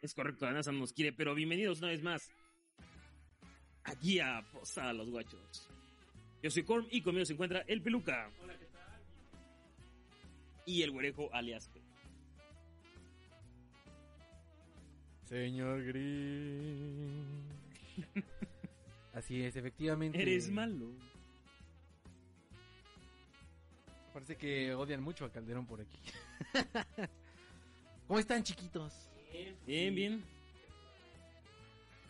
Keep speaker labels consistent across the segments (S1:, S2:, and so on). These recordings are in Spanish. S1: Es correcto, la NASA nos quiere, pero bienvenidos una vez más aquí a Posada los Guachos. Yo soy Corm y conmigo se encuentra el Peluca. Y el Güerejo alias Pe.
S2: Señor Green. Así es, efectivamente.
S1: Eres malo.
S2: Parece que odian mucho a Calderón por aquí. ¿Cómo están, chiquitos?
S1: Bien, bien.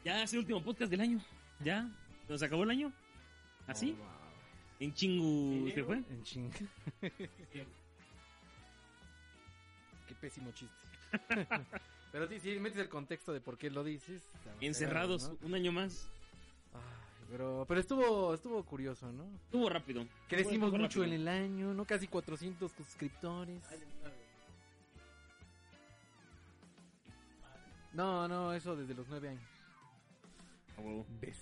S1: Ya es el último podcast del año. Ya, nos acabó el año. ¿Así?
S2: Oh, wow.
S1: En chingu se fue.
S2: En ching. Qué pésimo chiste. Pero sí, sí, metes el contexto de por qué lo dices. está cagado,
S1: Encerrados
S2: ¿no?
S1: un año más.
S2: Ay, pero, pero estuvo, estuvo curioso, ¿no?
S1: Estuvo rápido.
S2: Crecimos
S1: Estuvo
S2: mucho
S1: rápido.
S2: en el año, ¿no? Casi 400 suscriptores. No, no, eso desde los 9 años.
S1: A huevo.
S2: pero,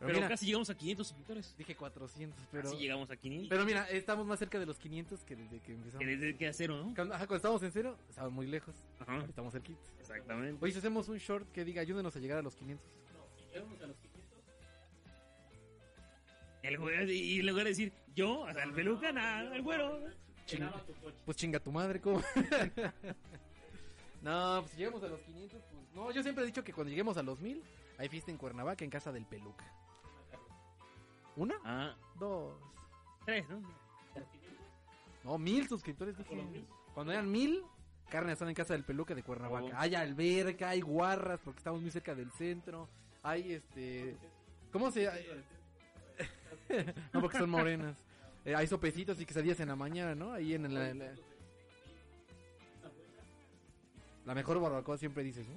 S1: Pero
S2: mira,
S1: casi llegamos a 500 suscriptores.
S2: dije 400, pero...
S1: casi llegamos a 500.
S2: Pero mira, estamos más cerca de los 500 que desde que empezamos.
S1: Que desde que a cero, ¿no?
S2: Cuando, ajá, cuando estábamos en cero, estábamos muy lejos.
S1: Ajá,
S2: Ahora estamos cerquitos.
S1: exactamente.
S2: Oye, si hacemos un short que diga, ayúdenos a llegar a los 500.
S1: El güero, y le voy a decir, yo, o sea, el peluca, nada, el güero.
S2: Pues chinga tu madre, ¿cómo? no, pues si llegamos a los 500, pues... No, yo siempre he dicho que cuando lleguemos a los 1000, hay fiesta en Cuernavaca, en casa del peluca. ¿Una?
S1: Ah,
S2: Dos.
S1: tres, ¿no?
S2: No, mil suscriptores,
S1: Ah,
S2: dije. Cuando eran mil, carne están en casa del peluca de Cuernavaca.
S1: Huevo.
S2: Hay alberca, hay guarras, porque estamos muy cerca del centro. Hay este. ¿Cómo se.?
S1: pues,
S2: no, porque son morenas. Eh, hay sopecitos y quesadillas en la mañana, ¿no? Ahí en la. La, la mejor barbacoa siempre dices, ¿no?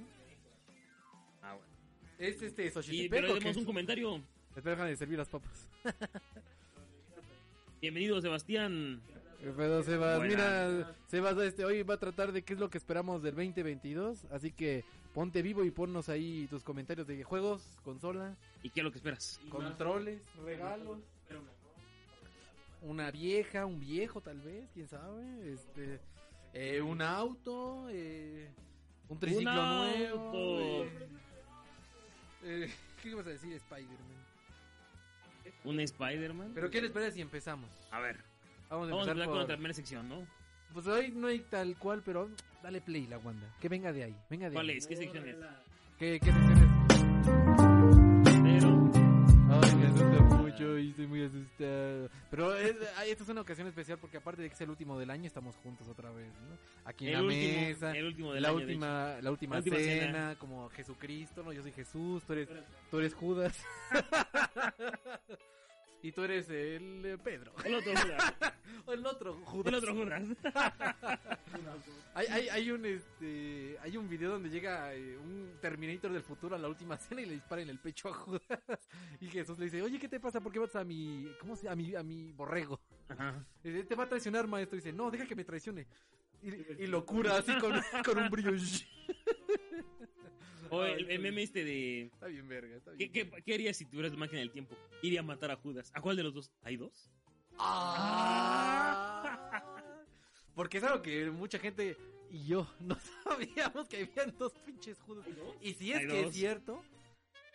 S1: Ah, bueno.
S2: ¿Es este
S1: Y,
S2: Xochitepec
S1: pero
S2: o qué?
S1: tenemos un comentario.
S2: Espera, déjame de servir las papas.
S1: Bienvenido, Sebastián.
S2: ¿Qué pedo, Sebas?
S1: Buenas.
S2: Mira, Sebas este, hoy va a tratar de qué es lo que esperamos del 2022. Así que ponte vivo y ponnos ahí tus comentarios de juegos, consolas,
S1: ¿Y qué es lo que esperas?
S2: controles, regalos. Una vieja, un viejo tal vez, quién sabe. Este, eh, un auto, eh, un triciclo nuevo.
S1: auto.
S2: eh, eh, ¿Qué ibas a decir, Spider-Man?
S1: ¿Un Spider-Man?
S2: Pero ¿qué les parece si empezamos?
S1: A ver,
S2: Vamos
S1: vamos
S2: a
S1: a
S2: empezar
S1: hablar con
S2: por...
S1: la primera sección, ¿no?
S2: Pues hoy no hay tal cual, pero dale play la Wanda. Que venga de ahí. Venga de
S1: ¿Cuál
S2: ahí.
S1: es? ¿Qué sección es?
S2: ¿Qué, qué sección es?
S1: Pero,
S2: Ay, me asusta mucho y estoy muy asustado. Pero es, ay, esta es una ocasión especial porque aparte de que es el último del año, estamos juntos otra vez, ¿no? Aquí en
S1: el
S2: la
S1: último,
S2: mesa.
S1: el último del
S2: La
S1: año, de
S2: última, la última,
S1: La última
S2: cena,
S1: cena.
S2: como Jesucristo, no, yo soy Jesús, tú eres, tú eres Judas. y tú eres el eh, Pedro.
S1: hecho. El otro Judas.
S2: O el otro Judas.
S1: El otro Judas.
S2: Hay, hay, hay un este hay un video donde llega eh, un Terminator del futuro a la última cena y le dispara en el pecho a Judas y Jesús le dice oye qué te pasa por qué matas a mi cómo se a mi a mi borrego
S1: Ajá.
S2: Y dice, te va a traicionar maestro y dice no deja que me traicione y, y lo cura así con, con un brillo está
S1: O
S2: Ay,
S1: el, el
S2: sí.
S1: meme este de...
S2: bien verga está bien
S1: ¿Qué, qué, qué harías si tuvieras máquina del tiempo? Iría a matar a Judas. ¿A cuál de los dos? ¿Hay dos?
S2: Ah. porque es algo que mucha gente y yo no sabíamos que habían dos pinches Judas Y si es
S1: Hay
S2: que
S1: dos.
S2: es cierto,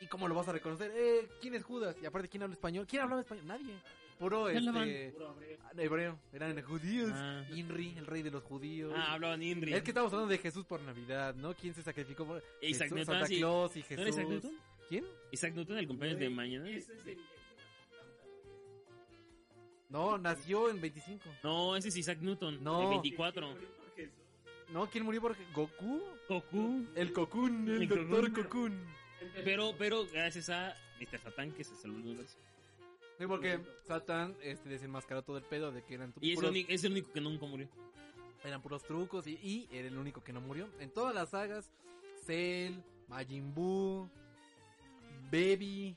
S2: ¿y cómo lo vas a reconocer? Eh, ¿Quién es Judas? Y aparte, ¿quién habla español? ¿Quién hablaba español? Nadie. Puro
S1: ¿Qué hablaban?
S2: este, ah, hebreo. Eran judíos.
S1: Ah.
S2: Inri, el rey de los judíos.
S1: Ah, hablaban Inri.
S2: es que estamos hablando de Jesús por Navidad, ¿no? ¿Quién se sacrificó por
S1: Isaac
S2: Jesús,
S1: Newton,
S2: Santa
S1: sí.
S2: Claus y
S1: ¿No era
S2: Jesús?
S1: Isaac Newton?
S2: ¿Quién?
S1: Isaac Newton, el cumpleaños de mañana.
S2: No, nació en 25.
S1: No, ese es Isaac Newton.
S2: No.
S1: El 24.
S2: No, ¿quién murió por Goku?
S1: Goku.
S2: El Cocoon, el,
S1: El
S2: doctor
S1: Cocoon.
S2: Cocoon.
S1: Pero, pero gracias a Mr. Satan que se salvó el universo.
S2: Sí, porque Satan este, desenmascaró todo el pedo de que eran tu-
S1: Y es, el
S2: puros,
S1: único, es el único que nunca murió.
S2: eran puros trucos y, y era el único que no murió. En todas las sagas, Cell, Majin Buu, Baby,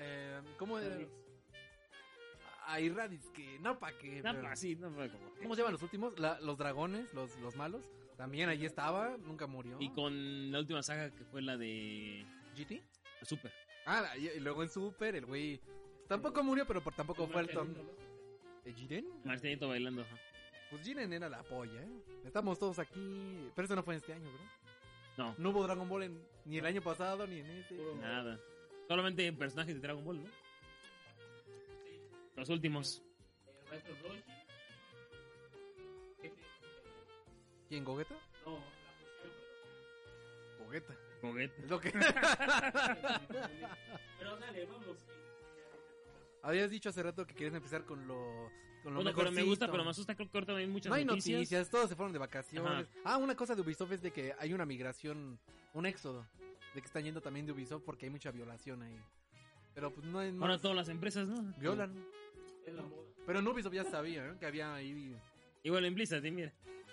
S2: eh, ¿cómo era? Ay, Raditz, que no pa' qué.
S1: Nada
S2: pero-
S1: más, pues, sí, nada más como-
S2: ¿Cómo se llaman los últimos? La- los dragones, los, los malos. También allí estaba, nunca murió.
S1: Y con la última saga que fue la de
S2: GT?
S1: Super.
S2: Ah, la- y, y luego en Super, el güey tampoco murió, pero por- tampoco fue el tom. ¿Eh, ¿Jiren?
S1: Martinito bailando. ajá.
S2: Pues Jiren era la polla, ¿eh? Estamos todos aquí. Pero eso no fue en este año, bro.
S1: No,
S2: No hubo Dragon Ball en- ni el año pasado, ni en este.
S3: Puro-
S1: nada. Solamente personajes de Dragon Ball, ¿no? Los últimos.
S3: El maestro Roshi. Jefe.
S2: ¿Quién, Gogeta?
S3: No, la fusión, perdón.
S2: Gogeta.
S1: Juguete.
S2: Es lo que.
S3: Pero dale, vamos.
S2: Habías dicho hace rato que querías empezar con lo. Con lo
S1: Bueno, pero me gusta,
S2: mejorcito.
S1: pero me asusta. Creo que ahorita hay muchas
S2: No hay
S1: noticias.
S2: noticias. todos se fueron de vacaciones. Ah, una cosa de Ubisoft es de que hay una migración, un éxodo, de que están yendo también de Ubisoft porque hay mucha violación ahí. Pero pues no hay más.
S1: Ahora todas las empresas, ¿no?
S2: Violan.
S3: Es la moda.
S2: Pero en Ubisoft ya sabía ¿eh? que había ahí.
S1: Igual en Blizzard, y mira.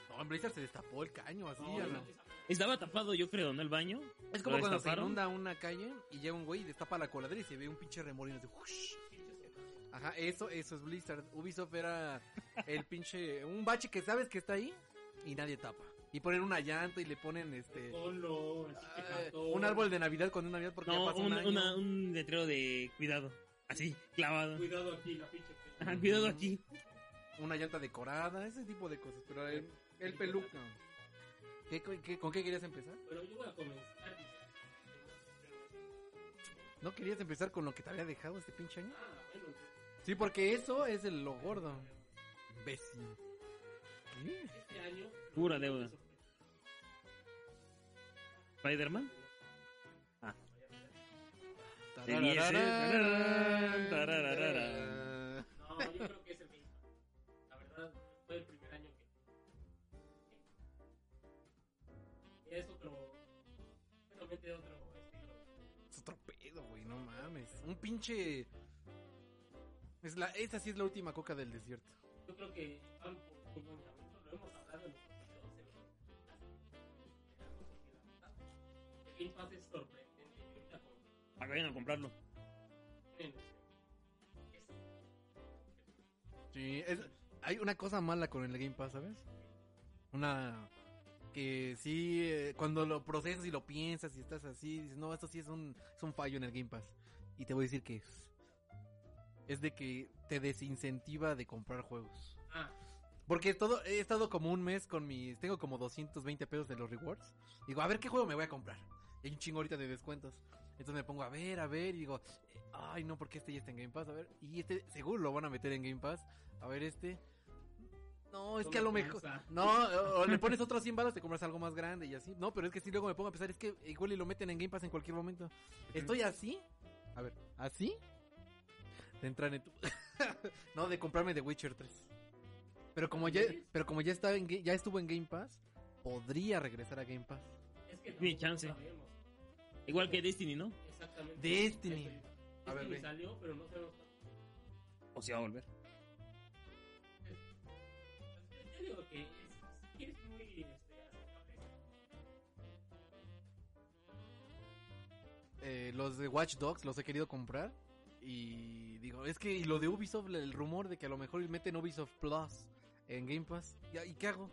S2: No, en Blizzard se destapó el caño así.
S3: No,
S2: a
S3: no,
S2: la-
S1: Estaba tapado, yo creo, ¿no? El baño.
S2: Es como
S1: ¿Lo
S2: cuando se
S1: destaparon?
S2: inunda una calle y llega un güey y destapa la coladera y se ve un pinche remolino de whoosh. Ajá, eso, eso es Blizzard. Ubisoft era el pinche, un bache que sabes que está ahí y nadie tapa. Y ponen una llanta y le ponen este
S3: Polo, así que
S2: eh,
S3: cantó.
S2: un árbol de Navidad con una Navidad porque ya
S1: Ah, No,
S2: pasó un,
S1: un,
S2: año.
S1: una- un letrero de cuidado. Así, clavado.
S3: Cuidado aquí, la pinche. peste.
S1: Ajá, cuidado aquí.
S2: Una llanta decorada, ese tipo de cosas. Pero el, el peluca. ¿Qué- qué- qué- ¿Con qué querías empezar?
S3: Pero yo voy a comenzar. dice.
S2: ¿No querías empezar con lo que te había dejado este pinche año?
S3: Ah, bueno,
S2: Sí, porque eso es el lo gordo. Imbécil. ¿Qué?
S3: este año.
S1: Pura deuda. ¿Spider-Man? Se viese. Tarararán, tarararán.
S3: No, yo creo que es el mismo. La verdad, fue el primer año que. que- Es otro. Realmente otro estilo.
S2: Es otro pedo, güey, no mames. Un pinche. Es la, esa sí es la última coca del desierto.
S3: Yo creo que van por un buen camino. Lo hemos hablado en los episodios. en los podcasts, en los que la verdad, el Game Pass es sorprendente. Y ahorita como
S1: Ah, Vayan a comprarlo.
S3: tienen, es-
S2: Sí, es, hay una cosa mala con el Game Pass, ¿sabes? Una que sí, eh, cuando lo procesas y lo piensas y estás así, dices, no, esto sí es un, es un fallo en el Game Pass. Y te voy a decir que es. Es de que te desincentiva de comprar juegos.
S3: Ah,
S2: Porque todo, he estado como un mes con mis. Tengo como 220 pesos de los rewards. Digo, a ver qué juego me voy a comprar. Y hay un chingo ahorita de descuentos. Entonces me pongo a ver, a ver. Y digo, eh, ay, no, porque este ya está en Game Pass. A ver, y este seguro lo van a meter en Game Pass. A ver, este. No, es que a lo
S3: Toma
S2: mejor.
S3: panza.
S2: No, o o le pones otros 100 balas, te compras algo más grande y así. No, pero es que si luego me pongo a pensar, es que igual y lo meten en Game Pass en cualquier momento. Estoy así. A ver, ¿así? De entrar en tu. no, de comprarme The Witcher 3. Pero como ya, pero como ya, estaba en, Ga- ya estuvo en Game Pass, podría regresar a Game Pass.
S3: Es que
S1: Ni
S3: tampoco
S1: chance.
S3: sabemos
S1: Igual que Destiny, ¿no?
S3: Exactamente.
S2: Destiny.
S3: Eso iba.
S2: A ver,
S3: Destiny
S2: ve.
S3: salió, pero no sabemos
S1: O si va a volver.
S3: cuánto. Yo digo que es, que es muy este, aceptable.
S2: Eh, los de Watch Dogs los he querido comprar. Y digo, es que y lo de Ubisoft, el rumor de que a lo mejor meten Ubisoft Plus en Game Pass. Ya, ¿Y qué hago?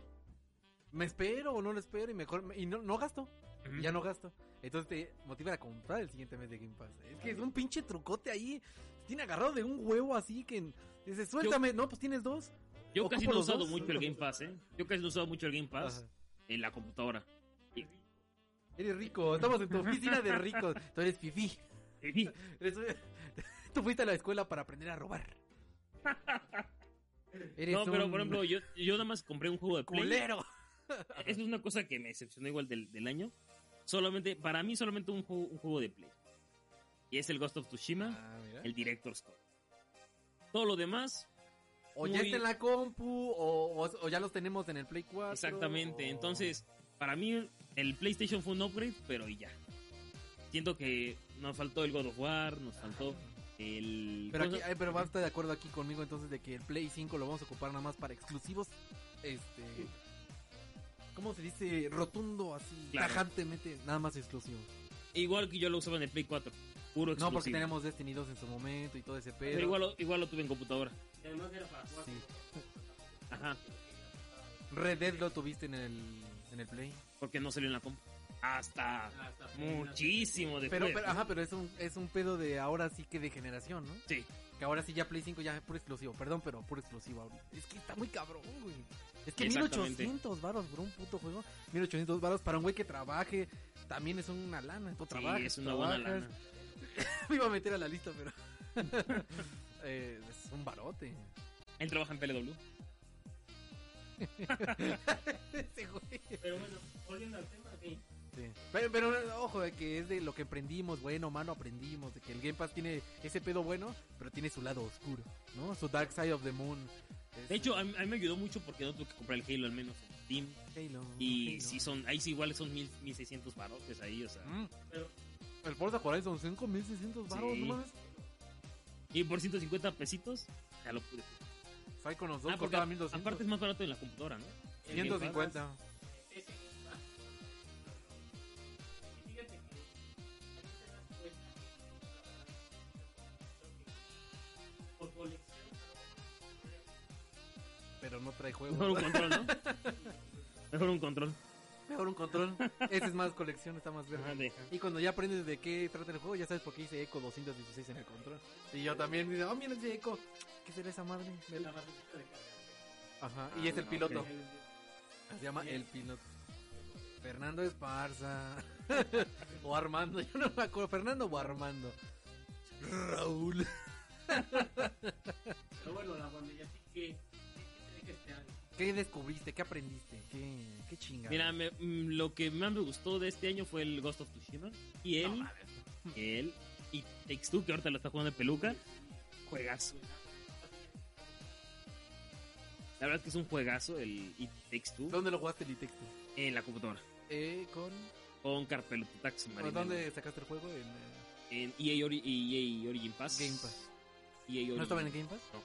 S2: ¿Me espero o no lo espero? Y mejor, me- y no, no gasto.
S1: Ujú.
S2: ya no gasto. Entonces te motiva a comprar el siguiente mes de Game Pass. Es que es un pinche trucote ahí. Tiene agarrado de un huevo así que dice, suéltame. No, pues tienes dos.
S1: Yo
S2: Ocupo
S1: casi no he
S2: los
S1: usado
S2: dos.
S1: mucho el Game Pass, ¿eh? Yo casi no he usado mucho el Game Pass
S2: Ajá.
S1: en la computadora.
S2: Eres rico. Estamos en tu oficina de ricos. Tú eres fifi.
S1: Sí,
S2: Tú fuiste a la escuela para aprender a robar. Eres
S1: No, pero
S2: un
S1: por ejemplo, yo, yo nada más compré un juego de Play.
S2: culero.
S1: Esa es una cosa que me decepcionó igual del, del año. Solamente, para mí, solamente un juego, un juego de Play. Y es el Ghost of Tsushima,
S2: Ah, mira.
S1: el Director's Cut. Todo lo demás,
S2: O ya
S1: muy-
S2: está en la compu, o, o- o ya los tenemos en el Play 4.
S1: Exactamente.
S2: o-
S1: Entonces, para mí, el PlayStation fue un upgrade, pero y ya. Siento que nos faltó el God of War, nos faltó el.
S2: Pero,
S1: ¿cómo
S2: aquí,
S1: se-
S2: eh, pero va a estar de acuerdo aquí conmigo entonces de que el Play 5 lo vamos a ocupar nada más para exclusivos. Este. ¿Cómo se dice? Rotundo, así,
S1: Claro.
S2: tajantemente. Nada más exclusivos.
S1: Igual que yo lo usaba en el Play 4. Puro exclusivo.
S2: No, porque tenemos Destiny 2 en su momento y todo ese pedo.
S1: Pero igual, lo- igual lo tuve en computadora.
S3: Y además era para cuatro.
S2: Sí.
S1: Ajá.
S2: Red Dead lo tuviste en el, en el Play.
S1: Porque no salió en la compu.
S2: Ah,
S1: Hasta
S3: Hasta apenas-
S1: muchísimo después.
S2: Pero, pero, ajá, pero es un, es un pedo de ahora sí que de generación, ¿no?
S1: Sí.
S2: Que ahora sí ya Play 5 ya es puro exclusivo. Perdón, pero puro exclusivo ahorita. Es que está muy cabrón, güey. Es que
S1: Exactamente.
S2: 1800 varos por un puto juego. 1800 varos para un güey que trabaje. También es una lana. Tú
S1: Sí,
S2: trabajas,
S1: es una buena
S2: trabajas.
S1: lana.
S2: Me iba a meter a la lista, pero... Eh, es un barote.
S1: Él trabaja en PLW.
S2: Ese güey.
S3: Pero bueno, volviendo al tema, sí.
S2: Sí. Pero, pero, ojo, de que es de lo que emprendimos, bueno, mano, aprendimos, de que el Game Pass tiene ese pedo bueno, pero tiene su lado oscuro, ¿no? Su Dark Side of the Moon. Es-
S1: De hecho, a, mí- a mí me ayudó mucho porque no tuve que comprar el Halo al menos en Steam.
S2: Halo,
S1: Y
S2: Halo.
S1: sí son, ahí sí igual son mil, 1600 barotes ahí, o sea.
S2: Mm.
S3: Pero-
S2: El Forza Horizon, 5600 baros,
S1: Sí.
S2: no mames.
S1: Y por 150 pesitos, ya lo pude.
S2: Psychonauts 2
S1: Ah, porque
S2: costaba
S1: a-
S2: 1200.
S1: aparte es más barato en la computadora, ¿no?
S3: el
S1: Bien,
S2: 150.
S3: Ese es más. Y fíjate que aquí te das cuenta, la verdad, por colección,
S2: Pero no trae juego.
S1: Mejor un control, ¿no? Mejor un control.
S2: Mejor un control. Ese es más colección, está más
S1: Ajá,
S2: verde.
S1: de-
S2: Y cuando ya aprendes de qué trata el juego, ya sabes por qué dice Eco 216 en el control. Y yo también digo, oh, mira ese Eco. ¿Qué será esa madre?
S3: la barrita de carga.
S2: Ajá, y es el
S1: Ah,
S2: piloto.
S1: ok.
S2: Se llama
S3: Bien.
S2: El Piloto. Fernando Esparza. o Armando, yo no me acuerdo. Fernando o Armando. Raúl.
S3: Pero bueno, la bandera sí que sí que tiene que estar.
S2: ¿Qué descubriste? ¿Qué aprendiste? ¿Qué, qué chingada?
S1: Mira, me- mm, lo que más me gustó de este año fue el Ghost of Tsushima. Y él, él, y Takes Two, que ahorita lo está jugando de peluca. Juegazo. La verdad es que es un juegazo el It Takes Two
S2: ¿Dónde lo jugaste el texto?
S1: en la computadora.
S2: Eh, con...
S1: Con Carpelo Taxi
S2: ¿o ¿Dónde sacaste el juego? En, eh,
S1: En EA, Ori- E EA Origin Pass. E
S2: Game Pass.
S1: EA Origin.
S2: ¿No estaba en el Game Pass?
S1: No.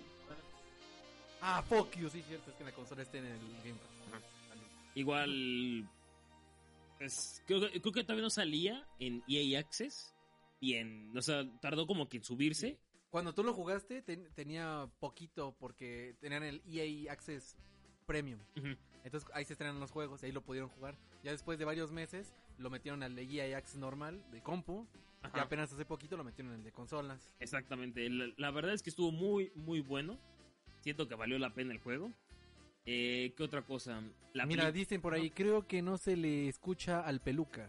S2: Ah, fuck you, sí, cierto. Es que en la consola está en el Game Pass.
S1: Igual. pues, creo, que- creo que todavía no salía en EA Access. Y en. O sea, tardó como que en subirse.
S2: Cuando tú lo jugaste, ten- tenía poquito porque tenían el EA Access Premium.
S1: Ujú.
S2: Entonces ahí se estrenan los juegos, ahí lo pudieron jugar. Ya después de varios meses lo metieron al EA Access normal de compu y
S1: Ajá.
S2: apenas hace poquito lo metieron en el de consolas.
S1: Exactamente. La, la verdad es que estuvo muy, muy bueno. Siento que valió la pena el juego. Eh, ¿Qué otra cosa? La
S2: Mira,
S1: peli-
S2: dicen por ahí, creo que no se le escucha al peluca.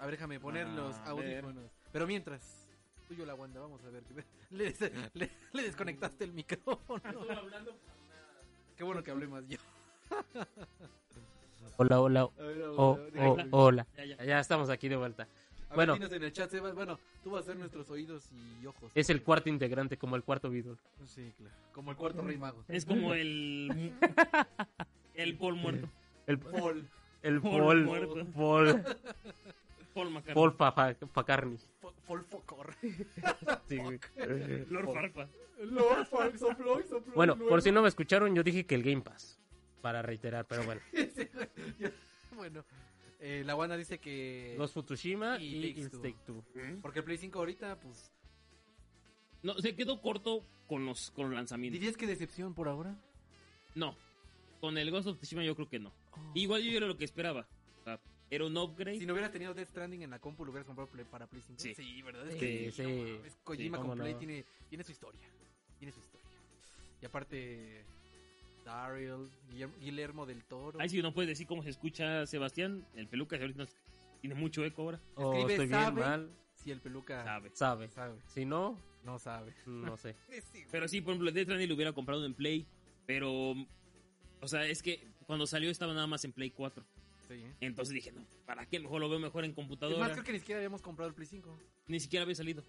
S2: A ver, déjame poner
S1: Ah, A
S2: los
S1: ver.
S2: audífonos. Pero mientras, tú y yo la Wanda, vamos a ver. qué- Le, des- le- le desconectaste el micrófono.
S3: Estuve hablando para
S2: Qué bueno que hablé más yo.
S4: Hola, hola,
S2: A ver,
S4: oh,
S2: déjame-
S4: oh, hola.
S1: Ya, ya.
S4: Ya estamos aquí de vuelta.
S2: A ver,
S4: Bueno.
S2: dinos en el chat, Sebas. Bueno, tú vas a ser nuestros oídos y ojos.
S4: Es el cuarto integrante, como el cuarto Beatle.
S2: Sí, claro. Como el cuarto rey mago.
S1: Es como el. El Paul muerto.
S4: El,
S2: Paul.
S4: el
S1: Paul
S4: Paul,
S1: muerto.
S4: Paul,
S1: Paul McCartney.
S4: Paul Pa- Pa- Pacarni.
S2: Paul- Paul Focor.
S4: Sí, güey.
S1: Lord Farquaad.
S2: Lord Farquaad, sopló y sopló
S4: Bueno,
S2: y luego-
S4: por si no me escucharon, yo dije que el Game Pass. Para reiterar, pero bueno.
S2: Ese güey, ya, bueno, eh, la Wanda dice que...
S4: Los Futushima
S2: Eh, Y
S4: y,
S2: Takes
S4: It's
S2: Two.
S4: Take Two.
S2: Porque el Play 5 ahorita, pues...
S1: No, se quedó corto con los, con los lanzamientos.
S2: ¿Dirías que decepción por ahora?
S1: No. Con el Ghost of Tsushima yo creo que no.
S2: Oh.
S1: Igual yo era lo que esperaba. O sea, era un upgrade.
S2: Si no hubieras tenido Death Stranding en la compu, ¿lo hubieras comprado play- para Play 5?
S1: Sí.
S2: ¿verdad? Es
S4: Sí,
S2: que
S4: sí.
S2: no mames, Kojima
S4: Sí,
S2: con
S4: cómo
S2: Play
S4: no.
S2: tiene, tiene su historia. Tiene su historia. Y aparte... Daryl, Guillermo, Guillermo del Toro...
S1: Ahí sí no puedes decir cómo se escucha Sebastián. El peluca ahorita nos- tiene mucho eco ahora.
S4: O
S2: Escribe,
S4: Oh, estoy
S2: sabe.
S4: bien mal,
S2: Si el peluca
S1: Sabe.
S4: sabe.
S2: sabe.
S4: Si no,
S2: No sabe.
S4: no sé.
S1: Pero sí, por ejemplo, Death Stranding lo hubiera comprado en Play. Pero, o sea, es que cuando salió estaba nada más en Play 4.
S2: Sí, ¿eh?
S1: Entonces dije, no, ¿para qué? Mejor lo veo mejor en
S2: Es más,
S1: computadora.
S2: creo que ni siquiera habíamos comprado el Play 5.
S1: Ni siquiera había salido.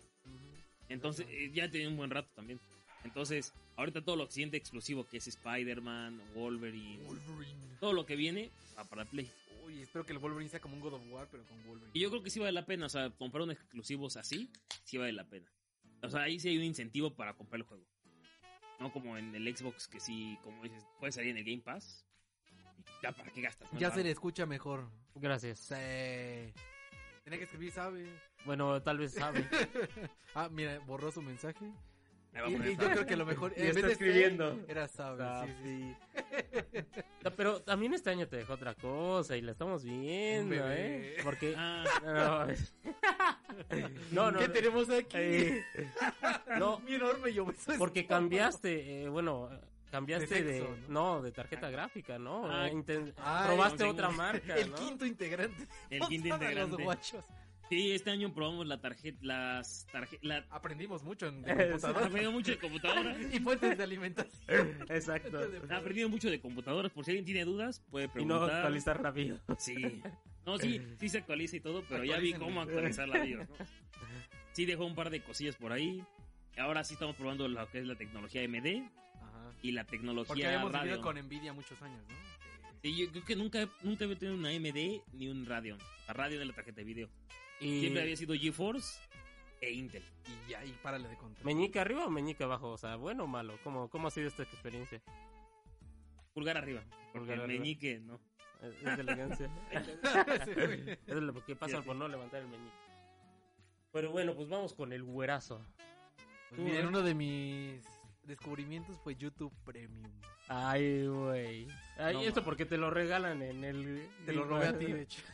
S1: Entonces eh, ya tenía un buen rato también. Entonces, ahorita todo lo accidente explosivo que es Spider-Man, Wolverine,
S2: Wolverine.
S1: todo lo que viene va para Play.
S2: Uy, espero que el Wolverine sea como un God of War, pero con Wolverine.
S1: Y yo creo que sí vale la pena, o sea, comprar unos exclusivos así, sí vale la pena. O sea, ahí sí hay un incentivo para comprar el juego. No como en el Xbox que sí, como dices, puede salir en el Game Pass. Ya, ¿para qué gastas? más
S2: Ya
S1: varo?
S2: se le escucha mejor.
S4: Gracias.
S2: Sí. Tenía que escribir, sabe.
S4: Bueno, tal vez sabe.
S2: ah, mira, borró su mensaje.
S1: Ahí va a
S2: Y,
S1: poner
S2: y yo
S1: esta-
S2: creo que lo mejor.
S4: Y
S2: en
S4: está
S2: vez de
S4: escribiendo.
S2: ser, Era sabe. sí, sí, sí.
S4: No, Pero también este año te dejó otra cosa y la estamos viendo,
S2: Un bebé.
S4: ¿eh? Porque...
S1: Ah,
S4: No, no, no, no,
S2: ¿Qué
S4: no.
S2: tenemos aquí?
S4: Eh, no,
S2: Mi enorme y obeso es-
S4: porque cambiaste, eh, bueno, cambiaste
S2: De
S4: de,
S2: sexo,
S4: ¿no? de tarjeta gráfica, ¿no?
S1: Ah,
S4: Eh, inten-
S2: ay,
S4: probaste
S1: no,
S4: otra
S1: sí.
S4: marca,
S2: El
S4: ¿no?
S2: quinto integrante.
S1: el quinto
S2: Posada de los
S1: integrante.
S2: guachos.
S1: Sí, este año probamos la tarjeta, las tarjetas, la...
S2: Aprendimos mucho en de
S4: Eh,
S1: Ha
S2: computadoras.
S1: aprendido mucho de computadoras.
S2: y fuentes de alimentación.
S4: Exacto.
S1: Ha aprendido mucho de computadoras. Por si alguien tiene dudas, puede
S4: Y no
S1: preguntar.
S4: actualizar rápido.
S1: Sí. No, sí, sí se actualiza y todo, pero ya vi
S2: Actualícenlo.
S1: cómo actualizar la BIOS, ¿no? Sí dejó un par de cosillas por ahí. Ahora sí estamos probando lo que es la tecnología MD
S2: Ajá.
S1: y la
S2: Porque
S1: tecnología
S2: habíamos vivido
S1: radio.
S2: con envidia muchos años, ¿no?
S1: Sí, yo creo que nunca, nunca había tenido una MD ni un radio. La radio de la tarjeta de video.
S4: Y...
S1: Siempre había sido GeForce e Intel.
S2: Y ya, y párale de contar.
S4: ¿Meñique arriba o meñique abajo? O sea, bueno o malo. ¿Cómo, cómo ha sido esta experiencia?
S1: Pulgar arriba. Porque
S4: Pulgar
S1: el
S4: arriba.
S1: meñique, ¿no.
S4: Es es de elegancia.
S2: Sí, güey.
S4: es lo que pasa
S1: Sí, sí.
S4: por no levantar el meñique. Pero bueno, pues vamos con el güerazo.
S2: Pues miren, uno de mis descubrimientos fue YouTube Premium.
S4: Ay, güey. Ay,
S2: No,
S4: esto
S2: ma.
S4: porque te lo regalan en el...
S2: Te lo robé a ti, de hecho.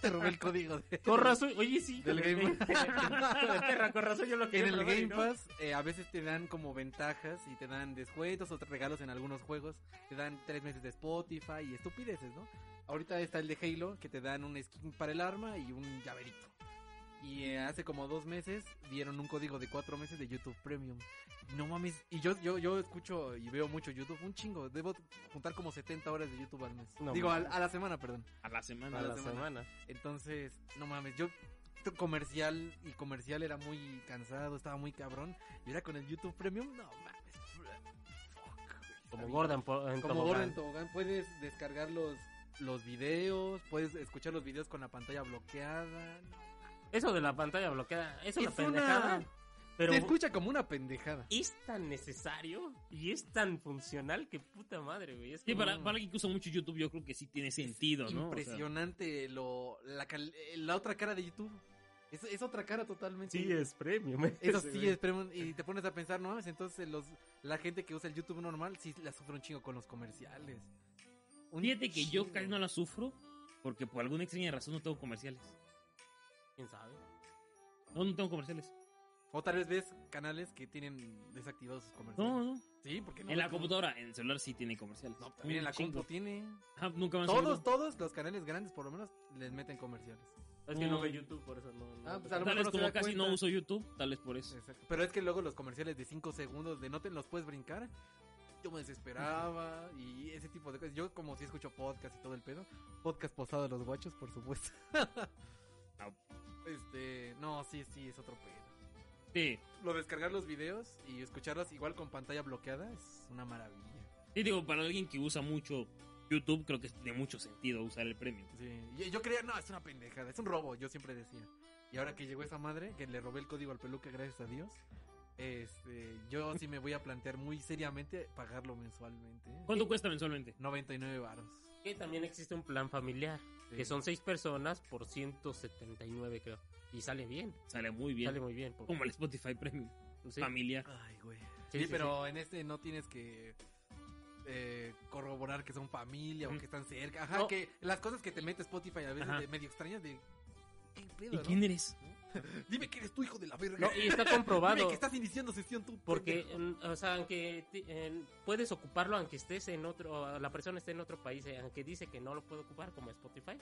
S2: Te robé el código de-
S4: Con razón, oye, sí.
S2: del
S4: con el
S2: Game
S4: Pass. Perra, con razón yo lo
S2: En
S4: quería
S2: el
S4: probar y
S2: Game
S4: no.
S2: Pass eh, a veces te dan como ventajas y te dan descuentos o te regalos en algunos juegos. Te dan tres meses de Spotify y estupideces, ¿no? Ahorita está el de Halo que te dan un skin para el arma y un llaverito. Y eh, hace como dos meses dieron un código de cuatro meses de YouTube Premium. No mames. Y yo, yo, yo escucho y veo mucho YouTube, un chingo. Debo juntar como 70 horas de YouTube al mes.
S4: No
S2: Digo, al-
S4: mames.
S2: a la semana, perdón.
S1: A la
S4: A
S1: semana.
S4: la,
S2: A la
S4: semana.
S2: Entonces, no mames, yo t- comercial y comercial era muy cansado, estaba muy cabrón. Y era con el YouTube Premium, no mames. fuck, güey,
S4: Como
S2: está
S4: Gordon
S2: bien.
S4: en
S2: Como
S4: tobogán.
S2: Gordon Tobogán, puedes descargar los, los videos, puedes escuchar los videos con la pantalla bloqueada. no.
S4: Eso de la pantalla bloqueada, es una
S2: Es una-
S4: pendejada. Pero
S2: Se escucha como una pendejada.
S4: es tan necesario y es tan funcional que puta madre, güey. Es
S1: Sí,
S4: como-
S1: para, para alguien que usa mucho YouTube, yo creo que sí tiene sentido, ¿no? O sea,
S2: Impresionante lo, la, cal- eh, la otra cara de YouTube. Es, es otra cara totalmente.
S4: Sí, es premium.
S2: Eso
S4: ese,
S2: sí
S4: güey.
S2: es premium, y te pones a pensar, no mames, entonces los, la gente que usa el YouTube normal sí la sufre un chingo con los comerciales. Un
S1: Fíjate que yo
S2: chingo.
S1: casi no la sufro porque por alguna extraña razón no tengo comerciales.
S4: ¿Quién sabe?
S1: No, no tengo comerciales.
S2: O tal vez ves canales que tienen desactivados sus comerciales.
S1: No, no.
S2: Sí, porque no.
S1: En la
S2: no.
S1: computadora, en el celular sí tiene comerciales.
S2: No, también en la
S1: Chingo.
S2: compu tiene.
S1: Ah, nunca me han
S2: Todos,
S1: salido.
S2: todos los canales grandes por lo menos les meten comerciales.
S4: Es que no
S1: Mm.
S4: ve YouTube, por eso no. no-
S2: Ah, pues a lo
S1: Tal
S2: mejor
S1: vez
S2: no se
S1: como
S2: da
S1: casi
S2: cuenta.
S1: no uso YouTube, tal vez por eso.
S2: Exacto. Pero es que luego los comerciales de 5 segundos de no te los puedes brincar. Yo me desesperaba y ese tipo de cosas. Yo como si escucho podcast y todo el pedo. Podcast posado de los guachos, por supuesto.
S1: Au.
S2: este, no, sí, sí, es otro pedo.
S1: Sí.
S2: Lo de descargar los videos y escucharlos igual con pantalla bloqueada es una maravilla.
S1: Sí, digo, para alguien que usa mucho YouTube, creo que tiene mucho sentido usar el premio.
S2: Sí. Yo, yo creía, no, es una pendejada, es un robo, yo siempre decía. Y ahora que llegó esa madre, que le robé el código al peluca, gracias a Dios. Este, yo sí me voy a plantear muy seriamente pagarlo mensualmente. ¿eh?
S1: ¿Cuánto cuesta mensualmente?
S2: 99 varos.
S4: Que también existe un plan familiar, que son seis personas por 179, creo. Y sale bien,
S1: Sale muy bien.
S4: sale muy bien. por-
S1: Como el Spotify Premium.
S4: sí.
S1: Familiar.
S2: Ay, güey.
S4: Sí,
S2: Sí,
S4: sí,
S2: pero en este no tienes que eh, corroborar que son familia o
S1: Ujú.
S2: que están cerca. Ajá,
S4: No.
S2: que las cosas que te mete Spotify a veces
S1: Ajá.
S2: de medio extrañas de... ¿Qué pedo,
S1: ¿Y
S2: no?
S1: quién eres?
S2: Dime que eres tu hijo de la verga.
S4: No, y está
S2: Dime
S4: comprobado.
S2: que estás iniciando sesión tú.
S4: Porque,
S2: pendejo.
S4: mm, o sea, aunque ti- en- puedes ocuparlo, aunque estés en otro, la persona esté en otro país, eh, aunque dice que no lo puede ocupar como Spotify,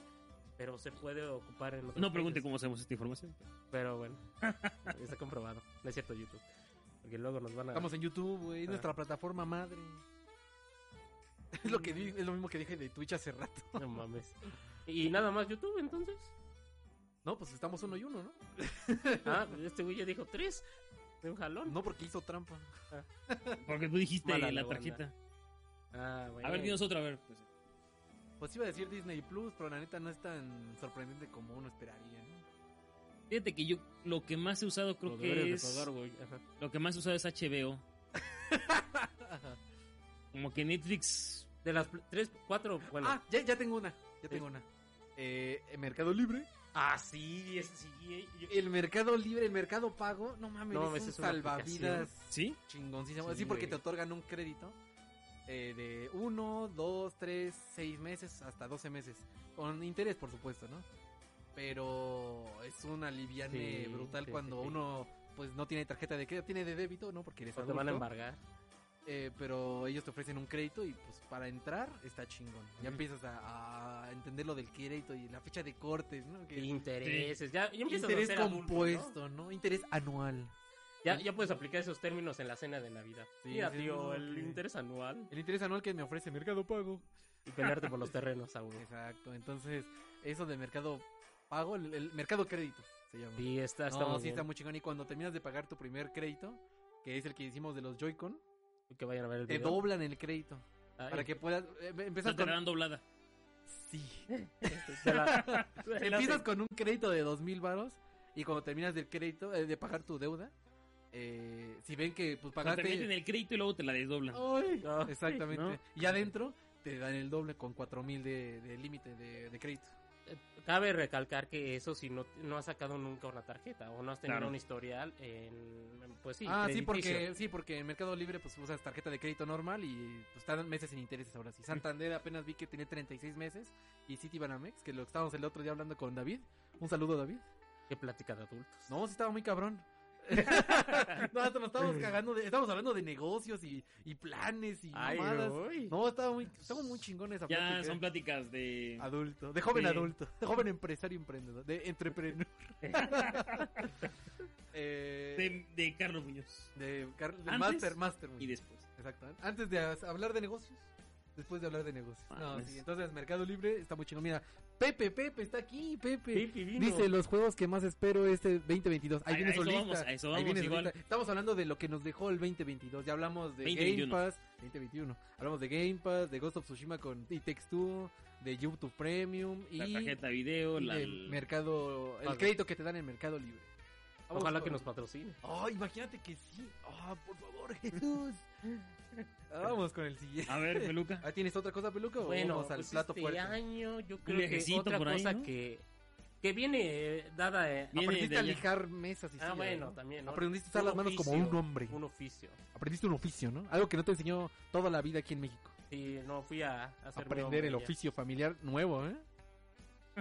S4: pero se puede ocupar en otros
S1: No pregunte
S4: países.
S1: cómo hacemos esta información.
S4: Pero bueno, está comprobado. No es cierto YouTube. Porque luego nos van a...
S2: Estamos en YouTube, güey. Es
S4: Ah.
S2: nuestra plataforma madre. Es lo, que di- es lo mismo que dije de Twitch hace rato.
S4: No mames. Y nada más YouTube, entonces.
S2: No, pues estamos uno y uno, ¿no?
S4: Ah, este güey ya dijo tres. ¿De un jalón?
S2: No porque hizo trampa.
S1: Porque tú dijiste
S4: Mala
S1: la
S4: onda.
S1: tarjeta.
S4: Ah, bueno.
S1: A ver, dinos otra, a ver. pues.
S2: Pues iba a decir Disney Plus, pero la neta no es tan sorprendente como uno esperaría. ¿no?
S1: Fíjate que yo lo que más he usado creo
S4: Lo
S1: que es...
S4: deberes de pagar, güey. Ajá.
S1: Lo que más he usado es HBO.
S2: Ah,
S1: Como que Netflix...
S4: De las pl- tres, cuatro, bueno.
S2: Ah, ya, ya tengo una. Ya tengo una. Eh, Mercado Libre.
S4: Ah, sí, es, sí. eh, yo-
S2: El Mercado Libre, el Mercado Pago. No mames,
S4: No,
S2: es
S4: mames,
S2: un
S4: es una
S2: salvavidas
S1: ¿Sí?
S2: chingoncísimo.
S4: Sí,
S2: Sí, porque
S4: güey.
S2: te otorgan un crédito eh, de uno, dos, tres, seis meses, hasta 12 meses. Con interés, por supuesto, ¿no? Pero es un aliviane
S4: Sí,
S2: brutal
S4: sí,
S2: cuando
S4: sí, sí.
S2: uno pues no tiene tarjeta de crédito, tiene de débito, ¿no? Porque eres
S4: o te van a
S2: adulto.
S4: embargar.
S2: Eh, pero ellos te ofrecen un crédito y pues para entrar está chingón. Ya
S4: Ujú.
S2: empiezas a, a entender lo del crédito y la fecha de cortes, ¿no? Que-
S4: Intereses. Ya, ya empiezas a
S2: interés
S4: ser adulto,
S2: compuesto,
S4: ¿no?
S2: ¿no? Interés anual.
S4: Ya, ya puedes aplicar esos términos en la cena de Navidad.
S2: Sí,
S4: Mira,
S2: sí,
S4: tío,
S2: no,
S4: el
S2: que-
S4: interés anual
S2: El interés anual que me ofrece Mercado Pago.
S4: y pelearte por los terrenos a uno.
S2: Exacto, entonces eso de Mercado Pago, el, el Mercado Crédito se llama.
S4: Sí, está, está
S2: No,
S4: muy
S2: sí
S4: bien.
S2: está muy chingón y cuando terminas de pagar tu primer crédito, que es el que hicimos de los Joy-Con,
S4: Que vayan a ver el
S2: te
S4: video.
S2: doblan el crédito
S4: Ah,
S2: para que puedas eh,
S1: Esa
S2: empezar
S1: te
S2: con
S1: la dan doblada.
S2: sí.
S4: te la-
S2: Te
S4: te la-
S2: empiezas con un crédito de dos mil varos y cuando terminas del crédito eh, de pagar tu deuda, eh, si ven que pues
S1: O sea,
S2: pagaste
S1: te meten el crédito y luego te la desdoblan.
S4: Oh,
S2: Ay,
S4: No.
S2: exactamente.
S1: No.
S2: Y adentro te dan el doble con cuatro mil de, de límite de, de crédito.
S4: Cabe recalcar que eso si no, no has sacado nunca una tarjeta o no has tenido
S1: Claro.
S4: un historial en... Pues sí,
S2: ah, sí,
S4: crediticio.
S2: porque sí, porque en Mercado Libre pues usas tarjeta de crédito normal y pues te dan meses sin intereses ahora sí. Santander apenas vi que tenía 36 meses y Citibanamex, que lo que estábamos el otro día hablando con David. Un saludo, David.
S4: Qué plática de adultos.
S2: No, sí estaba muy cabrón. no, hasta nos estábamos cagando de, estábamos hablando de negocios y, y planes y
S4: Ay,
S2: mamadas.
S4: uy.
S2: No, estaba muy, estaba muy chingón esa
S1: Ya
S2: plática. ¿eh?
S1: son pláticas de...
S2: Adulto, de joven
S1: Sí.
S2: adulto, de joven empresario emprendedor, de entrepreneur. Eh,
S1: De, de Carlos Muñoz.
S2: de Car- del
S1: Antes
S2: Master, Master.
S1: Y después.
S2: Exacto. Antes de as- hablar de negocios, después de hablar de negocios. no,
S1: Mames.
S2: sí, entonces Mercado Libre está muy chingón. Mira, Pepe, Pepe, está aquí, Pepe.
S4: Pipi vino.
S2: Dice los juegos que más espero este 2022. Ahí
S1: A-
S2: viene
S1: a eso
S2: solista.
S1: vamos, a eso
S2: ahí
S1: vamos
S2: viene su
S1: igual.
S2: lista. Estamos hablando de lo que nos dejó el 2022. Ya hablamos de
S1: 2021.
S2: Game Pass 2021. Hablamos de Game Pass, de Ghost of Tsushima con y Text 2, de YouTube Premium y,
S1: La tarjeta video,
S2: y
S1: la...
S2: de mercado, el
S4: Pago.
S2: crédito que te dan en Mercado Libre. Vamos
S4: Ojalá que
S2: con-
S4: nos patrocine.
S2: Oh, imagínate que sí. Ah, por favor, Jesús. Ah, Vamos con el siguiente.
S1: A ver, Peluca.
S2: Ah, ¿Tienes otra cosa, peluca? O
S4: Bueno,
S2: vamos al
S4: pues
S2: plato
S4: este
S2: fuerte.
S4: año yo creo que
S1: viajecito
S4: otra
S1: por ahí,
S4: cosa
S1: ¿no?
S4: que, que viene eh, dada... eh,
S1: Viene
S2: Aprendiste
S1: de
S2: a
S1: allá.
S2: lijar mesas y
S4: Ah,
S2: sillas,
S4: bueno,
S2: ¿no?
S4: también. ¿no?
S2: Aprendiste a usar
S4: Un
S2: las manos como
S4: oficio,
S2: un hombre.
S4: Un oficio.
S2: Aprendiste un oficio, ¿no? Algo que no te enseñó toda la vida aquí en México.
S4: Sí, no, fui a, a hacerme
S2: Aprender
S4: hombre
S2: el
S4: ya.
S2: oficio familiar nuevo, ¿eh?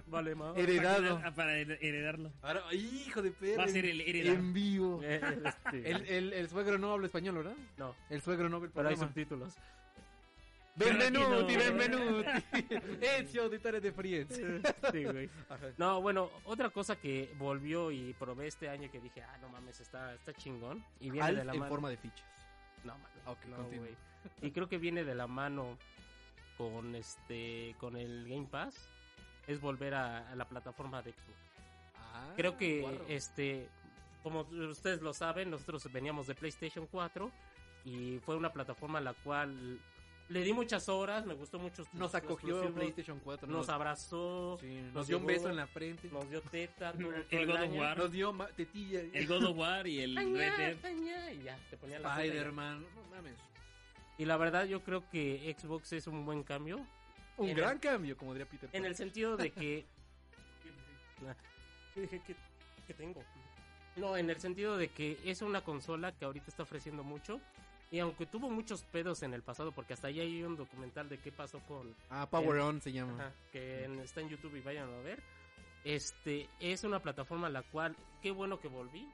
S4: Vale, ma.
S2: Heredado.
S1: Para, heredar- para heredarlo.
S2: Ahora, hijo de perro.
S1: Va a ser el
S4: Em,
S1: heredero.
S2: En vivo.
S4: Eh, este,
S2: El, el- el suegro no habla español, ¿verdad?
S4: No,
S2: El suegro no ve el
S4: pero hay
S2: programa.
S4: subtítulos.
S2: Benvenuti,
S1: Qué
S2: benvenuti. Ezio, auditore de Friends.
S4: Sí, güey.
S2: Ajá.
S4: No, bueno, otra cosa que volvió y probé este año que dije, ah, no mames, está, está chingón. Y viene
S2: Alf
S4: de la
S2: en
S4: mano.
S2: forma de fichas.
S4: No, mames,
S2: Ok,
S4: no,
S2: continúa.
S4: güey. Y creo que viene de la mano con este, con el Game Pass. Es volver a, a la plataforma de Xbox.
S2: Ah,
S4: Creo que
S2: guarro.
S4: este, como ustedes lo saben, nosotros veníamos de PlayStation 4 y fue una plataforma a la cual le di muchas horas, me gustó mucho. sus
S2: nos acogió
S4: exclusivos,
S2: PlayStation 4.
S4: nos abrazó,
S2: sí, nos,
S4: nos
S2: dio un
S4: llevó-
S2: beso en la frente.
S4: nos dio teta, todo,
S1: El
S4: todo
S1: God of
S4: año.
S1: War.
S2: Nos dio ma- tetilla.
S1: El God of War y el
S4: Ay,
S1: Red
S4: ya,
S1: Dead.
S4: ay, ya, y ya, te ponía la teta y ya.
S2: Spider-Man. No mames.
S4: Y la verdad yo creo que Xbox es un buen cambio
S2: Un
S4: En
S2: gran
S4: el-
S2: cambio, como diría Peter.
S4: en
S2: Pan.
S4: el sentido de que que, tengo. No, en el sentido de que es una consola que ahorita está ofreciendo mucho. Y aunque tuvo muchos pedos en el pasado, porque hasta ahí hay un documental de qué pasó con.
S2: Ah, Power On se llama.
S4: Ajá, que en- está en YouTube y vayan a ver. Este, es una plataforma a la cual, qué bueno que volví.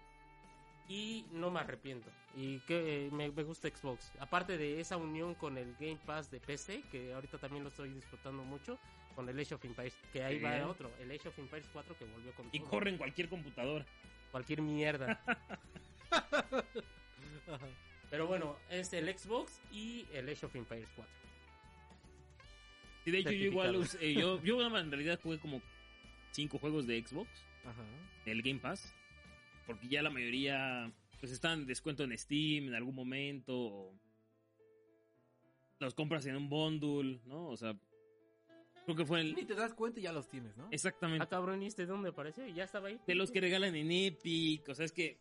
S4: Y no me arrepiento. Y que eh, me, me gusta Xbox. Aparte de esa unión con el Game Pass de PC, que ahorita también lo estoy disfrutando mucho. Con el Age of Empires, que ahí
S1: Sí.
S4: va otro. El Age of Empires 4 que volvió con
S1: Y
S4: todo.
S1: corre en cualquier computadora.
S4: Cualquier mierda. Pero bueno, es el Xbox y el Age of Empires 4.
S1: Y de hecho, yo igual.
S4: Certificado.
S1: usé- eh, yo, yo, en realidad, jugué como cinco juegos de Xbox.
S2: Ajá.
S1: el Game Pass. Porque ya la mayoría pues están en descuento en Steam en algún momento. o los compras en un bundle, ¿no? O sea, creo que fue
S2: Ni
S1: el...
S2: te das cuenta y ya los tienes, ¿no?
S4: Ah,
S1: Exactamente.
S4: cabrón, ¿y este dónde apareció? ¿Ya estaba ahí?
S1: De los que regalan en Epic, o sea, es que...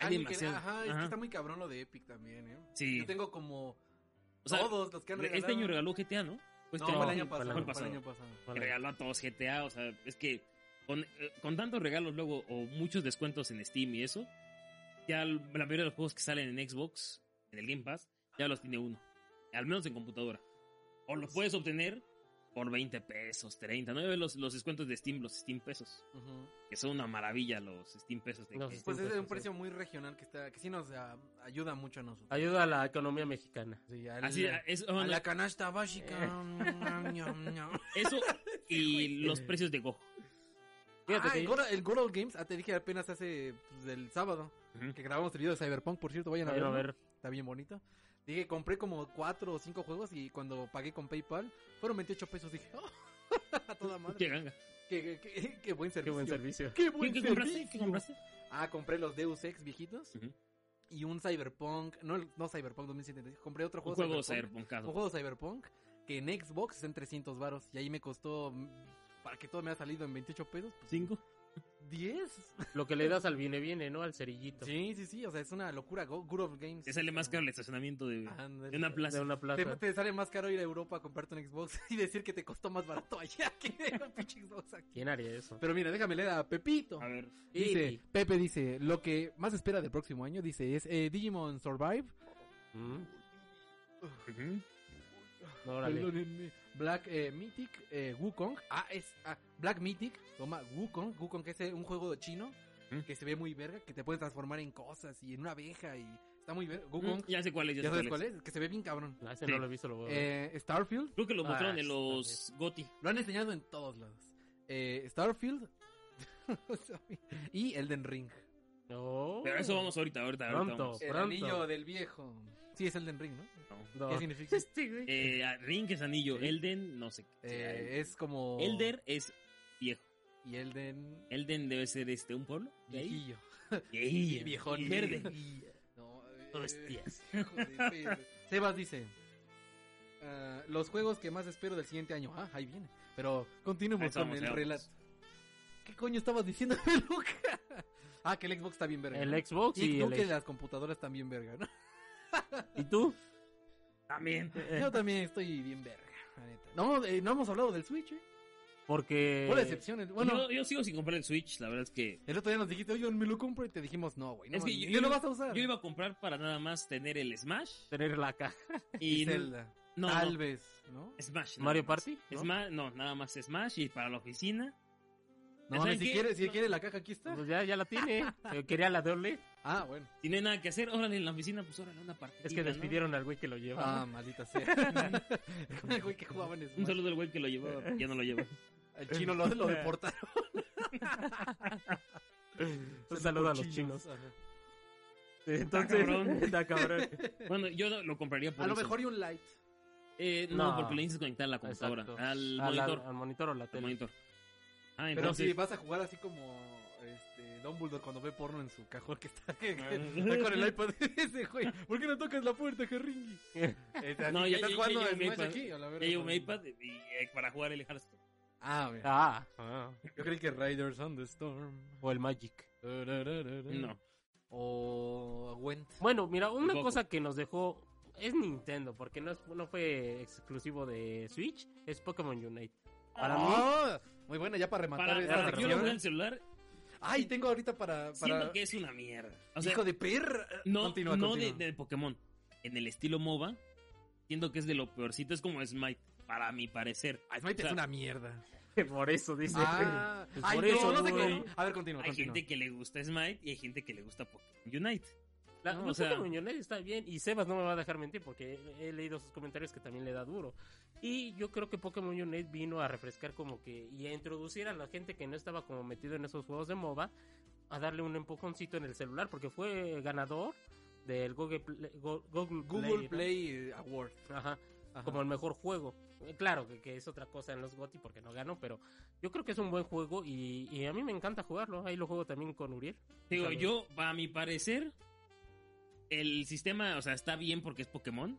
S1: Hay
S2: Ah, ni que-
S1: demasiado.
S2: Ajá, es que
S1: Ajá.
S2: está muy cabrón lo de Epic también, ¿eh?
S1: Sí.
S2: Yo tengo como
S1: O sea,
S2: todos los que han
S1: re-
S2: regalado.
S1: este año regaló GTA, ¿no? Pues este
S2: No, fue el
S4: año-
S2: año
S4: fue el
S2: pasado.
S4: año
S2: fue el año pasado.
S1: que regaló a todos GTA, o sea, es que con, eh, con tantos regalos luego o muchos descuentos en Steam y eso, ya l- la mayoría de los juegos que salen en Xbox, en el Game Pass, ya los tiene uno, al menos en computadora. O los puedes obtener por 20 pesos, 30, ¿no? Ya ves Los, los descuentos de Steam, los Steam pesos,
S2: Ujú.
S1: que son una maravilla los Steam pesos. De
S4: Los
S1: que-
S4: Steam
S2: Pues es de un
S4: Entonces,
S2: precio muy regional que está que sí nos ah, ayuda mucho a nosotros.
S4: Ayuda a la economía mexicana.
S2: Sí, al-
S1: Así, ah, es-
S2: a
S1: bueno,
S2: la canasta básica. Mm, Ñam, ñam, ñam.
S1: eso y los precios de Go.
S4: Fíjate
S2: ah,
S4: que
S2: el
S4: yo-
S2: Good, el Good Old Games, ah, te dije apenas hace pues, el sábado
S1: Ujú.
S2: que grabamos el video de Cyberpunk, por cierto, vayan a
S4: Vayan a
S2: verlo.
S4: ver.
S2: Está bien bonito. Dije, compré como cuatro o cinco juegos y cuando pagué con PayPal fueron 28 pesos. Dije, "Oh, a toda madre.
S1: Qué ganga.
S2: Qué, qué- qué- qué buen
S4: Qué
S2: servicio.
S4: buen servicio.
S2: Qué
S1: ¿Qué,
S2: buen
S1: qué
S2: servicio.
S1: compraste? ¿Qué compraste?
S2: Ah, compré los Deus Ex viejitos
S1: Ujú.
S2: y un Cyberpunk. No, el- no Cyberpunk 2007. Compré otro
S1: Un
S2: juego,
S1: juego
S2: Cyberpunk.
S1: cyberpunkado.
S2: Un juego Cyberpunk que en Xbox está en 300 varos y ahí me costó. mm, Para que todo me ha salido en 28 pesos, pues
S1: ¿Cinco?
S2: 10.
S4: Lo que le das al viene viene, ¿no? Al cerillito.
S2: Sí, sí, sí. O sea, es una locura. Go- Good of Games.
S1: Te sale más caro el estacionamiento de,
S2: Ándale.
S1: de una plaza.
S4: De una plaza.
S2: Te, te sale más caro ir a Europa a comprarte un Xbox y decir que te costó más barato allá que un pinche Xbox aquí.
S4: ¿Quién haría eso?
S2: Pero mira, déjame leer a Pepito.
S1: A ver,
S2: Dice,
S4: Y-
S2: Pepe dice, lo que más espera del próximo año, dice, es eh, Digimon Survive,
S4: Mm,
S1: ujú.
S4: Órale.
S2: perdónenme, Black eh, Mythic, eh, Wukong, ah, es, ah, Black Mythic, toma Wukong, Wukong que es eh, un juego chino
S1: ¿Mm?
S2: que se ve muy verga, que te pueden transformar en cosas y en una abeja y está muy verga, Wukong,
S1: ya sé cuál es. Ya,
S2: Mm, ¿ya
S1: sé
S2: sabes
S1: cuál
S2: cuál
S1: es.
S2: es? Que se ve bien cabrón.
S4: No, Ah, ese
S1: Sí.
S4: no lo he visto, lo voy a ver.
S2: Eh, Starfield,
S1: Creo que lo
S4: Ah,
S1: mostraron en
S4: está
S1: los GOTY.
S2: Lo han enseñado en todos lados. Eh, Starfield y Elden Ring.
S4: No.
S1: Pero a eso vamos ahorita, ahorita, ahorita.
S4: Oh. Pronto.
S1: vamos.
S2: El
S4: Pronto.
S2: anillo del viejo. Sí, es Elden Ring, ¿no?
S4: No.
S2: ¿Qué significa?
S4: Este, güey.
S1: Eh, a- Ring es anillo,
S2: Sí.
S1: Elden, no sé. qué sea,
S2: Eh, es como.
S1: Elden. Elder es viejo.
S2: Y Elden.
S1: Elden debe ser este un pueblo. de ahí.
S2: Viejillo.
S1: Yey. Y Verde.
S2: Y- No, eh,
S4: Hostias.
S2: hijo de Pedro. Sebas dice. "Ah, los juegos que más espero del siguiente año. Ah, ahí viene. Pero continuemos
S1: Ahí estamos,
S2: con
S1: ahí
S2: el
S1: vamos.
S2: relato. ¿Qué coño estabas diciendo, Luca? ah, que el Xbox está bien verga. ¿no?
S4: El Xbox
S2: Y
S4: y,
S2: tú
S4: el
S2: que
S4: X-
S2: las computadoras también verga, ¿no?
S4: ¿Y tú?
S1: También.
S2: Yo también estoy bien verga, la neta. No, eh, no hemos hablado del Switch, ¿eh?
S4: Porque.
S1: Eh,
S2: Por la excepción. el- Bueno,
S1: yo, yo sigo sin comprar el Switch, la verdad es que.
S2: el otro día nos dijiste, oye, me lo compro y te dijimos, no, güey. No,
S1: Es que
S2: mami,
S1: yo-
S2: ni
S1: yo
S2: lo
S1: iba-
S2: vas a usar.
S1: Yo iba a comprar para nada más tener el Smash
S4: Tener la caja.
S1: y.
S2: Zelda.
S1: No,
S2: Tal
S1: no,
S2: vez, ¿no?
S1: Smash. nada
S4: Mario
S1: más.
S4: Party. ¿no?
S1: Smash, no, nada más Smash y para la oficina.
S2: No,
S1: ¿Saben
S2: mames, si
S1: qué?
S2: quieres, si
S1: No.
S2: quieres la caja, aquí está.
S4: Pues ya, ya la tiene. Eh, Quería la doble.
S2: Ah, bueno.
S1: Si no hay nada que hacer, órale en la oficina, pues órale una partida.
S4: Es que despidieron al güey que lo lleva.
S2: Ah, maldita sea. El güey que jugaba en Smash.
S1: Un saludo al güey que lo llevaba,
S2: Eh.
S1: ya no lo lleva.
S2: El chino lo, lo deportaron.
S4: Un saludo a los chinos.
S2: Ajá.
S4: Entonces,
S1: cabrón.
S4: está cabrón.
S1: Bueno, yo lo compraría por
S2: A lo
S1: eso.
S2: mejor y un light.
S1: Eh, no,
S4: No.
S1: porque le dices conectar a la computadora.
S4: Exacto.
S1: Al
S4: Al,
S1: monitor.
S4: al- al monitor o la
S1: al
S4: tele.
S1: monitor. Ah,
S2: Pero si
S1: entonces.
S2: vas a jugar así como este Dumbledore cuando ve porno en su cajón que está, que- que está con el iPad ese güey. ¿Por qué no tocas la puerta, Este, Jerringi?
S1: No, ya-
S2: estás
S1: ya-
S2: jugando
S1: ya
S2: a
S1: llevo mi
S2: Smash
S1: iPad.
S2: aquí, a la verga.
S1: ya llevo mi iPad y, eh, para jugar el Hearthstone.
S2: Ah, mira.
S4: Ah,
S2: Yo creí que Riders on the Storm.
S4: o el Magic.
S1: No.
S2: O Went.
S4: Bueno, mira, una
S1: Goku.
S4: cosa que nos dejó es Nintendo, porque no, es- no fue exclusivo de Switch, es Pokémon Unite. Para mí,
S2: Ah, Muy buena, ya para rematar
S1: Para,
S2: esa
S1: para que yo lo
S2: versión.
S1: juegue en el celular,
S2: Ay, tengo ahorita para. para...
S1: siento que es una mierda. O sea,
S2: Hijo de perra.
S1: no,
S2: Continúa,
S1: no
S2: continúa.
S1: De, de Pokémon. En el estilo MOBA, siento que es de lo peorcito. Es como Smite, para mi parecer.
S2: Ah,
S1: O
S2: Smite
S1: sea,
S2: es una mierda.
S4: por eso dice.
S2: Ah,
S4: Pues
S2: ay,
S4: por
S2: no,
S4: eso,
S2: no te
S4: güey.
S2: creo. A ver, continúa,
S1: Hay
S2: continúa.
S1: gente que le gusta Smite y hay gente que le gusta Pokémon Unite.
S4: La-
S1: No,
S4: no,
S1: o sea-
S4: Pokémon Unite está bien, y Sebas no me va a dejar mentir porque he leído sus comentarios que también le da duro. Y yo creo que Pokémon Unite vino a refrescar como que y a introducir a la gente que no estaba como metido en esos juegos de MOBA a darle un empujoncito en el celular porque fue ganador del Google Play, Go- Google
S2: Google
S4: ¿no?
S2: Play Award.
S4: Ajá.
S2: Ajá.
S4: como el mejor juego. Eh, Claro que, que es otra cosa en los GOTY porque no ganó, pero yo creo que es un buen juego y, y a mí me encanta jugarlo. Ahí lo juego también con Uriel.
S1: Digo,
S4: Saludos.
S1: yo, a mi parecer, el sistema, o sea, está bien porque es Pokémon,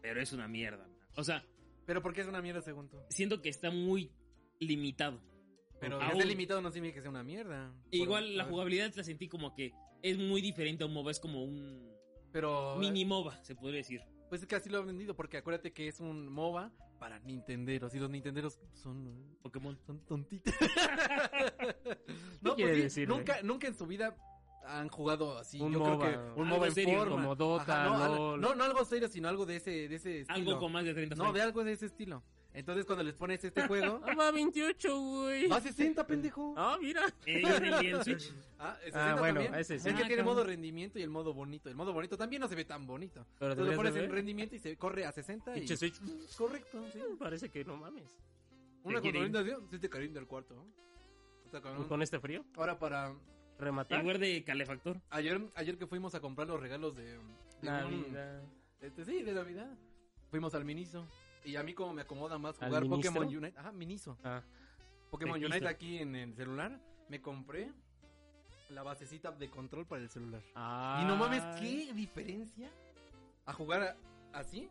S1: pero es una mierda. man. O sea,
S2: Pero porque es una mierda según tú.
S1: siento que está muy limitado.
S2: Pero
S1: Aún.
S2: que esté limitado no significa que sea una mierda.
S1: Igual
S2: Por-
S1: la
S2: a ver.
S1: jugabilidad la sentí como que es muy diferente a un MOBA, es como un
S2: Pero
S1: mini MOBA, se podría decir.
S2: pues es que así lo he vendido porque acuérdate que es un MOBA para nintenderos y los nintenderos son
S1: Pokémon.
S2: son tontitos. pues
S4: quiere decir,
S2: nunca nunca en su vida han jugado así,
S4: Un
S2: yo
S4: MOBA.
S2: creo que un
S1: Algo
S2: MOBA en
S1: serio,
S2: forma.
S4: como Dota,
S2: no, al-
S4: LOL.
S2: no, no algo serio, sino algo de ese de ese estilo.
S1: Algo con más de 30
S2: No,
S1: frames.
S2: de algo de ese estilo. Entonces cuando les pones este juego,
S4: ¡Ah, va 28, güey!
S2: va a 60, pendejo.
S4: ¡Ah, mira!
S1: Eh, y- y en Switch.
S2: Ah, el
S4: Ah,
S2: 60
S4: bueno,
S2: también.
S4: ese sí.
S2: Es que
S1: Ah,
S2: tiene
S1: cabrón.
S2: modo rendimiento y el modo bonito. El modo bonito también no se ve tan bonito.
S4: Pero
S2: Tú le
S4: deberías
S2: pones
S4: de
S2: en
S4: ver.
S2: rendimiento y se corre a 60 y...
S4: Pinche Switch.
S2: Correcto, sí.
S4: Parece que no mames.
S2: Una
S1: quiere ir.
S2: contaminación sí te calienta el cuarto. ¿no? O sea, con-
S4: ¿Y Con este frío,
S2: Ahora para...
S1: En
S4: rematar.
S1: lugar de calefactor.
S2: Ayer, ayer que fuimos a comprar los regalos de... de un-
S4: Navidad.
S2: este, sí, de Navidad. Fuimos al Miniso. Y a mí como me acomoda más
S4: ¿Al
S2: jugar
S4: Miniso?
S2: Pokémon Unite. Ajá, Miniso.
S4: Ah,
S2: Pokémon
S4: Miniso.
S2: Unite aquí en el celular. Me compré la basecita de control para el celular. Y no mames,
S4: Ay.
S2: qué diferencia a jugar a- así,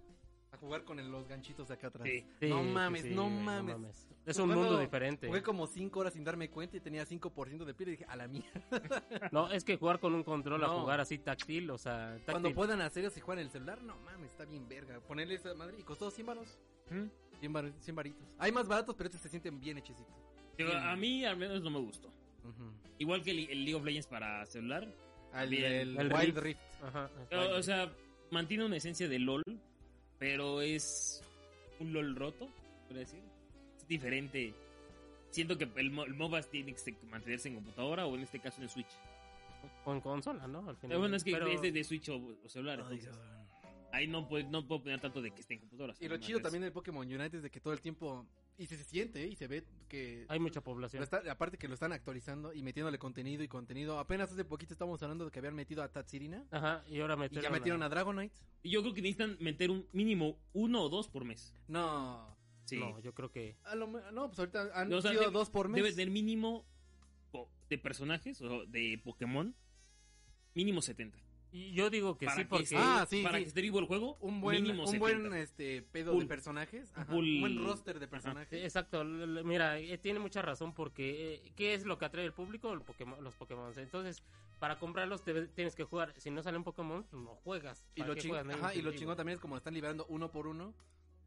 S2: a jugar con el- los ganchitos de acá atrás.
S1: Sí.
S4: Sí,
S2: No
S4: sí,
S2: mames,
S4: sí,
S2: no
S4: güey,
S2: mames.
S4: Es un
S2: Cuando
S4: mundo diferente.
S2: Jugué como 5 horas sin darme cuenta y tenía 5% de piel y dije, a la mierda.
S4: No, es que jugar con un control a
S2: No.
S4: jugar así táctil, o sea, táctil.
S2: Cuando puedan hacer eso y jugar en el celular, no mames, está bien verga. Ponerle esa madre y costó 100 varos. 100, bar- 100 varitos. Hay más baratos, pero estos se sienten bien hechecitos.
S1: Digo, a mí al menos no me gustó.
S2: Ujú.
S1: Igual que el, el League of Legends para celular.
S2: Al
S1: Bien.
S2: del
S4: El
S2: Wild
S4: Rift.
S2: Rift.
S4: Ajá.
S1: O, o sea, mantiene una esencia de LOL, pero es un LOL roto, por decir. Es diferente. Siento que el, mo- el MOBA tiene que se- mantenerse en computadora o en este caso en el Switch.
S4: con consola, ¿no? Al final.
S1: Pero Eh, bueno, es que
S4: Pero-
S1: es de, de Switch o, o celular.
S2: Ay,
S1: entonces,
S2: cabrón.
S1: ahí no, puedo- no puedo poner tanto de que esté en computadora.
S2: y lo
S1: sino
S2: chido
S1: más
S2: también del Pokémon Unite es de que todo el tiempo... Y se, se siente ¿eh? y se ve que...
S4: Hay mucha población.
S2: Lo está- aparte que lo están actualizando y metiéndole contenido y contenido. Apenas hace poquito estábamos hablando de que habían metido a Tatsirina.
S4: Ajá, y ahora
S2: Y
S4: metieron.
S2: ya metieron a Dragonite.
S1: es. Yo creo que necesitan meter un mínimo uno o dos por mes.
S2: No.
S1: Sí.
S4: No, yo creo que.
S2: A lo me- no, pues ahorita han
S1: O sea,
S2: sido
S1: debe-
S2: dos por mes.
S1: Debe tener mínimo po- de personajes o de Pokémon. Mínimo 70.
S4: Y yo digo que sí,
S1: para que,
S4: porque.
S1: esté-
S2: Ah, sí,
S1: para
S2: sí.
S1: que esté vivo el juego,
S2: Un buen,
S1: mínimo
S2: un
S1: 70.
S2: buen este, pedo de
S1: Pool.
S2: personajes. Ajá,
S1: Pool.
S2: Un buen roster de
S4: Sí,
S2: personajes.
S4: Exacto, l- l- mira, eh, tiene mucha razón porque eh, ¿qué es lo que atrae el público? El Pokémon- los Pokémon. Entonces, para comprarlos te- tienes que jugar. Si no sale un Pokémon, no juegas.
S2: Y
S4: ¿Para
S2: lo,
S4: qué
S2: ching-
S4: juegas? No hay
S2: ajá, y lo
S4: incentivo.
S2: chingón también es como lo están liberando uno por uno,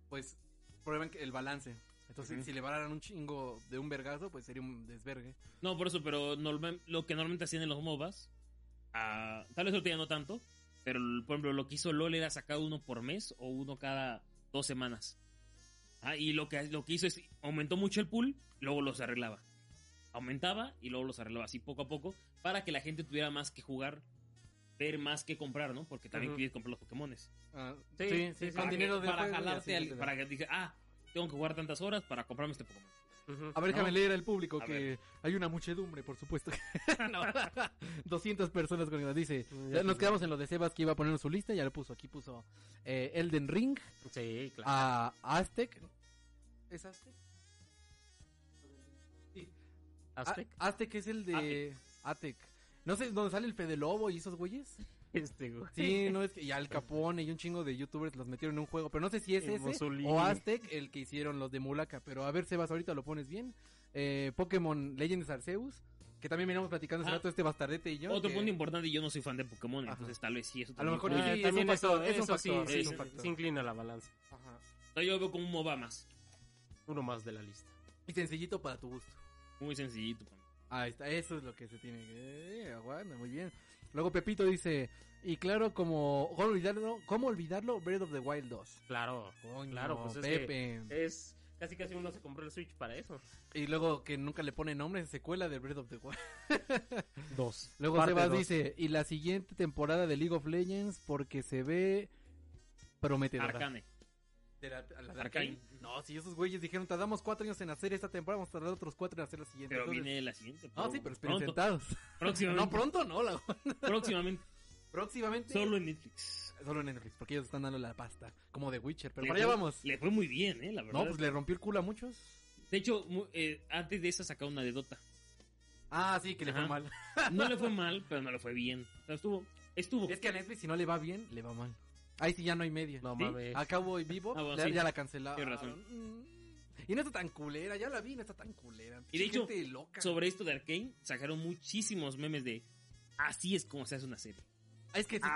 S2: pues prueban que- el balance. Entonces,
S1: Ujú.
S2: si le liberaran un chingo de un vergazo, pues sería un desvergue.
S1: No, por eso, pero normal- lo que normalmente hacían en los MOBAs, ah, tal vez ahorita ya no tanto, pero por ejemplo, lo que hizo LOL era sacar uno por mes o uno cada dos semanas. Ah, y lo que, lo que hizo es aumentó mucho el pool, luego los arreglaba. Aumentaba y luego los arreglaba así poco a poco para que la gente tuviera más que jugar, ver más que comprar, ¿no? Porque también
S4: Ujú.
S1: quieres comprar los Pokémones.
S2: Ah,
S4: Sí, sí, sí.
S2: con
S1: Para, que-
S2: dinero de
S1: para
S2: juego y así
S1: jalarte, al-
S2: se te da.
S1: para que diga, ah, tengo que jugar tantas horas para comprarme este Pokémon.
S4: Ujú.
S2: A ver,
S4: No,
S2: déjame leer al público
S1: A
S2: que
S1: ver.
S2: hay una muchedumbre, por supuesto.
S1: No.
S2: 200 personas conectadas. Dice, eh,
S4: Ya
S2: nos
S4: te-
S2: quedamos en lo de Sebas que iba a poner en su lista, ya lo puso. Aquí puso eh, Elden Ring,
S4: Sí, claro.
S2: a Aztec. ¿Es Aztec? ah,
S4: Aztec.
S2: A- Aztec es el de Aztec. No sé, ¿dónde sale el Fede Lobo y esos güeyes?
S4: Este, güey.
S2: Sí, no es que... Y Al Capone y un chingo de youtubers los metieron en un juego, pero no sé si es
S4: Y
S2: ese
S4: Mussolini.
S2: o Aztec el que hicieron los de Mulaka. Pero a ver, Sebas, ahorita lo pones bien. Eh, Pokémon Legends Arceus, que también miramos platicando hace
S1: Ah.
S2: rato este bastardete y yo.
S1: Otro
S2: que-
S1: punto importante, yo no soy fan de Pokémon,
S2: Ajá.
S1: entonces tal vez sí eso
S2: A
S1: también
S2: lo mejor
S1: juegue.
S4: Ah,
S2: sí, es
S4: también
S2: un
S4: eso,
S2: factor, es un
S4: eso sí,
S2: factor,
S4: sí,
S1: es un
S4: sí,
S2: factor.
S4: sí inclina la balanza.
S2: Ajá.
S1: No, yo veo como un MOBA más.
S4: Uno más de la lista.
S2: Y sencillito para tu gusto.
S1: Muy sencillito. pa' mí.
S2: Ahí está, eso es lo que se tiene que... eh, aguanta, muy bien. Luego Pepito dice, y claro, como... ¿Cómo olvidarlo? ¿Cómo olvidarlo? Breath of the Wild 2.
S4: Claro,
S2: Coño,
S4: claro, pues es que
S2: Pepe.
S4: es casi casi uno se compró el Switch para eso.
S2: Y luego que nunca le pone nombre, secuela de Breath of the Wild.
S4: Dos.
S2: Luego Sebas dice, y la siguiente temporada de League of Legends porque se ve prometedora.
S1: Arcane.
S2: De la- a la de
S1: Arcane.
S2: Arcane. No, si esos güeyes dijeron, tardamos cuatro años en hacer esta temporada, vamos a tardar otros cuatro en hacer la siguiente.
S1: Pero
S2: Entonces-
S1: viene la siguiente.
S2: Ah, sí, pero estén
S1: pronto,
S2: sentados.
S1: próximamente.
S2: No, pronto no, la
S1: próximamente.
S2: Próximamente.
S1: Solo en Netflix.
S2: Solo en Netflix, porque ellos están dando la pasta. Como de Witcher. Pero
S1: Le
S2: para allá
S1: fue-
S2: vamos.
S1: Le fue muy bien, ¿eh? La verdad.
S2: No, pues le rompió el culo a muchos.
S1: De hecho, mu- eh, antes de esa sacó una de Dota.
S2: Ah, sí, que le fue
S1: Ajá.
S2: mal.
S1: No le fue mal, pero no le fue bien. O sea, estuvo. Estuvo.
S2: Es que a Netflix, si no le va bien, le va mal. Ahí sí ya no hay media.
S4: No
S1: ¿Sí?
S4: mames.
S2: Acá voy vivo,
S1: Ah, bueno,
S2: la-
S1: sí.
S2: ya la cancelaron.
S1: Tienes razón.
S2: Mm. Y no está tan culera, ya la vi, no está tan culera.
S1: Y de
S2: Pinche
S1: hecho,
S2: gente loca.
S1: Sobre esto de Arkane, sacaron muchísimos memes de. Así es como se hace una serie.
S2: Ah, es que sí
S1: Ah,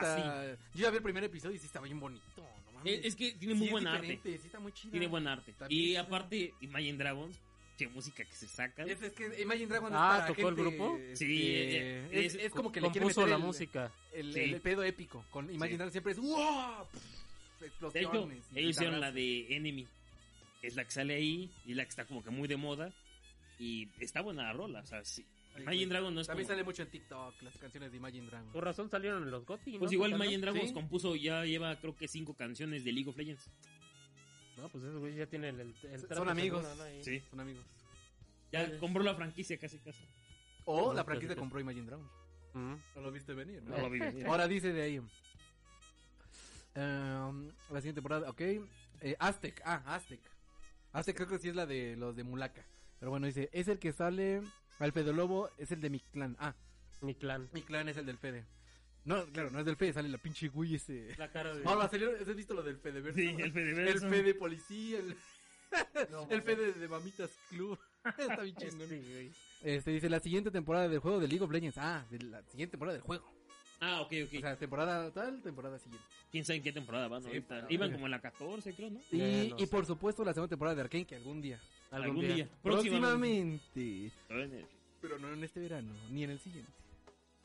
S2: está. Yo ya vi el primer episodio y sí está bien bonito. No mames.
S1: Es, es que tiene muy
S2: Sí, es
S1: buen arte.
S2: diferente, Sí está muy chida.
S1: Tiene buen arte.
S2: Está bien
S1: Y
S2: chida.
S1: aparte, Imagine Dragons, qué música que se saca.
S2: Es, es que Imagine Dragon
S4: Ah,
S2: es para
S4: ¿tocó el
S2: gente,
S4: grupo?
S2: este,
S1: Sí, eh, eh,
S2: es,
S1: es-
S2: es como que le quiere
S4: Compuso
S2: meter
S4: la
S2: el-
S4: música.
S2: El,
S1: Sí.
S2: el pedo épico. Con Imagine
S1: Sí.
S2: Dragon siempre es ¡Wow! Pff,
S1: De hecho,
S2: Explosiones. y
S1: ellos hicieron la
S2: guitarras.
S1: de Enemy. Es la que sale ahí y la que está como que muy de moda. Y está buena la rola. O sea, sí.
S2: Ay,
S1: Imagine
S2: güey.
S1: Dragon no es
S2: pues, También
S1: como-
S2: sale mucho en TikTok las canciones de Imagine Dragon.
S4: Por razón salieron en los GOTY, ¿no?
S1: Pues igual
S4: Tocando.
S1: Imagine Dragons
S2: Sí.
S1: compuso, ya lleva creo que cinco canciones de League of Legends.
S4: No, pues esos güeyes ya tienen el, el
S2: Son
S4: trato
S2: amigos.
S4: seguro, ¿no? Y-
S1: Sí.
S2: Son amigos.
S1: Ya
S2: Pues,
S4: Vale.
S1: compró la franquicia casi casi.
S2: O
S4: No,
S2: la
S4: claro,
S2: franquicia
S4: claro.
S2: compró Imagine Dragon.
S4: Mm.
S2: No lo viste venir,
S1: No lo vi venir.
S2: Ahora dice de ahí. em, la siguiente temporada, ok. Eh, Aztec, ah, Aztec. Aztec creo que sí es la de los de Mulaka. Pero bueno, dice, es el que sale al Fede Lobo, es el de mi clan. Ah,
S4: Mi clan.
S2: mi clan es el del Fede. No, claro, no es del Fede, sale la pinche güey ese.
S4: La cara de...
S2: Ahora salió, ¿has visto lo del Fede? verso?
S1: Sí, el
S2: el
S1: Fediverso.
S2: Fede policía, el,
S4: No,
S2: el
S4: mames.
S2: Fede de Mamitas Club. Está bien chingón.
S4: Este, güey.
S2: Este dice la siguiente temporada del juego de League of Legends. Ah, de la siguiente temporada del juego.
S1: Ah, ok, ok.
S2: O sea, temporada tal, temporada siguiente.
S1: ¿Quién sabe en qué temporada van
S2: Sí, pues,
S1: ahorita?
S2: para-
S1: Iban como en la 14, creo, ¿no?
S2: Y,
S4: Eh, no
S2: y
S4: sé.
S2: por supuesto la segunda temporada de Arkane que algún día.
S4: Algún, día.
S2: Próximamente.
S1: Próximamente.
S2: Pero no en este verano, ni en el siguiente.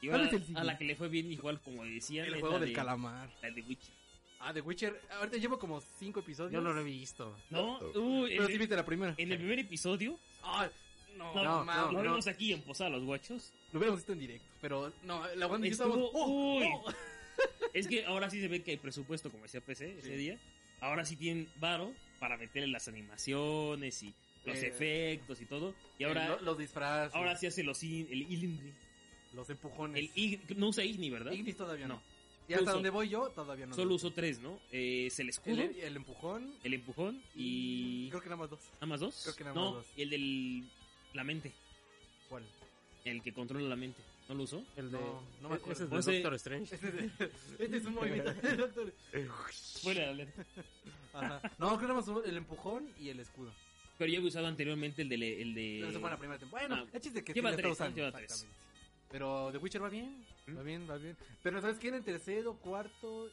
S1: Y
S2: ¿Cuál
S1: ahora,
S2: es el siguiente?
S1: a la que le fue bien igual, como decían,
S2: El
S1: es
S2: juego
S1: la
S2: del
S1: de-
S2: calamar.
S1: La de Witcher.
S2: Ah, The Witcher. Ahorita llevo como cinco episodios.
S4: Yo no lo he visto.
S1: ¿No? Uh, en,
S2: Pero sí
S1: el,
S2: viste la primera.
S1: en el primer episodio,
S2: Ah, no,
S1: No,
S2: no,
S4: no,
S1: lo
S2: no.
S1: vemos aquí en Posada los Guachos.
S2: Lo hubiéramos visto en directo. Pero no, la cuando
S1: Estuvo-
S2: estábamos. ¡oh!
S1: uy.
S2: ¡oh!
S1: Es que ahora sí se ve que hay presupuesto, como decía PC
S2: Sí.
S1: ese día. Ahora sí tienen varo para meterle las animaciones y los
S2: Eh,
S1: efectos y todo. Y
S2: Eh,
S1: ahora,
S2: lo- los disfraces.
S1: ahora sí hace los in- el Ilindri.
S2: Los empujones.
S1: El Ig- no usa Igni, ¿verdad?
S2: Ignis todavía no.
S1: No.
S2: Y hasta
S1: Solo-
S2: donde voy yo, todavía no.
S1: Solo
S2: lo-
S1: usó tres, ¿no? Eh, es el escudo,
S2: el,
S1: el,
S2: el empujón.
S1: empujón y...
S2: Creo que nada más dos.
S1: ¿Nada más dos?
S2: creo que nada
S1: no,
S2: más dos.
S1: y el del... La mente.
S2: ¿Cuál?
S1: El que controla la mente. ¿No lo usó?
S4: El de... e-,
S2: No, no me
S4: ese es
S1: acuerdo.
S4: de
S1: Ese-
S4: Doctor Strange.
S2: Este es, este es un movimiento de Doctor.
S1: Spoiler alert.
S2: Ajá. No, creo que nada más un- el empujón y el escudo.
S1: Pero ya había usado anteriormente el de... El de...
S2: Pero eso fue la primera temporada. Bueno,
S1: no.
S2: el chiste es que
S1: Lleva
S2: sí la
S1: tres,
S2: está usando.
S1: lleva tres.
S2: Exactamente. Pero The Witcher va bien.
S1: ¿Mm?
S2: Va bien, va bien. Pero ¿sabes qué? En el tercero, cuarto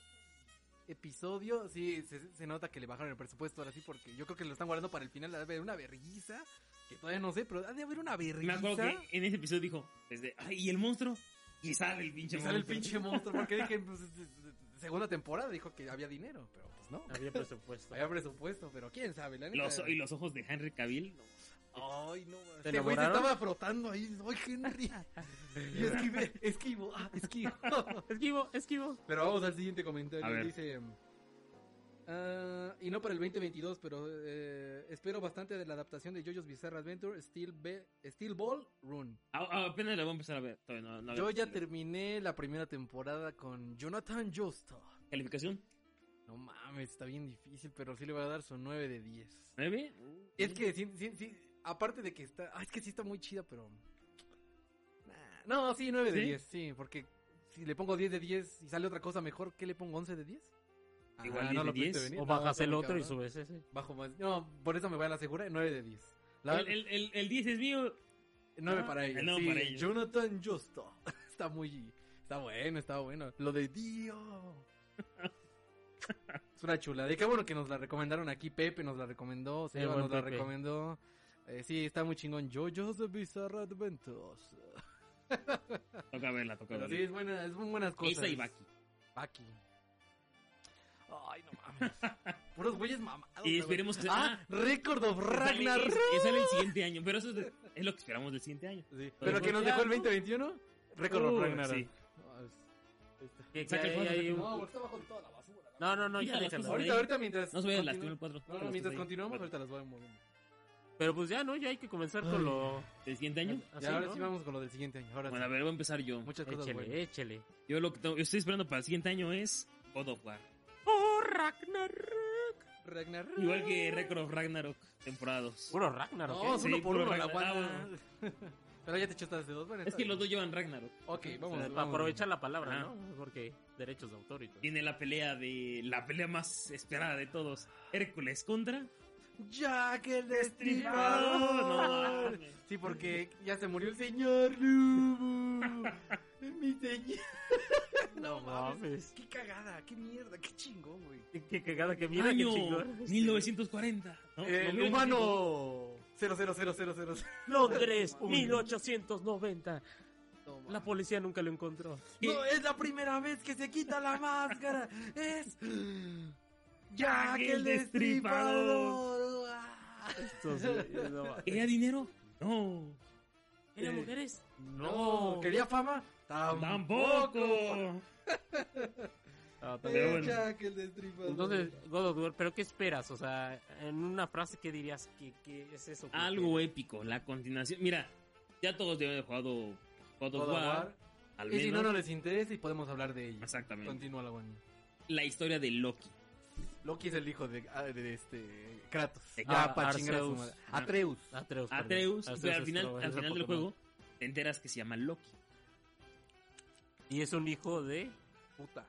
S2: episodio, sí, se, se nota que le bajaron el presupuesto ahora sí, porque yo creo que lo están guardando para el final. Ha de haber una berriza, que todavía no sé, pero ha de haber una
S1: Me
S2: berriza.
S1: acuerdo que en ese episodio dijo, desde, ay, ¿y el monstruo? Y sale el pinche
S2: Y sale el
S1: monstruo.
S2: pinche monstruo, porque dije, pues, es- es- es- segunda temporada dijo que había dinero, pero pues no.
S4: Había presupuesto.
S2: Había presupuesto, pero quién sabe, la neta.
S1: Los, y los ojos de Henry Cavill. no.
S2: Ay, no, mames.
S4: ¿Te
S2: este güey se
S4: enamoraron?
S2: estaba frotando ahí, ay, Henry. Y esquive, esquivo, ah, esquivo.
S4: Esquivo, esquivo.
S2: Pero vamos al siguiente comentario.
S1: A ver.
S2: Dice. ah, y no para el 2022, pero eh, espero bastante de la adaptación de JoJo's Bizarre Adventure Steel, Be- Steel Ball Run.
S1: A- a- Ah, apenas la voy a empezar a ver. todavía no- no
S2: Yo
S1: había-
S2: ya terminé la primera temporada con Jonathan Joestar.
S1: ¿Calificación?
S2: No mames, está bien difícil, pero sí le voy a dar su 9 de 10.
S1: ¿Nueve?
S2: Es que sí, sí, sí, aparte de que está, ah, es que sí está muy chida, pero Nah, no, sí 9 de
S1: ¿Sí?
S2: 10, sí, porque si le pongo 10 de 10 y sale otra cosa mejor, ¿qué le pongo 11 de 10? Ah,
S1: Igual 10 de
S2: pudiste
S1: 10.
S2: venir,
S4: O
S2: no,
S4: bajas
S2: está
S4: el
S2: muy
S4: otro y
S2: cabrón.
S4: subes ese.
S2: Bajo más. No, por eso me voy a la segura, 9 de 10. La,
S1: El, el, el, el 10 es mío.
S2: 9
S1: ah,
S2: para ellos.
S1: el nueve
S2: sí,
S1: para ellos.
S2: Jonathan Justo. está muy está bueno, está bueno. Lo de Dio. es una chulada. Y qué bueno que nos la recomendaron aquí. Pepe nos la recomendó.
S4: Sí,
S2: Seba
S4: buen
S2: nos la
S4: Pepe.
S2: recomendó. Eh, sí, está muy chingón. JoJo's Bizarre Adventures.
S1: Toca verla, toca
S2: Pero
S1: verla.
S2: sí, es buena, es muy buenas cosas.
S1: Esa y Baki.
S2: Baki. Ay, no mames. Puros güeyes mamados.
S1: Y esperemos que- ah.
S2: Ah, Record of
S1: Sale-
S2: Ragnar.
S1: es- es- sale el siguiente año. Pero eso es, de- es lo que esperamos del siguiente año.
S2: Sí,
S1: Pero
S2: Pero que nos
S1: ya,
S2: dejó el
S1: ¿no?
S2: 2021, récord
S1: Uh,
S2: of Ragnarok.
S1: sí.
S2: Ah, es-
S4: Que- que
S1: Saca el
S4: hay-
S1: fondo,
S4: hay
S1: saca el
S4: un-
S1: fondo.
S2: está bajo de toda la basura.
S4: No, no,
S1: Mira,
S4: no, ya
S1: las
S4: déjalo.
S1: cosas
S2: pues Ahorita, ahorita mientras.
S1: No se vayan a
S2: continu-
S1: lastimar el cuadro.
S2: No, no, mientras continuamos, ahorita las voy moviendo.
S4: Pero pues ya, ¿no? Ya hay que comenzar con
S2: Ay.
S4: lo...
S1: ¿El siguiente año?
S4: así,
S2: Y ahora
S4: ¿no?
S2: sí vamos con lo del siguiente año. Ahora
S1: Ah, Bueno, a
S2: sí.
S1: ver, voy a empezar yo.
S2: Muchas cosas
S4: Échele,
S2: buenas.
S4: échele.
S1: Yo lo que tengo- yo estoy esperando para el siguiente año es God of War.
S4: ¡Oh, Ragnarok!
S2: Ragnarok.
S1: Igual que Record of Ragnarok, temporada 2.
S4: Puro Ragnarok.
S2: No,
S4: ¿eh?
S2: es uno
S1: sí,
S2: por uno
S1: puro
S2: la
S1: Ragnarok.
S2: guada. Pero ya te echaste de dos, bueno.
S1: Es
S2: está
S1: que
S2: bien.
S1: los dos llevan Ragnarok.
S2: Ok, vamos.
S4: Para
S2: vamos.
S4: aprovechar la palabra,
S1: Ah.
S4: ¿no? Porque derechos de autor y todo.
S1: Tiene la pelea de. La pelea más esperada de todos: Hércules contra.
S2: Jack el
S1: No,
S2: Destripador.
S1: mames.
S2: Sí, porque ya se murió el señor Lobo. Mi señor. No mames. Qué cagada, qué mierda, qué chingón, güey.
S4: Qué cagada que mira, qué
S1: Año
S4: chingón.
S1: 1940. ¿no?
S2: El
S1: 1940.
S2: Eh, humano. 00000.
S4: Londres,
S2: Uy.
S4: 1890.
S2: No, mames.
S4: La policía nunca lo encontró.
S2: No, es la primera vez que se quita la máscara. Es. Jack el Destripador. Ah.
S4: Estos, eh, no mames.
S1: ¿Era dinero? No.
S4: ¿Era
S2: Eh,
S4: mujeres?
S2: No, ¿quería fama? Tampoco.
S1: Tampoco.
S4: Ah,
S2: Eh,
S1: Pero bueno.
S2: Jack el Destripador.
S4: Entonces, God of War, ¿pero qué esperas? O sea, en una frase, ¿qué dirías? ¿Qué, qué es eso?
S1: Algo épico. La continuación. Mira, ya todos deben haber jugado God of
S2: God of
S1: War.
S2: War.
S1: Al
S2: Y
S1: menos.
S2: si no, no les interesa y podemos hablar de ello.
S1: Exactamente.
S2: Continúa Ah, la Bonnie.
S1: La historia de Loki.
S2: Loki es el hijo de, ah, de este Kratos.
S1: De
S2: Ah,
S4: Kratos.
S2: para chingar a su
S4: Arceus. Ah.
S2: madre. Atreus.
S4: Atreus. perdón.
S1: Atreus, pero al
S4: es
S1: final,
S4: otro-
S1: al
S4: es otro
S1: final del
S4: Pokémon.
S1: juego te enteras que se llama Loki.
S4: Y es un hijo de...
S2: Puta.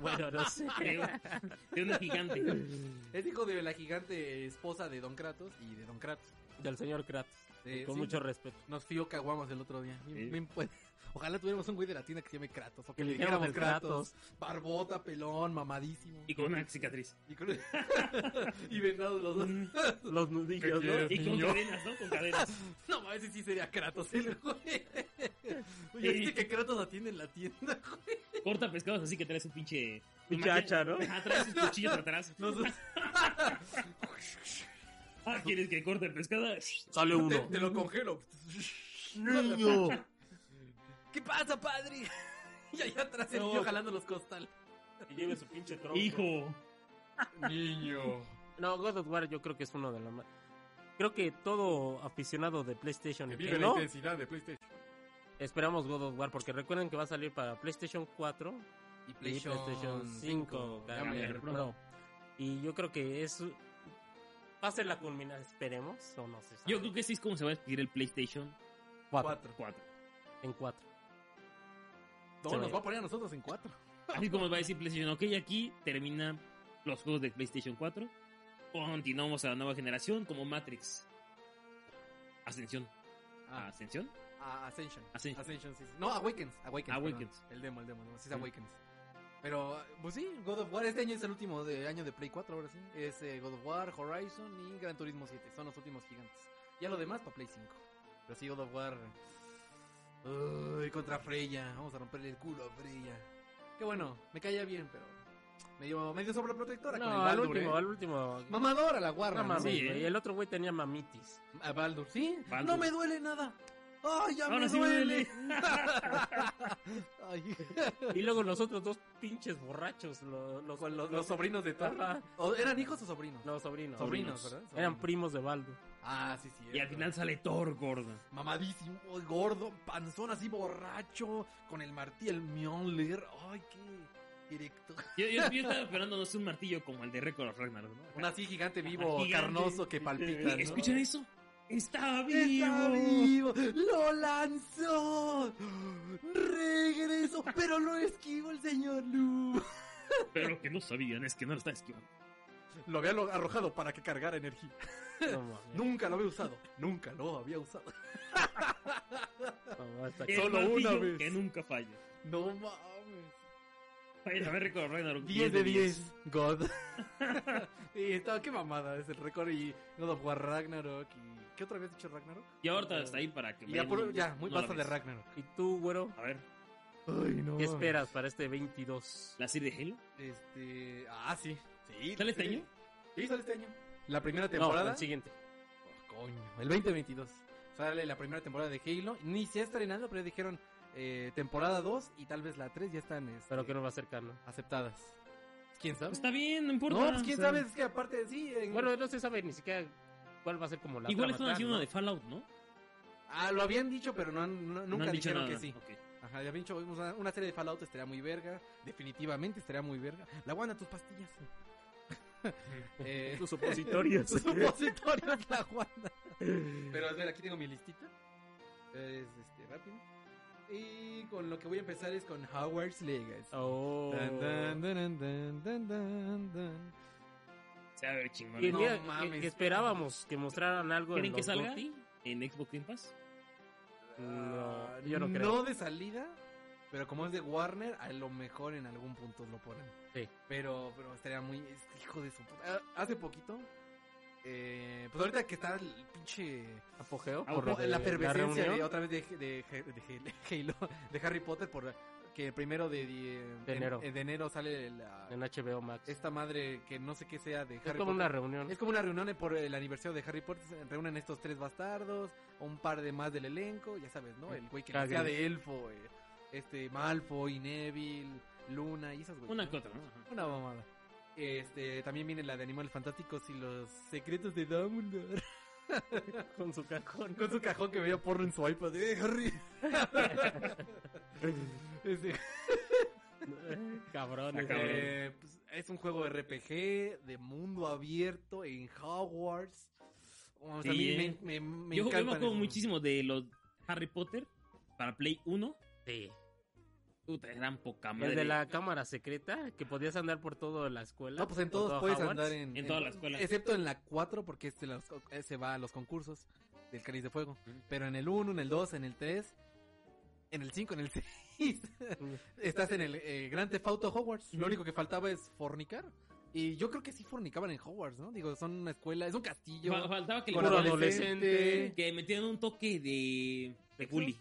S4: Bueno, no sé.
S1: Creo. De una gigante.
S2: Es hijo de la gigante esposa de Don Kratos y de Don Kratos.
S4: Del señor Kratos.
S2: Eh,
S4: con
S2: sí,
S4: mucho respeto.
S2: Nos fió Caguamas el otro día.
S1: Sí.
S2: Bien, pues, Ojalá tuviéramos un güey de la tienda que se llame Kratos. O que
S4: Que
S2: le
S4: le dijéramos
S2: dijéramos Kratos.
S4: Kratos.
S2: Barbota, pelón, mamadísimo.
S1: Y con una cicatriz.
S2: Y, con- y venados los dos.
S4: Los nudillos, ¿no?
S1: Y con cadenas, ¿no? Con cadenas.
S2: No, mames, ese sí sería Kratos el güey. Oye, ¿viste que Kratos atiende en la tienda, güey?
S1: Corta pescados así que traes un pinche.
S4: Pinche hacha, ¿no?
S1: Ajá, traes un cuchillo atrás.
S2: Nosotros-
S1: Ah, ¿quieres que corte el pescado?
S4: Sale
S2: te,
S4: uno.
S2: te lo congelo.
S4: Niño.
S2: ¿Qué pasa, padre? Y allá atrás el
S4: No.
S2: niño jalando los costales.
S4: Que lleve su pinche tronco.
S1: Hijo.
S2: Niño.
S4: No, God of War yo creo que es uno de los más... Creo que todo aficionado de PlayStation y que no,
S2: intensidad de PlayStation.
S4: esperamos God of War porque recuerden que va a salir para PlayStation 4
S2: Y
S4: y PlayStation 5.
S1: Gamer
S4: Gamer
S1: Pro.
S4: Pro. Y yo creo que es... Va a ser la culminación, esperemos, o no sé.
S1: Yo creo que sí es como se va a despedir el PlayStation
S4: 4.
S2: 4.
S1: 4.
S4: En 4.
S2: No,
S4: Se
S2: nos
S4: ve.
S2: va a poner a nosotros en 4.
S1: Así como va a decir PlayStation, ok, aquí terminan los juegos de PlayStation 4. Continuamos a la nueva generación como Matrix. Ascensión.
S2: Ah,
S4: Ah.
S1: ¿Ascensión?
S2: A Ascension.
S1: Ascension.
S2: sí, sí. No, Awakens. Awakens. perdón.
S1: Awakens.
S2: El demo, el demo, no, sí es
S1: Sí.
S2: Awakens. Pero, pues sí, God of War. Este año es el último de, año de Play 4, ahora sí. Es eh, God of War, Horizon y Gran Turismo 7. Son los últimos gigantes. Ya lo demás para Play 5. Pero sí, God of War. Uy, contra Freya. Vamos a romperle el culo a Freya. Que bueno, me caía bien, pero. Medio, medio sobreprotectora con el
S4: No, al
S2: Baldur.
S4: último,
S2: ¿eh?
S4: al último.
S2: Mamadora la
S4: No
S2: guarda.
S4: mames,
S1: Sí,
S4: güey,
S1: ¿eh?
S4: El otro güey tenía mamitis.
S2: A Baldur, ¿sí?
S1: Baldur.
S2: No me duele nada. ¡Ay, ya
S1: Ahora
S2: me
S1: sí me
S2: duele! Ay.
S4: Y luego los otros dos pinches borrachos. lo- Los,
S2: Con los, los sobrinos de Thor.
S4: Ajá.
S2: ¿O ¿Eran hijos o sobrinos?
S4: No, sobrinos.
S1: Sobrinos.
S2: sobrinos, ¿verdad?
S4: Eran
S2: Sobrinos.
S4: primos de Baldo.
S2: Ah, sí, sí.
S1: Y al final sale Thor, gordo.
S2: Mamadísimo, gordo, panzón así borracho, con el martí, el Mjolnir. Ay, qué directo.
S1: Yo, yo, yo estaba esperando, no sé, un martillo como el de Record of Ragnarok, ¿no?
S2: Un así gigante vivo,
S1: Gigante.
S2: carnoso, que palpita. ¿no?
S1: ¿Escuchan eso? ¡Está vivo!
S2: ¡Está vivo! ¡Lo lanzó! ¡Regresó! Pero lo esquivó el señor Lu.
S1: Pero lo que no sabían es que no lo está esquivando.
S2: Lo había lo- arrojado para que cargara energía.
S4: No mames.
S2: Nunca lo había usado. Nunca lo había usado.
S4: No, hasta
S1: El
S4: que-
S2: Solo
S1: martillo
S2: una vez.
S1: Que nunca falla.
S2: No mames.
S1: Vayan a ver Record of Ragnarok.
S2: 10 de 10. God. y estaba, qué mamada es el récord. Y God of War Ragnarok. Y, ¿Qué otra vez dicho Ragnarok?
S1: Y ahorita hasta ahí para que
S2: Y ya,
S1: vayan
S2: puro-
S1: y-
S2: ya, muy
S1: no la
S2: basta de
S1: ves.
S2: Ragnarok.
S4: ¿Y tú, güero?
S1: A ver,
S2: Ay, no.
S4: ¿Qué esperas para este 22?
S1: la serie de Halo.
S2: Este. Ah, sí. Sí.
S1: ¿Sale este
S2: sí.
S1: año?
S2: Sí, sale este año. La primera
S4: No,
S2: temporada.
S4: el siguiente.
S2: Oh, coño. El 2022. Sale la primera temporada de Halo. Ni se ha estrenado, pero ya dijeron eh, temporada 2 y tal vez la 3 ya están este,
S4: Pero que no va a ser cano.
S2: aceptadas. ¿Quién sabe?
S1: Está bien, no importa.
S2: No, pues quién
S1: O sea,
S2: sabe, es que aparte, sí, en-
S4: Bueno, no se sabe ni siquiera cuál va a ser como la
S1: Igual
S4: trama
S1: están haciendo
S4: tal,
S1: una de
S4: ¿no?
S1: Fallout, ¿no?
S2: Ah, lo habían dicho, pero no, han- no-
S1: no
S2: nunca
S1: han dicho
S2: dijeron
S1: nada.
S2: que sí.
S1: Ok.
S2: Ajá, ya habían dicho, vimos una, una serie de Fallout estaría muy verga. Definitivamente estaría muy verga. La guana, tus pastillas. Eh,
S4: Tus opositorios.
S2: tus supositorios, la guana. Pero a ver, aquí tengo mi listita. Es este, rápido. Y con lo que voy a empezar es con Howard's Legacy.
S4: Oh.
S2: Tan, tan, tan, tan, tan, tan, tan.
S1: Se va a ver chingón.
S4: Y el
S2: No
S1: ¿no?
S4: día que-
S2: mames.
S4: que esperábamos que mostraran algo en
S1: ¿Quieren que
S4: los
S1: salga
S4: GOTY,
S1: en Xbox Game Pass?
S4: No,
S2: Ah,
S4: yo no creo.
S2: de salida, pero como es de Warner, a lo mejor en algún punto lo ponen.
S4: Sí.
S2: Pero, pero estaría muy. es que hijo de su puta. Ah, Hace poquito. eh, pues ahorita que está el pinche.
S4: apogeo
S1: Por lo
S2: Ah, la,
S4: de
S2: pervergencia
S4: reunión
S2: de otra vez de, de, de- de Halo, de Harry Potter, por que el primero de, die-
S4: De
S2: en-
S4: enero.
S2: eh, de enero sale la-
S4: en HBO Max. Es
S2: esta madre que no sé qué sea de Harry
S4: como
S2: Potter.
S4: una reunión.
S2: Es como una reunión por el aniversario de Harry Potter. se Reúnen estos tres bastardos, un par de más del elenco, ya sabes, ¿no? El güey que
S4: Cagres.
S2: sea de elfo, eh, este Malfoy, Neville, Luna y esas güeyes.
S1: Una
S2: ¿no?
S1: que otra, ¿no? Ajá.
S2: Una mamada. Este, también viene la de Animales Fantásticos y los secretos de Dumbledore.
S4: con su cajón.
S2: Con su cajón que veía porno en su iPad. ¡Eh, Harry! Este,
S4: Cabrón.
S1: Ah, cabrón.
S2: eh, pues, es un juego RPG de mundo abierto en Hogwarts. Vamos,
S1: Sí,
S2: a mí
S1: eh.
S2: me, me- me
S1: Yo, yo me
S2: encantan
S1: acuerdo
S2: esos-
S1: muchísimo de los Harry Potter para Play 1.
S4: Sí.
S1: Puta, eran poca madre.
S4: El de la cámara secreta, que podías andar por toda la escuela.
S2: No, pues en
S4: por
S2: todos
S4: todo
S2: puedes
S4: Hogwarts.
S2: andar en,
S1: En toda la escuela.
S2: Excepto en la 4, porque este las- eh, se va a los concursos del Cáliz de Fuego. Pero en el 1, en el 2, en el 3, en el 5, en el 6, estás en el eh, Gran Tefauto Hogwarts. Lo único que faltaba es fornicar. Y yo creo que sí fornicaban en Hogwarts, ¿no? Digo, son una escuela, es un castillo.
S1: Fa- Faltaba que, le
S2: con
S4: Puro
S2: adolescente.
S1: que metieran un toque de, de bully.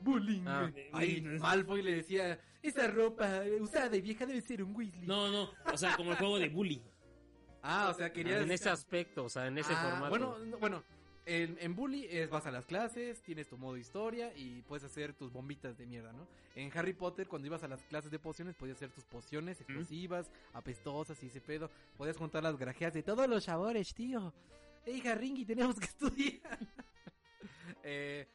S2: Bullying.
S4: Ah.
S2: Ay, Malfoy le decía, esa ropa usada y vieja debe ser un Weasley.
S1: No, no, o sea, como el juego de bully.
S2: Ah, o sea, querías...
S4: En ese aspecto, o sea, en ese
S2: Ah,
S4: formato.
S2: Bueno, no, bueno en, en Bully es, vas a las clases, tienes tu modo historia y puedes hacer tus bombitas de mierda, ¿no? En Harry Potter, cuando ibas a las clases de pociones, podías hacer tus pociones explosivas, apestosas y ese pedo. Podías juntar las grajeas de todos los sabores, tío. Ey, Eh, Ringy, tenemos que estudiar. Eh,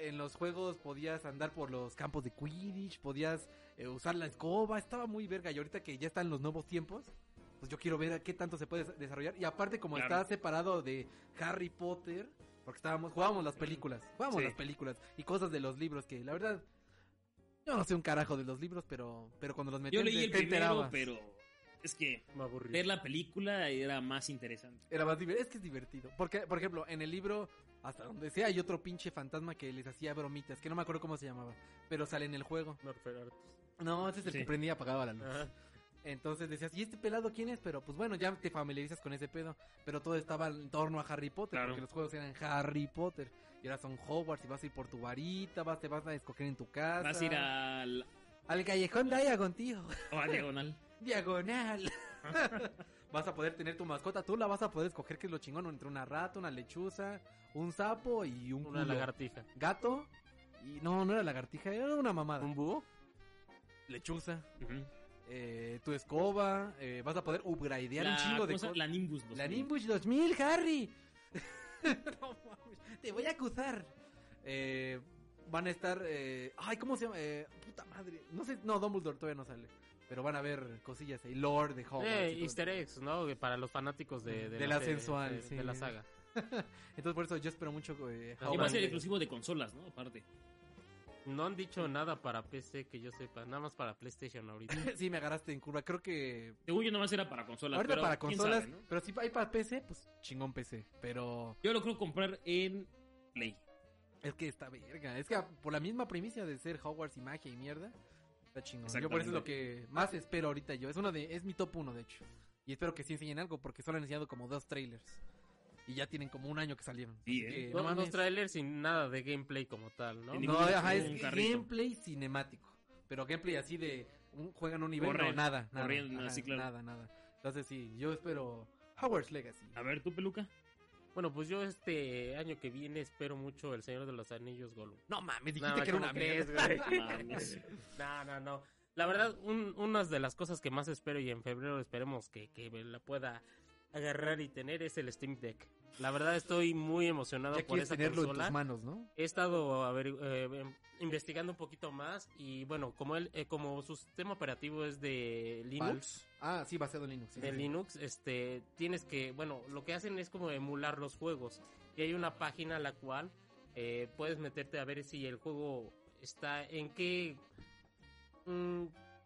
S2: en los juegos podías andar por los campos de Quidditch, podías eh, usar la escoba, estaba muy verga. Y ahorita que ya están los nuevos tiempos, pues yo quiero ver a qué tanto se puede des- desarrollar. Y aparte, como
S1: Claro.
S2: está separado de Harry Potter, porque estábamos, jugábamos las películas, jugábamos
S1: Mm. Sí.
S2: las películas y cosas de los libros que la verdad. Yo no sé un carajo de los libros, pero, pero cuando los metían
S1: Yo leí
S2: te-
S1: el
S2: te
S1: primero,
S2: enterabas.
S1: pero es que
S4: me aburrió.
S1: ver la película era más interesante.
S2: Era más divertido. Es que es divertido. Porque, por ejemplo, en el libro, hasta donde sea, hay otro pinche fantasma que les hacía bromitas, que no me acuerdo cómo se llamaba, pero sale en el juego.
S4: No, pero-
S2: No, ese es el
S1: Sí.
S2: que prendía y apagaba la luz.
S4: Ajá.
S2: Entonces decías, ¿y este pelado quién es? Pero pues bueno, ya te familiarizas con ese pedo. Pero todo estaba en torno a Harry Potter,
S1: Claro.
S2: porque los juegos eran Harry Potter. Y ahora son Hogwarts y vas a ir por tu varita, vas, te vas a escoger en tu casa.
S1: Vas a ir al,
S2: al callejón Diagon, tío.
S1: o a diagonal.
S2: Diagonal. vas a poder tener tu mascota, tú la vas a poder escoger, que es lo chingón, entre una rata, una lechuza, un sapo y un
S4: Una
S2: culo.
S4: lagartija.
S2: gato. Y no, no era lagartija, era una mamada.
S4: ¿Un búho?
S2: Lechuza,
S1: Ujú.
S2: eh, tu escoba, eh, vas a poder upgradear un
S1: La,
S2: chingo de
S1: ¿cómo se-
S2: cosas.
S1: la Nimbus. dos
S2: La
S1: mil.
S2: Nimbus 2000, Harry. No mames, te voy a acusar. Eh, van a estar. eh, ay, ¿cómo se llama? Eh, puta madre. No sé. No, Dumbledore todavía no sale. Pero van a ver cosillas ahí. Lord de Hogwarts.
S4: Eh,
S2: y todo.
S4: easter eggs, ¿no? Que Para los fanáticos de,
S2: De la
S4: serie,
S2: sensual,
S4: de-
S2: sí.
S4: de la saga.
S2: Entonces, por eso yo espero mucho. eh,
S4: Y
S1: Y va a
S2: Hogwarts.
S1: ser exclusivo de consolas, ¿no? Aparte.
S4: No han dicho nada para PC que yo sepa, nada más para PlayStation ahorita.
S2: Sí, me agarraste en curva. Creo que.
S1: Según yo, nomás era para consolas.
S2: Ahorita
S1: pero
S2: para
S1: quién
S2: consolas.
S1: sabe, ¿no?
S2: Pero si hay para PC, pues chingón PC. Pero
S1: Yo lo creo comprar en Play.
S2: es que está verga. Es que por la misma primicia de ser Hogwarts y magia y mierda. Está chingón. Yo por eso es lo que más espero ahorita yo. Es uno de, es mi top 1 de hecho. Y espero que sí enseñen algo porque solo han enseñado como dos trailers. Y ya tienen como un año que salieron.
S1: Sí,
S2: Así
S1: ¿eh?
S2: que,
S4: No,
S2: no
S4: unos
S2: mames.
S4: trailers sin nada de gameplay como tal, ¿no?
S1: En
S2: No,
S1: ningún-
S2: ajá, es
S1: ningún
S2: que
S1: carrito.
S2: gameplay cinemático. Pero gameplay así de un, juegan un nivel,
S1: Corren,
S2: no, nada, nada,
S1: corriendo, así, claro.
S2: nada, nada. Entonces sí, yo espero Hogwarts Legacy.
S1: A ver, tú, peluca.
S4: Bueno, pues yo este año que viene espero mucho El Señor de los Anillos Gollum.
S2: No mames, dijiste
S4: Nada,
S2: que era
S4: ¿cómo
S2: una
S4: crees,
S2: mierda.
S4: güey?
S1: Mames.
S4: No, no, no. La verdad, un- unas de las cosas que más espero y en febrero esperemos que, que la pueda agarrar y tener es el Steam Deck. La verdad estoy muy emocionado
S2: Ya
S4: por
S2: quieres
S4: esa
S2: tenerlo en
S4: consola.
S2: tus manos, ¿no?
S4: He estado averigu- eh, em, investigando un poquito más y bueno, como él, eh, como su sistema operativo es de Linux,
S2: Pal. Ah, sí, basado en Linux. sí,
S4: de
S2: sí.
S4: Linux, este, tienes que, bueno, lo que hacen es como emular los juegos y hay una página a la cual eh, puedes meterte a ver si el juego está en qué, mm,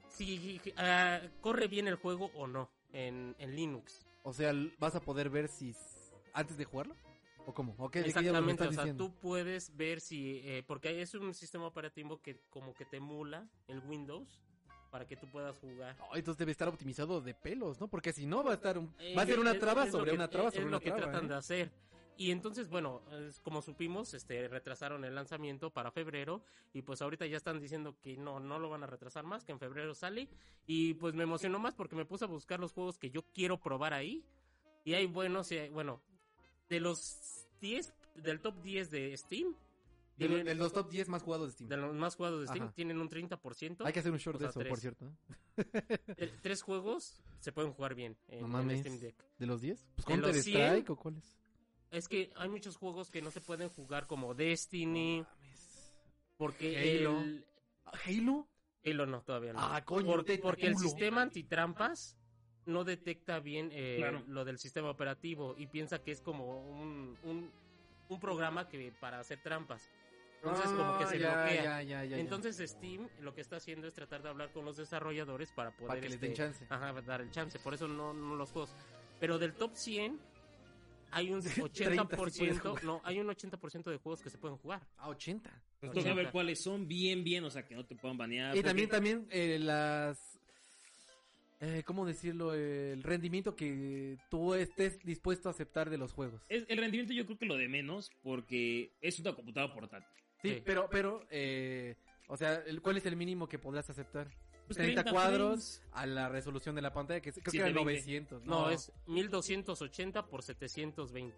S4: si ah, corre bien el juego o no en, en Linux.
S2: O sea, l- vas a poder ver si s- antes de jugarlo o cómo. ¿O qué, ¿De qué diablos me
S4: Exactamente,
S2: estás
S4: o sea,
S2: diciendo?
S4: tú puedes ver si, eh, porque ahí es un sistema operativo que como que te emula el Windows para que tú puedas jugar.
S2: No, entonces debe estar optimizado de pelos, ¿no? Porque si no va a estar un- va a
S4: Eh,
S2: ser una
S4: es-
S2: traba
S4: es lo
S2: sobre
S4: que-
S2: una traba
S4: es-
S2: sobre
S4: es
S2: una
S4: lo que
S2: traba.
S4: tratan
S2: ¿eh?
S4: de hacer. Y entonces, bueno, es- como supimos, este retrasaron el lanzamiento para febrero y pues ahorita ya están diciendo que no no lo van a retrasar más, que en febrero sale y pues me emocionó más porque me puse a buscar los juegos que yo quiero probar ahí y hay buenos, y hay- bueno, de los 10 del top 10 de Steam,
S2: De, lo-
S4: tienen-
S2: de los top 10 más jugados de Steam.
S4: de los más jugados de Steam
S2: Ajá.
S4: tienen un 30%.
S2: Hay que hacer un short
S4: o sea,
S2: de eso,
S4: tres.
S2: por cierto. ¿eh?
S4: Eh, Tres juegos se pueden jugar bien en-
S2: No
S4: en
S2: mames.
S4: Steam Deck.
S2: ¿De los 10? Pues
S4: De los
S2: Counter
S4: 100.
S2: Strike o cuáles.
S4: Es que hay muchos juegos que no se pueden jugar como Destiny,
S2: Mames.
S4: porque
S2: Ah, Halo.
S4: el
S2: ¿Halo?
S4: Halo no todavía no.
S2: Ah, coño,
S4: Por-
S2: teta,
S4: porque el
S2: culo.
S4: sistema antitrampas no detecta bien eh,
S1: Claro.
S4: lo del sistema operativo y piensa que es como un, un, un programa que para hacer trampas. Entonces como que
S2: Ah,
S4: se
S2: ya,
S4: bloquea.
S2: ya, ya, ya, ya.
S4: Entonces Steam lo que está haciendo es tratar de hablar con los desarrolladores para poder
S2: para que les den
S4: este,
S2: chance.
S4: ajá, dar el chance, por eso no, no los juegos. Pero del top 100 hay un 80%,
S2: 30 sí
S4: no, hay un 80% de juegos que se pueden jugar.
S2: Ah, 80.
S1: Nos toca
S4: 80.
S1: ver cuáles son bien, bien, o sea, que no te puedan banear.
S2: Y
S1: porque-
S2: también, también eh, las... eh, ¿Cómo decirlo? El rendimiento que tú estés dispuesto a aceptar de los juegos.
S1: Es, el rendimiento yo creo que lo de menos, porque es una computadora portátil.
S2: Sí,
S4: Sí.
S2: pero, pero, eh, o sea, el- ¿cuál es el mínimo que podrás aceptar?
S1: Pues
S2: 30
S1: frames.
S2: cuadros a la resolución de la pantalla, que es- creo que era
S1: 720.
S2: 900.
S4: No, es 1280 por 720.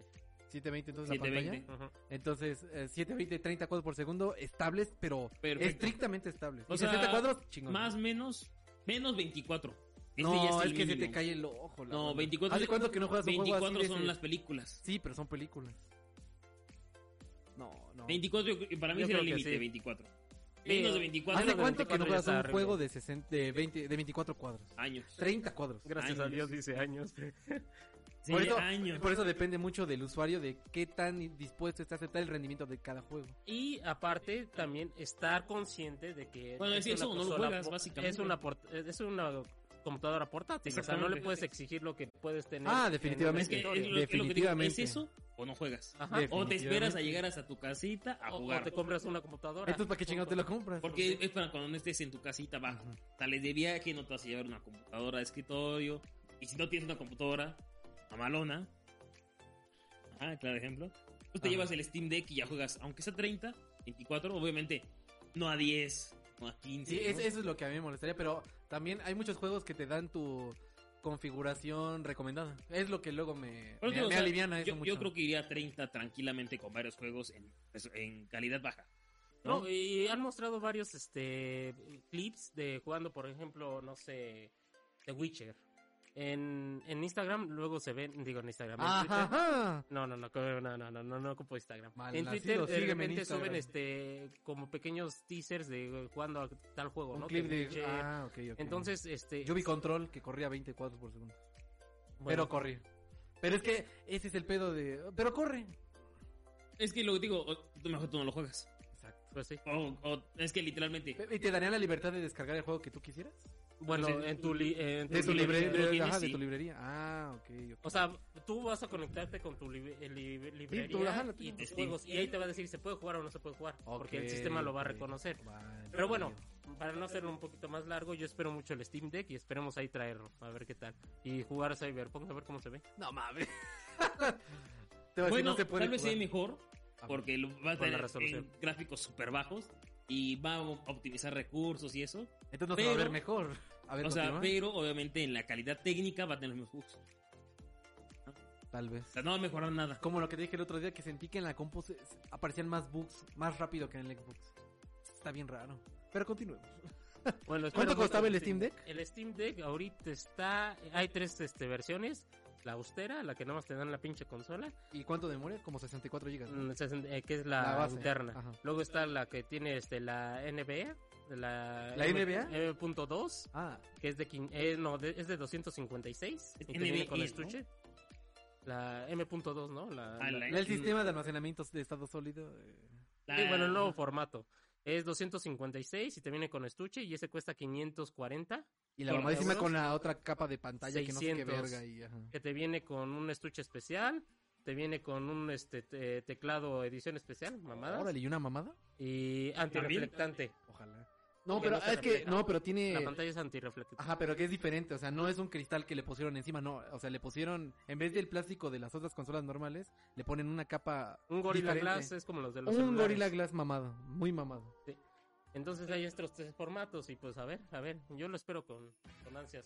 S2: 720 entonces la
S1: 720.
S2: pantalla. Entonces, eh, 720, 30 cuadros por segundo, estables, pero
S1: Perfecto.
S2: estrictamente estables.
S1: O
S2: y
S1: sea,
S2: 60 cuadros, chingón.
S1: Más, menos, menos 24. Ese ya
S2: no, es,
S1: el
S2: que se te
S1: mínimo.
S2: cae el ojo. la
S1: No,
S2: verdad.
S1: 24.
S2: ¿Hace cuánto que no juegas un juego así
S1: 24
S2: de
S1: son
S2: ese?
S1: las películas.
S2: Sí, pero son películas. No, no.
S1: 24, yo- para mí
S4: Yo
S1: es el
S4: creo que
S1: límite,
S4: sí.
S1: 24. Menos de 24
S2: ¿Hace
S4: de
S2: cuánto que no
S4: 24 ya
S2: juegas
S4: está
S2: un
S4: arriba?
S2: juego de, 60, de, 20, de 24 cuadros?
S1: años.
S2: 30 cuadros.
S4: Gracias a
S1: Años.
S4: Dios dice años.
S1: Sí,
S2: por eso-
S1: años.
S2: Por eso depende mucho del usuario de qué tan dispuesto está a aceptar el rendimiento de cada juego.
S4: Y aparte también estar consciente de que
S1: Bueno, es eso, no lo
S4: consola
S1: juegas,
S4: po-
S1: básicamente.
S4: Es una port- es una computadora portátil, o sea, no le
S1: Exactamente.
S4: puedes exigir lo que puedes tener.
S2: Ah,
S4: en un
S2: definitivamente.
S1: es que, es lo- es lo que digo,
S4: escritorio.
S2: Definitivamente.
S1: ¿Es eso o no juegas?
S4: Ajá.
S2: Def-
S1: O te esperas a
S2: Definitivamente.
S1: llegar hasta tu casita a
S4: O- o
S1: jugar.
S4: te compras una computadora.
S2: Entonces, ¿para qué chingado te lo compras?
S1: Porque es para cuando no estés en tu casita bajo.
S2: Ajá.
S1: Sales de viaje, no te vas a llevar una computadora de escritorio. Y si no tienes una computadora, mamalona. Ajá, claro ejemplo. Tú te
S2: Ajá.
S1: llevas el Steam Deck y ya juegas, aunque sea 30, 24, obviamente no a 10, no a 15.
S2: Sí, es-
S1: ¿no?
S2: eso es lo que a mí me molestaría, pero también hay muchos juegos que te dan tu configuración recomendada. Es lo que luego me,
S1: Pero
S2: me-
S1: digo, o
S2: me
S1: sea,
S2: aliviana eso
S1: yo,
S2: mucho.
S1: yo creo que iría a 30 tranquilamente con varios juegos en, pues, en calidad baja.
S4: No, y han mostrado varios este clips de jugando, por ejemplo, no sé, The Witcher. En, en Instagram luego se ven, digo en Instagram, en
S2: Ajá,
S4: Twitter.
S2: ajá.
S4: No, no, no, no, no, no, no, no, no ocupo Instagram. en
S2: Malnacido,
S4: Twitter de
S2: sígueme en
S4: repente
S2: Instagram.
S4: suben este como pequeños teasers de eh, jugando a tal juego,
S2: Un
S4: ¿no?
S2: clip
S4: Te escuché.
S2: de... Ah, ok, ok.
S4: Entonces, este
S2: Yo vi Control que corría 20 cuadros por segundo.
S4: bueno,
S2: Pero corría. Pero es que ese es el pedo de... Pero corre.
S1: Es que lo que digo, o- tú mejor tú no lo juegas.
S2: Exacto.
S4: pues sí.
S1: O- o- es que literalmente.
S2: ¿Y te darían la libertad de descargar el juego que tú quisieras?
S4: Bueno,
S1: Pues,
S4: en tu li- en
S2: De tu,
S4: librería.
S2: libre- de,
S1: tienes,
S2: ajá, de
S1: sí.
S2: tu librería. Ah, ok, ok.
S4: O sea, tú vas a conectarte con tu libe- eh, libe- librería
S2: ajá, la
S4: y
S2: tienes.
S4: tus
S1: Steam.
S4: juegos y ahí te va a decir si se puede jugar o no se puede jugar, porque el
S2: Ok,
S4: sistema lo va a
S2: ok.
S4: reconocer.
S2: Vale,
S4: Pero bueno,
S2: entendido.
S4: para no hacerlo un poquito más largo, yo espero mucho el Steam Deck y esperemos ahí traerlo, a ver qué tal. Y jugar a Cyberpunk, a ver cómo se ve.
S2: No mames. Te voy a decir,
S1: Bueno,
S2: no se puede
S1: tal vez sea
S2: jugar.
S1: mejor,
S2: Ah,
S1: porque lo va a
S4: Con la
S1: tener
S4: resolución.
S1: en gráficos súper bajos y va a optimizar recursos y eso.
S2: Entonces no se va a
S1: pero-
S2: ver mejor. A ver,
S1: o sea,
S2: continúa.
S1: pero obviamente en la calidad técnica va a tener los mismos bugs. O
S2: tal vez.
S1: sea, no va a mejorar nada.
S2: Como lo que te dije el otro día, que sentí que en la compu se- se- aparecían más bugs más rápido que en el Xbox. Está bien raro. Pero continuemos.
S4: Bueno,
S2: ¿Cuánto
S4: espero-
S2: costaba el Steam Deck?
S4: El Steam Deck ahorita está, hay tres este, versiones, la austera, la que nada más te dan la pinche consola,
S2: ¿Y cuánto de memoria? Como 64 GB. ¿no?
S4: mm, sesen- eh, que es la,
S2: La base,
S4: interna.
S2: ajá.
S4: Luego está la que tiene este, la NBA. La,
S2: ¿La
S4: M-
S2: NBA?
S4: M.2,
S2: Ah,
S4: que es de, quin- eh, no, de- es de 256. y que
S1: NBI,
S4: viene con
S1: ¿no?
S4: estuche. La M.2, ¿no? La,
S1: Ah, la-
S2: el sistema de almacenamiento de estado sólido. eh,
S4: Sí, bueno, el nuevo
S1: no.
S4: formato. Es 256 y te viene con estuche y ese cuesta 540.
S2: Y la
S4: Con
S2: mamadísima
S4: euros.
S2: con la otra capa de pantalla que no sé qué
S4: 600.
S2: verga. Y, ajá.
S4: Que te viene con un estuche especial, te viene con un este te- teclado edición especial, mamada.
S2: Órale, Ah, ¿y una mamada?
S4: Y antirreflectante.
S2: Ojalá. No,
S4: Porque
S2: pero
S4: no se
S2: es que,
S4: refleja.
S2: no, pero tiene...
S4: La pantalla es antirreflectante.
S2: Ajá, pero que es diferente, o sea, no es un cristal que le pusieron encima, no, o sea, le pusieron, en vez del plástico de las otras consolas normales, le ponen una capa...
S4: Un Gorilla
S2: diferente.
S4: Glass es como los de los
S2: Un
S4: celulares.
S2: Gorilla Glass mamado, muy mamado.
S4: Entonces hay estos tres formatos y pues a ver, a ver, yo lo espero con, con ansias.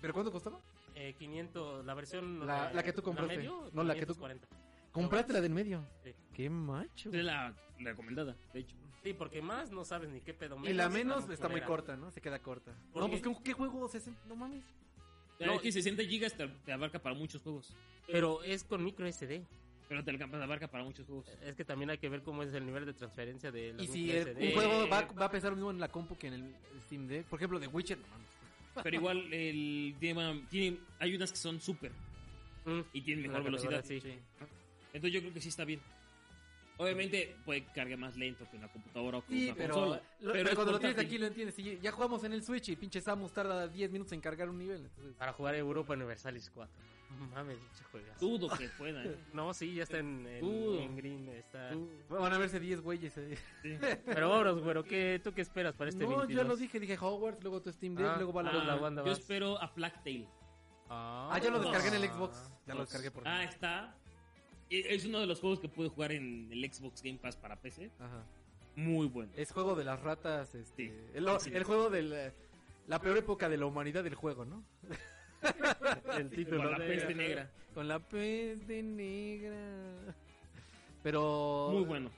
S2: ¿Pero cuánto costaba?
S4: Eh, 500, la versión...
S2: La-
S4: eh,
S2: la que tú compraste.
S4: medio,
S2: No, la que tú-
S4: 540.
S2: Compraste la del medio.
S4: Sí.
S2: Qué macho.
S1: Es la, la recomendada, de hecho.
S4: Sí, porque más no sabes ni qué pedo.
S2: Y la
S4: está
S2: menos
S4: muy
S2: está muy
S4: culera.
S2: corta, ¿no? Se queda corta.
S4: ¿Por
S2: No,
S4: qué?
S2: pues ¿qué, qué juego? 60? No mames.
S1: Pero
S4: No,
S1: es que 60 gigas te, te abarca para muchos juegos.
S4: Pero es con micro SD.
S1: Pero te alcanza- te abarca para muchos juegos.
S4: Es que también hay que ver cómo es el nivel de transferencia de los
S2: Y si
S4: micro
S2: el-
S4: SD.
S2: un juego va, va a pesar lo mismo en la compu que en el Steam Deck, por ejemplo, de Witcher, no mames.
S1: Pero igual el tema tiene, hay unas que son súper
S4: Mm,
S1: y tienen
S4: La
S1: mejor velocidad.
S4: categoría, sí.
S1: Entonces yo creo que sí está bien. Obviamente puede que cargue más lento que una computadora o que
S2: Sí,
S1: una
S2: pero,
S1: consola.
S2: lo-
S1: pero
S2: pero
S1: es
S2: cuando lo tienes
S1: portátil.
S2: aquí lo entiendes. Y ya jugamos en el Switch y pinche Samus tarda 10 minutos en cargar un nivel. entonces-
S4: Para jugar Europa Universalis 4. Mames, pinche juegas.
S1: Dudo que pueda. ¿eh?
S4: No, sí, ya está en, en-
S1: Tú.
S4: en green.
S1: Ah.
S4: Está...
S2: Van a verse 10 güeyes. eh.
S4: Pero oros, güero, ¿qué, ¿tú qué esperas para este
S2: no,
S4: 22?
S2: yo lo dije, dije Hogwarts, luego tu Steam Deck,
S4: Ah,
S2: luego va la
S4: ah,
S2: banda.
S4: la banda
S1: yo
S4: vas.
S1: espero a Black Tail.
S4: Ah,
S2: Ah, ya lo descargué en el
S4: ah.
S2: Xbox. Ya lo descargué por
S1: Ah, está. E- Es uno de los juegos que pude jugar en el Xbox Game Pass para PC.
S2: Ajá.
S1: Muy bueno.
S2: Es juego de las ratas, este.
S1: Sí.
S2: El, lo-
S1: Sí.
S2: el juego de la, la peor época de la humanidad del juego, ¿no?
S4: El título.
S1: Con la
S4: de-
S1: peste negra.
S2: Con la peste negra. Pero.
S1: Muy bueno.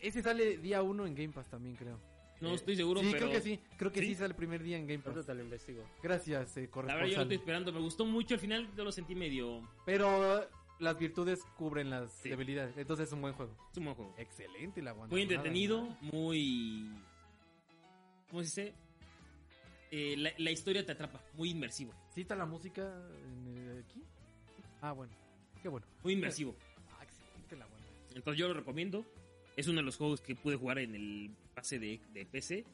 S2: Ese sale día 1 en Game Pass también, creo.
S1: No estoy seguro,
S2: Eh, sí,
S1: pero
S2: creo que sí. Creo que sí.
S1: ¿Sí?
S2: sale el primer día en Game Pass.
S4: Ahorita te lo investigo.
S2: Gracias, eh,
S1: la verdad yo lo
S2: corresponsal.
S1: estoy esperando. Me gustó mucho. Al final yo lo sentí medio...
S2: Pero las virtudes cubren las
S1: Sí.
S2: debilidades. Entonces es un buen juego.
S1: Es un buen juego.
S2: Excelente la Wanda.
S1: Muy entretenido, muy... ¿Cómo se dice? Eh, la, la historia te atrapa. Muy inmersivo.
S2: ¿Sí está la música en el- aquí? Ah, bueno. Qué bueno.
S1: Muy inmersivo.
S2: Ah, excelente la Wanda.
S1: Entonces yo lo recomiendo. Es uno de los juegos que pude jugar en el pase de, de PC.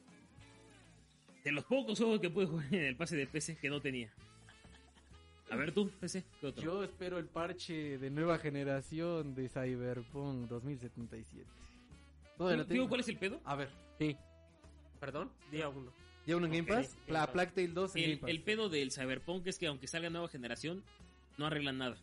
S1: De los pocos juegos que pude jugar en el pase de PC que no tenía. A ver tú, PC, ¿qué otro?
S2: Yo espero el parche de nueva generación de Cyberpunk 2077.
S1: ¿Digo
S2: Todavía lo tengo. Ah,
S1: cuál es el pedo?
S2: A ver,
S4: Sí. ¿Perdón? Día uno.
S2: ya uno en Game
S4: Ok,
S2: Pass,
S4: Game
S2: la
S4: Pass.
S2: Plague Tale 2 en
S1: El,
S2: Game Pass.
S1: el pedo del Cyberpunk es que aunque salga nueva generación, no arreglan nada.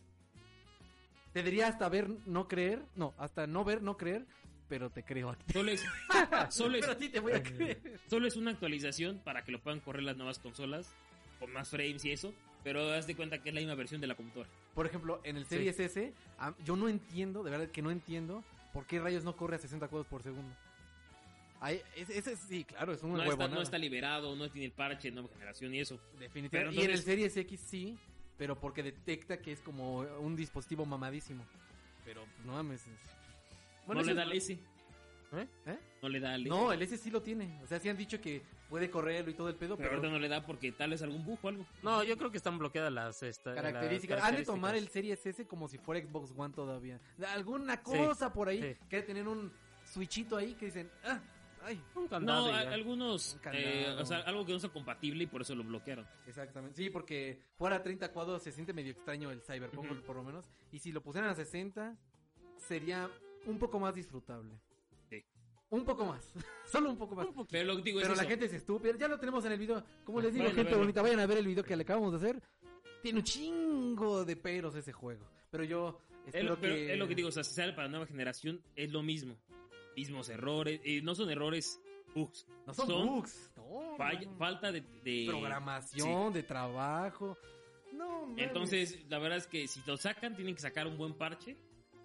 S2: Te diría hasta ver, no creer, no, hasta no ver, no creer, pero te creo.
S1: Solo es, solo es,
S2: Pero sí te voy a creer.
S1: solo es una actualización para que lo puedan correr las nuevas consolas con más frames y eso, pero haz de cuenta que es la misma versión de la computadora.
S2: Por ejemplo, en el
S4: Sí.
S2: Series S, a- yo no entiendo, de verdad que no entiendo, por qué rayos no corre a 60 cuadros por segundo. Ahí, ese, ese sí, claro, es un
S1: No
S2: huevo.
S1: está, no está liberado, no tiene el parche de nueva generación y eso.
S2: Definitivamente.
S1: Pero
S2: y en el
S1: entonces-
S2: Series X sí, pero porque detecta que es como un dispositivo mamadísimo. Pero pues, no mames. es-
S4: Bueno,
S1: no le
S4: eso
S1: da
S4: es-
S1: al S.
S4: ¿Eh?
S2: ¿Eh?
S1: No le da al S.
S2: No, el S sí lo tiene. O sea, sí han dicho que puede correrlo y todo el pedo,
S1: pero
S2: pero,
S1: ahorita no le da porque tal es algún bug o algo.
S4: No, yo creo que están bloqueadas las, esta- las
S2: características. Han de tomar
S4: características.
S2: el Series S como si fuera Xbox One todavía. Alguna cosa por ahí
S4: sí.
S2: que ha de tener un switchito ahí que dicen, ah, ay,
S4: Un candado
S1: No,
S4: y
S1: a-
S4: ya.
S1: algunos,
S2: Un candado.
S1: eh, o sea, algo que no sea compatible y por eso lo bloquearon.
S2: Exactamente. Sí, porque jugar a 30 cuadros se siente medio extraño el Cyberpunk,
S1: Ujú.
S2: por lo menos. Y si lo pusieran a 60, sería un poco más disfrutable.
S1: Sí.
S2: Un poco más. Solo un poco más.
S1: Pero lo que digo
S2: Pero
S1: es
S2: la
S1: eso.
S2: gente es estúpida. Ya lo tenemos en el video. Como les digo,
S1: Vayan a
S2: gente
S1: verlo.
S2: bonita, vayan a ver el video que le acabamos de hacer. Tiene un chingo de peros ese juego. Pero yo
S1: Es
S2: espero
S1: lo, pero
S2: que...
S1: es lo que digo, o sea, si sale para nueva generación, es lo mismo. Mismos errores, eh, no son errores, bugs.
S2: No son,
S1: son
S2: bugs. No,
S1: Falla-
S2: no, no.
S1: falta de, de-
S2: Programación, de trabajo. No, mames.
S1: Entonces, la verdad es que si lo sacan, tienen que sacar un buen parche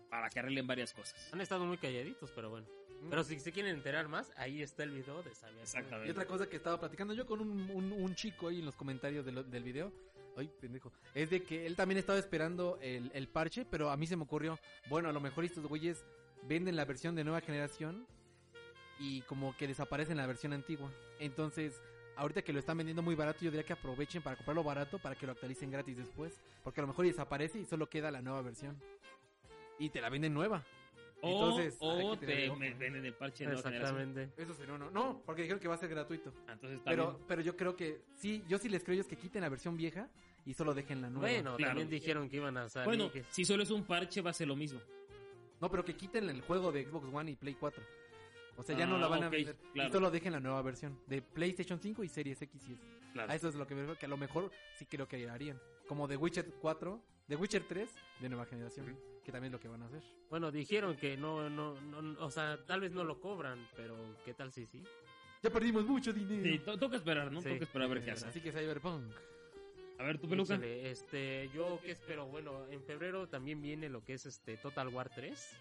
S1: para que arreglen varias cosas.
S4: Han estado muy calladitos, pero bueno.
S2: Mm.
S4: Pero si se quieren enterar más, ahí está el video de Xavier.
S1: Exactamente.
S2: Y otra cosa que estaba platicando yo con un, un- un chico ahí en los comentarios de lo- del video. Ay, pendejo. Es de que él también estaba esperando el, el parche, pero a mí se me ocurrió, bueno, a lo mejor estos güeyes venden la versión de nueva generación y como que desaparecen la versión antigua. Entonces, ahorita que lo están vendiendo muy barato, yo diría que aprovechen para comprarlo barato para que lo actualicen gratis después. Porque a lo mejor desaparece y solo queda la nueva versión. Y te la venden nueva.
S1: O,
S2: Entonces, hay
S1: o
S2: que tener
S1: te
S2: ojo.
S1: me- venden el parche de nueva generación.
S4: Exactamente.
S2: Eso sería uno. No, porque dijeron que va a ser gratuito.
S1: Ah, Entonces está
S2: Pero,
S1: bien.
S2: pero yo creo que sí, yo sí les creo ellos que quiten la versión vieja y solo dejen la nueva.
S4: Bueno,
S1: Claro.
S4: también dijeron que iban a salir.
S1: Bueno,
S4: que-
S1: si solo es un parche, va a ser lo mismo.
S2: No, pero que quiten el juego de Xbox One y Play 4. O sea, ya no
S1: Ah,
S2: la van a
S1: ok,
S2: vender.
S1: claro.
S2: Y solo dejen la nueva versión de PlayStation 5 y Series X y S.
S1: Claro.
S2: A eso es lo que me refiero, que a lo mejor sí creo que harían. Como The Witcher 4, The Witcher 3 de nueva generación, que también es lo que van a hacer.
S4: Bueno, dijeron que no, no, no, o sea, tal vez no lo cobran, pero ¿qué tal si sí?
S2: Ya perdimos mucho dinero. Eh,
S1: Sí, to- toca esperar, ¿no?
S4: Sí.
S1: Toca esperar a ver qué hace.
S2: Así que Cyberpunk.
S1: A ver, tu peluca.
S4: Échale, Este, yo qué espero, bueno, en febrero también viene lo que es este Total War 3,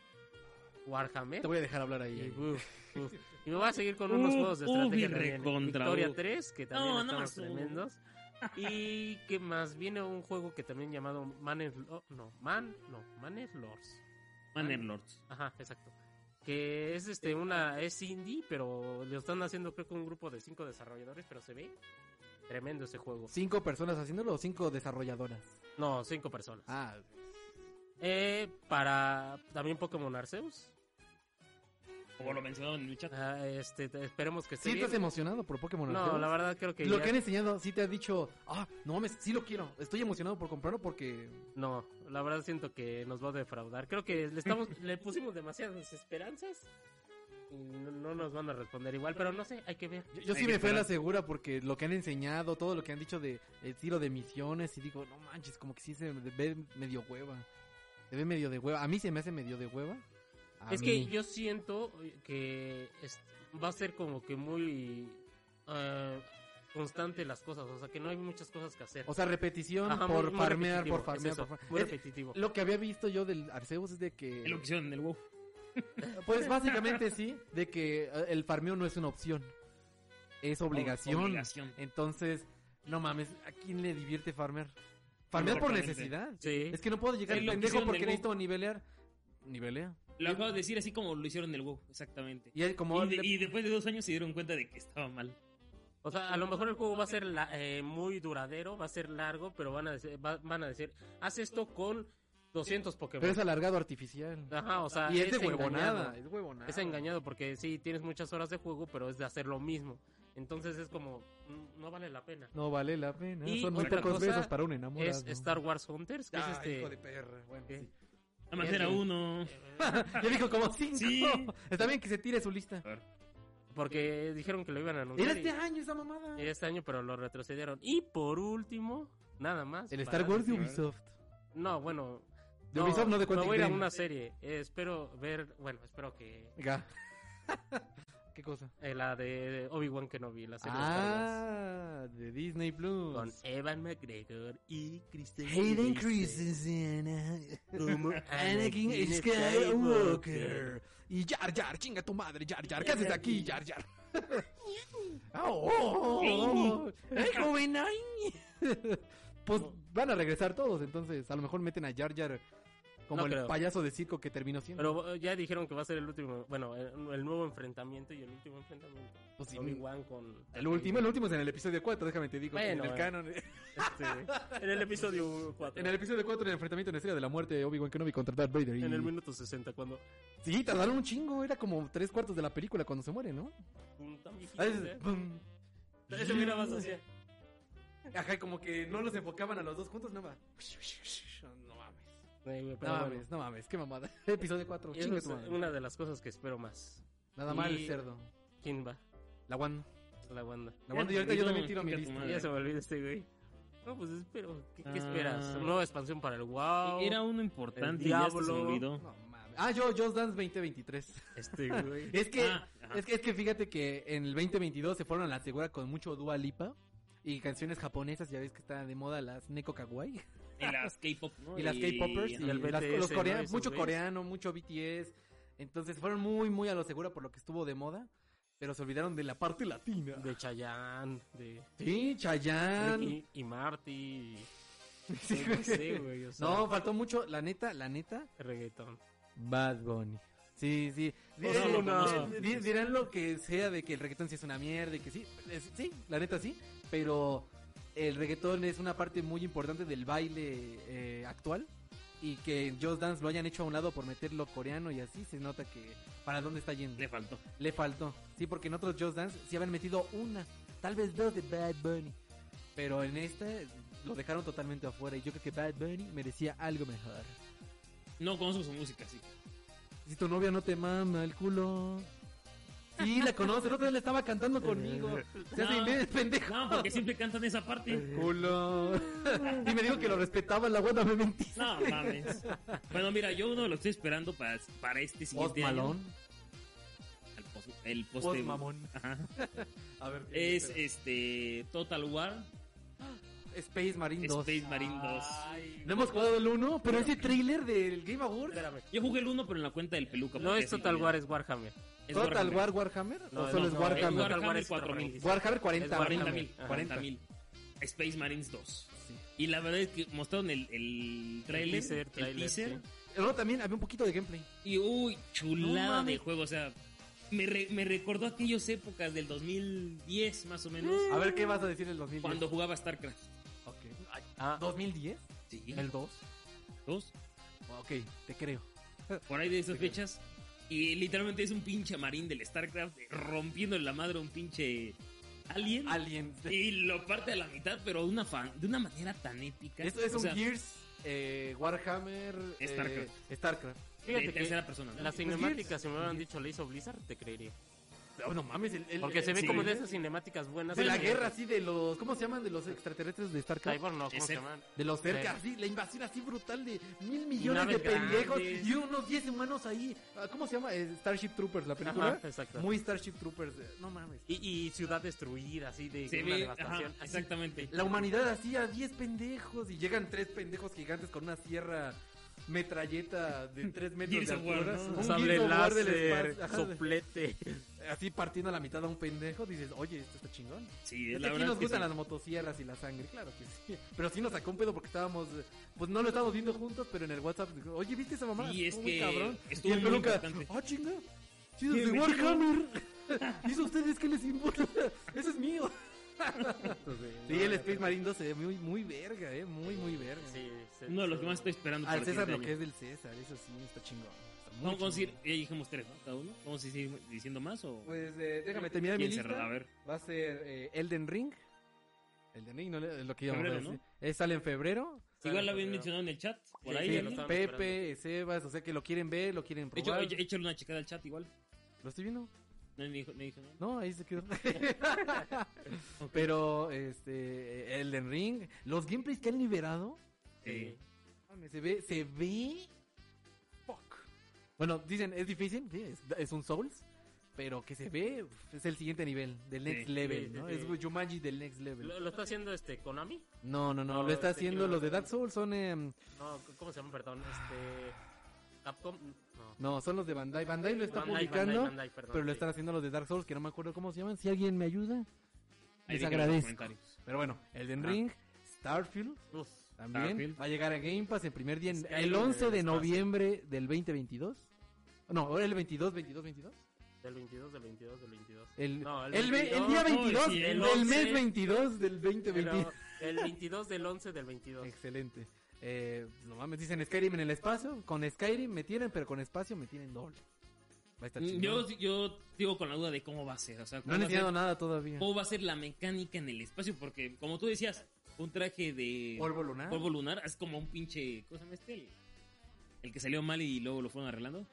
S4: Warhammer.
S2: Te voy a dejar hablar ahí.
S4: ¿Eh? Y,
S2: ahí.
S4: uf, uf. Y me voy a seguir con unos
S1: Uf,
S4: juegos de
S1: uf,
S4: estrategia
S1: y
S4: también.
S1: recontra,
S4: Victoria
S1: uf.
S4: 3, que también
S1: No, no
S4: estamos
S1: más uno.
S4: tremendos. Y que más viene un juego que también llamado Man and Lo- no, Man, no, Man and Lords.
S1: Mannerlords.
S4: Ajá, exacto. Que es este una es indie, pero lo están haciendo creo que un grupo de cinco desarrolladores, pero se ve tremendo ese juego.
S2: ¿Cinco personas haciéndolo o cinco desarrolladoras?
S4: No, cinco personas.
S2: Ah,
S4: Eh, para también Pokémon Arceus.
S1: Como lo mencionaron en el chat.
S4: Ah, este, te- esperemos que esté
S2: ¿sí estás
S4: bien.
S2: emocionado por Pokémon
S4: No,
S2: Arceus?
S4: la verdad creo que
S2: lo
S4: ya-
S2: que han enseñado, sí te ha dicho, ah, no mames, sí lo quiero. Estoy emocionado por comprarlo porque.
S4: no, la verdad siento que nos va a defraudar. Creo que le estamos le pusimos demasiadas esperanzas y no, no nos van a responder igual, pero no sé, hay que ver.
S2: Yo, yo
S1: Hay
S2: sí
S1: que
S2: me fui a la
S1: esperar.
S2: segura porque lo que han enseñado, todo lo que han dicho de el estilo de misiones, y digo, no manches, como que sí se ve medio hueva. Se ve medio de hueva. A mí se me hace medio de hueva. A
S4: es
S2: mí.
S4: que yo siento eh, que es- va a ser como que muy eh, constante las cosas, o sea, que no hay muchas cosas que hacer.
S2: O sea, repetición
S4: Ajá, muy-
S2: por,
S4: muy
S2: farmear,
S4: repetitivo,
S2: por farmear,
S4: es eso,
S2: por farmear.
S4: muy
S2: Es-
S4: repetitivo.
S2: Lo que había visto yo del Arceus es de que.
S1: Es lo que hicieron en el WoW.
S2: Pues básicamente sí, de que eh, el farmeo no es una opción. Es obligación.
S1: Obligación.
S2: Entonces, no mames, ¿a quién le divierte farmear? Farmear por
S1: Exactamente.
S2: necesidad.
S4: Sí.
S2: Es que no puedo llegar
S1: Es lo que
S2: pendejo
S1: hicieron
S2: porque
S1: del
S2: necesito nivelear. Nivelea.
S1: Lo acabas de decir así como lo hicieron en el WoW, exactamente.
S2: Y él como
S1: Y, de- y después de dos años se dieron cuenta de que estaba mal.
S4: O sea, a lo mejor el juego va a ser la- eh, muy duradero, va a ser largo, pero van a decir, va- van a decir, haz esto con 200 Pokémon.
S2: pero es alargado artificial.
S4: Ajá, Ah, o sea,
S2: y es, de
S4: engañado.
S2: huevonada, es huevonada.
S4: Es engañado porque sí, tienes muchas horas de juego, pero es de hacer lo mismo. Entonces es como, mm, no vale la pena.
S2: No vale la pena.
S4: Y
S2: Son muy
S4: otra
S2: pocos
S4: cosa
S2: besos para un enamorado.
S4: Es Star Wars Hunters, que
S2: Ah,
S4: es este...
S2: hijo de perra. Bueno,
S4: ¿Qué?
S2: sí.
S1: Nada más era
S2: Fíjate.
S1: uno.
S2: Ya dijo como cinco.
S1: Sí.
S2: Está bien que se tire su lista.
S4: Porque dijeron que lo iban a anunciar.
S2: Era
S4: y-
S2: este año esa mamada.
S4: era este año, pero lo retrocedieron. Y por último, nada más.
S2: El
S4: para
S2: Star Wars de
S4: decir-
S2: Ubisoft.
S4: No, bueno.
S2: De Ubisoft no de
S4: Me
S2: Quantic
S4: voy a ir a
S2: Dream.
S4: una serie. Eh, espero ver. Bueno, espero que.
S2: Ga. ¿Qué cosa?
S4: eh, la de Obi-Wan Kenobi, la serie
S2: Ah, de Disney
S4: de Star Wars,
S2: Plus.
S4: Con Evan McGregor y Kristen
S2: Hayden
S4: Christensen.
S2: Christensen.
S4: Como
S2: Anakin Skywalker. Y Jar Jar, chinga tu madre, Jar Jar. ¿Qué haces aquí, Jar Jar? Ah, oh, oh, oh. ¡Ay, joven! ay. Pues van a regresar todos, entonces a lo mejor meten a Jar Jar como
S4: No
S2: el
S4: creo.
S2: payaso de circo que terminó siendo.
S4: Pero eh, ya dijeron que va a ser el último. Bueno, el, el nuevo enfrentamiento y el último enfrentamiento.
S2: Pues sí.
S4: Obi-Wan con.
S2: el último, el último es en el episodio 4, déjame te digo.
S4: Bueno,
S2: en el
S4: eh.
S2: canon.
S4: Este, en el episodio 4.
S2: En el episodio 4, el enfrentamiento en la estrella de la muerte de Obi-Wan Kenobi contra Darth Vader. Y...
S4: En el minuto 60, cuando.
S2: Sí, tardaron un chingo, era como tres cuartos de la película cuando se muere, ¿no?
S4: pum, tan viejito,
S2: A veces,
S4: ¿eh?
S2: pum.
S4: Eso mira más hacia.
S2: Ajá, como que no los enfocaban a los dos juntos, nada. No mames.
S4: Eh, güey,
S2: No
S4: pero bueno.
S2: mames, no mames, qué mamada. Episodio 4,
S4: Esa
S2: chinga
S4: es
S2: tu madre.
S4: una de las cosas que espero más.
S2: Nada mal
S4: y-
S2: el cerdo.
S4: ¿Quién va?
S2: La Wanda.
S4: La banda.
S2: La Wanda, y ahorita yo también tiro mi lista.
S4: Ya se me olvidó este güey. No, pues espero. ¿Qué, qué
S1: Ah.
S4: esperas? ¿Nueva expansión para el
S2: Oh,
S4: WoW?
S1: Era uno importante
S4: El
S1: y ya hasta se
S4: diablo.
S1: me olvidó.
S2: No mames. Ah, yo, Just Dance 2023.
S4: Este güey.
S2: Es que,
S1: Ah, ajá.
S2: es que, es que fíjate que en el 2022 se fueron a la segura con mucho Dua Lipa y canciones japonesas, ya ves que está de moda las Neko Kawaii.
S1: Y las K-pop, ¿no?
S2: y las K-popers y,
S4: y el
S2: las-
S4: BTS,
S2: los
S4: ¿no?
S2: coreanos,
S4: Esos
S2: mucho
S4: güeyes.
S2: coreano, mucho BTS. Entonces fueron muy, muy a lo segura por lo que estuvo de moda, pero se olvidaron de la parte latina.
S4: De Chayanne, de
S2: Sí, Chayanne.
S4: Ricky y Marty. y-
S2: Sí,
S4: no
S2: güey.
S4: sé, güey, o sea,
S2: No, faltó mucho, la neta, la neta.
S4: reggaetón.
S2: Bad Bunny. Sí, sí.
S4: O
S1: sea,
S2: Dirán-
S4: no.
S2: di- di- dirán lo que sea de que el reggaetón sí es una mierda y que sí. es- sí, la neta sí. Pero el reggaetón es una parte muy importante del baile eh, actual. Y que en Just Dance lo hayan hecho a un lado por meterlo coreano y así se nota que para dónde está yendo.
S1: Le faltó.
S2: Le faltó. Sí, porque en otros Just Dance sí habían metido una, tal vez dos de Bad Bunny. Pero en este lo dejaron totalmente afuera. Y yo creo que Bad Bunny merecía algo mejor.
S1: No conozco su música, así que.
S2: Si tu novia no te mama el culo. Sí, la conoce. El otro día le estaba cantando conmigo. Se hace
S1: No.
S2: inglés, pendejo.
S1: No, porque siempre cantan esa parte.
S2: Culo. Y me dijo que lo respetaba la guata, me mentí.
S1: No, mames. Bueno, mira, yo uno lo estoy esperando para, para este
S2: Post
S1: siguiente año.
S2: malón.
S1: Al post- el
S2: Post
S1: poste.
S2: mamón.
S1: Ajá.
S2: A ver. ¿qué
S1: Es
S2: espera?
S1: este Total War
S2: Space Marine 2.
S1: Space Marine 2.
S2: No hemos jugado el 1, pero ese trailer del Game Awards.
S4: Espérame.
S1: Yo jugué el 1 pero en la cuenta del peluca.
S4: No
S1: porque
S4: es
S1: así
S4: Total
S1: también.
S4: War, es Warhammer.
S1: Es
S2: ¿Total
S1: Warhammer.
S2: War Warhammer?
S4: No,
S2: ¿O solo
S4: no,
S2: es
S4: no,
S1: Es
S2: Warhammer?
S4: War-
S1: Warhammer
S4: es
S1: 4000.
S4: 4000.
S2: Warhammer 40.
S4: Es Warhammer.
S1: 40.000.
S4: 40.000.
S1: 40.000. Space Marines 2.
S2: Sí.
S1: Y la verdad es que mostraron el, el trailer, el
S4: teaser,
S1: teaser,
S4: trailer,
S2: Luego también había un poquito de gameplay.
S1: y uy,
S4: No
S1: chulada
S4: mames.
S1: de juego, o sea, me, re- me recordó aquellas épocas del 2010 más o menos,
S2: A ver qué vas a decir el 2010.
S1: cuando jugaba StarCraft.
S2: Ok.
S4: Ah,
S2: ¿2010?
S1: Sí,
S2: ¿El 2?
S1: dos,
S2: Ah, Ok, te creo.
S1: por ahí de esas fechas. Y literalmente es un pinche marín del StarCraft eh, rompiéndole la madre a un pinche alien.
S2: Alien.
S1: y lo parte a la mitad, pero de una, fan- de una manera tan épica.
S2: Esto es
S1: o
S2: un
S1: sea,
S2: Gears, eh, Warhammer, eh,
S1: Starcraft.
S2: Starcraft.
S1: de
S4: fíjate que
S1: tercera persona. ¿no?
S4: las cinemáticas, si me hubieran
S2: Gears.
S4: dicho, le hizo Blizzard, te creería.
S2: Oh, no mames, el, el-
S4: Porque se ve
S1: Sí.
S4: como de esas cinemáticas buenas.
S2: de la
S4: que-
S2: guerra así de los ¿cómo se llaman? de los extraterrestres de Starcraft.
S4: Cyborg, no, ¿cómo
S1: Ese-
S4: se llaman?
S2: De los cerca,
S4: Sí.
S2: así, la invasión así brutal de mil millones de
S4: Naves
S2: pendejos
S4: grandes.
S2: y unos 10 humanos ahí. Ah, ¿Cómo se llama? Eh, Starship Troopers, la película.
S4: Ajá, exacto.
S2: Muy Starship Troopers, eh, no mames.
S4: Y, y ciudad destruida, así de
S1: Se
S4: una
S1: ve,
S4: devastación.
S1: ajá,
S4: así.
S1: exactamente.
S2: La humanidad así a 10 pendejos y llegan tres pendejos gigantes con una sierra metralleta de 3 metros de
S1: Gears of War,
S2: altura.
S1: ¿no?
S2: Un
S4: Sable
S2: Gears of War del
S4: láser,
S2: espacio, ajá, de-
S4: soplete.
S2: así partiendo a la mitad a un pendejo, dices, oye, esto está chingón.
S1: Sí,
S2: Es que
S1: la
S2: aquí
S1: verdad
S2: nos
S1: es que
S2: gustan
S1: sí.
S2: las motosierras y la sangre, claro que sí. Pero sí nos sacó un pedo porque estábamos, eh, pues no lo estábamos viendo juntos, pero en el WhatsApp, dijo, oye, ¿viste esa mamá?
S1: Sí, es que
S2: cabrón.
S1: estuvo
S2: y el
S1: muy
S2: peluca,
S1: impactante.
S2: ah, chinga. Sí, es de
S1: me
S2: Warhammer. ¿Y eso a ustedes qué les importa? Eso es mío. Sí, el Space Marine 2 se ve muy, muy verga, eh. Muy, muy verga.
S4: Sí, se-
S1: Uno de los
S4: se-
S1: que más estoy esperando. para
S2: Al
S1: el
S2: César
S1: siguiente año.
S2: lo que es del César, eso sí, está chingón. Está muy
S1: Vamos a decir,
S2: chingón.
S1: ya dijimos tres, ¿no? Cada uno. Vamos a seguir diciendo más o.
S2: Pues eh, déjame terminar mi
S1: ¿Quién
S2: lista.
S1: cerrará? A ver.
S2: Va a ser eh, Elden Ring. Elden Ring, no le- es lo que íbamos
S1: Febrero,
S2: a decir. Eh, sale en febrero.
S1: Igual lo
S4: Claro,
S1: habían
S4: pero-
S1: mencionado en el chat. Por
S4: Sí,
S1: ahí.
S4: sí,
S1: ¿no?
S4: lo estaba-
S2: Pepe,
S4: esperando.
S2: Sebas, o sea que lo quieren ver, lo quieren
S1: Echo-
S2: probar.
S1: echo- échale una checada al chat igual.
S2: ¿Lo estoy viendo?
S1: No me dijo, me dijo nada.
S2: No, ahí se quedó. Pero, este, Elden Ring, los gameplays que han liberado,
S1: Sí.
S2: mames, se ve, se ve... Fuck. Bueno, dicen, es difícil, sí, es, es un Souls, pero que se ve, uf, es el siguiente nivel, del next
S1: Sí,
S2: level,
S4: sí,
S2: ¿no?
S4: sí, sí.
S2: Es Jumanji del next level.
S4: ¿Lo, lo está haciendo este Konami?
S2: No, no, no,
S4: No,
S2: lo está
S4: este,
S2: haciendo
S4: creo-
S2: los de Dark Souls, son em,
S4: No, ¿cómo se llama? Perdón, este... Capcom, no.
S2: no, son los de Bandai. Bandai lo está
S4: Bandai,
S2: publicando,
S4: Bandai, Bandai, perdón,
S2: pero lo
S4: sí.
S2: están haciendo los de Dark Souls, que no me acuerdo cómo se llaman. Si alguien me ayuda,
S1: Ahí déjenlo en
S2: les
S1: los
S2: agradezco.
S1: comentarios.
S2: Pero bueno, Elden
S4: Ah.
S2: Ring, Starfield
S4: Uf,
S2: también
S1: Starfield.
S2: va a llegar a Game Pass el primer día en-
S4: Skyrim
S2: el
S4: en
S2: 11
S4: el
S2: de
S4: espacio.
S2: noviembre del 2022. No, ahora el 22, 22, 22.
S4: del 22, del 22, del 22.
S2: El,
S4: No, el
S2: el ve- el
S4: 22,
S2: día
S4: no,
S2: 22
S1: sí,
S4: el
S2: del
S4: 11.
S2: mes 22 del 2022.
S4: Pero el 22 del 11 del 22.
S2: Excelente. Eh, no mames, dicen Skyrim en el espacio. Con Skyrim me tienen, pero con espacio me tienen doble. Va a estar
S1: Mm,
S2: chingón.
S1: Yo, yo digo con la duda de cómo va a ser. O sea,
S2: No
S1: cómo,
S2: han
S1: va a ser-
S2: enseñado nada todavía.
S1: cómo va a ser la mecánica en el espacio. Porque, como tú decías, un traje de
S2: Polvo lunar.
S1: polvo lunar es como un pinche. ¿Cómo se llama este? El, el que salió mal y luego lo fueron arreglando.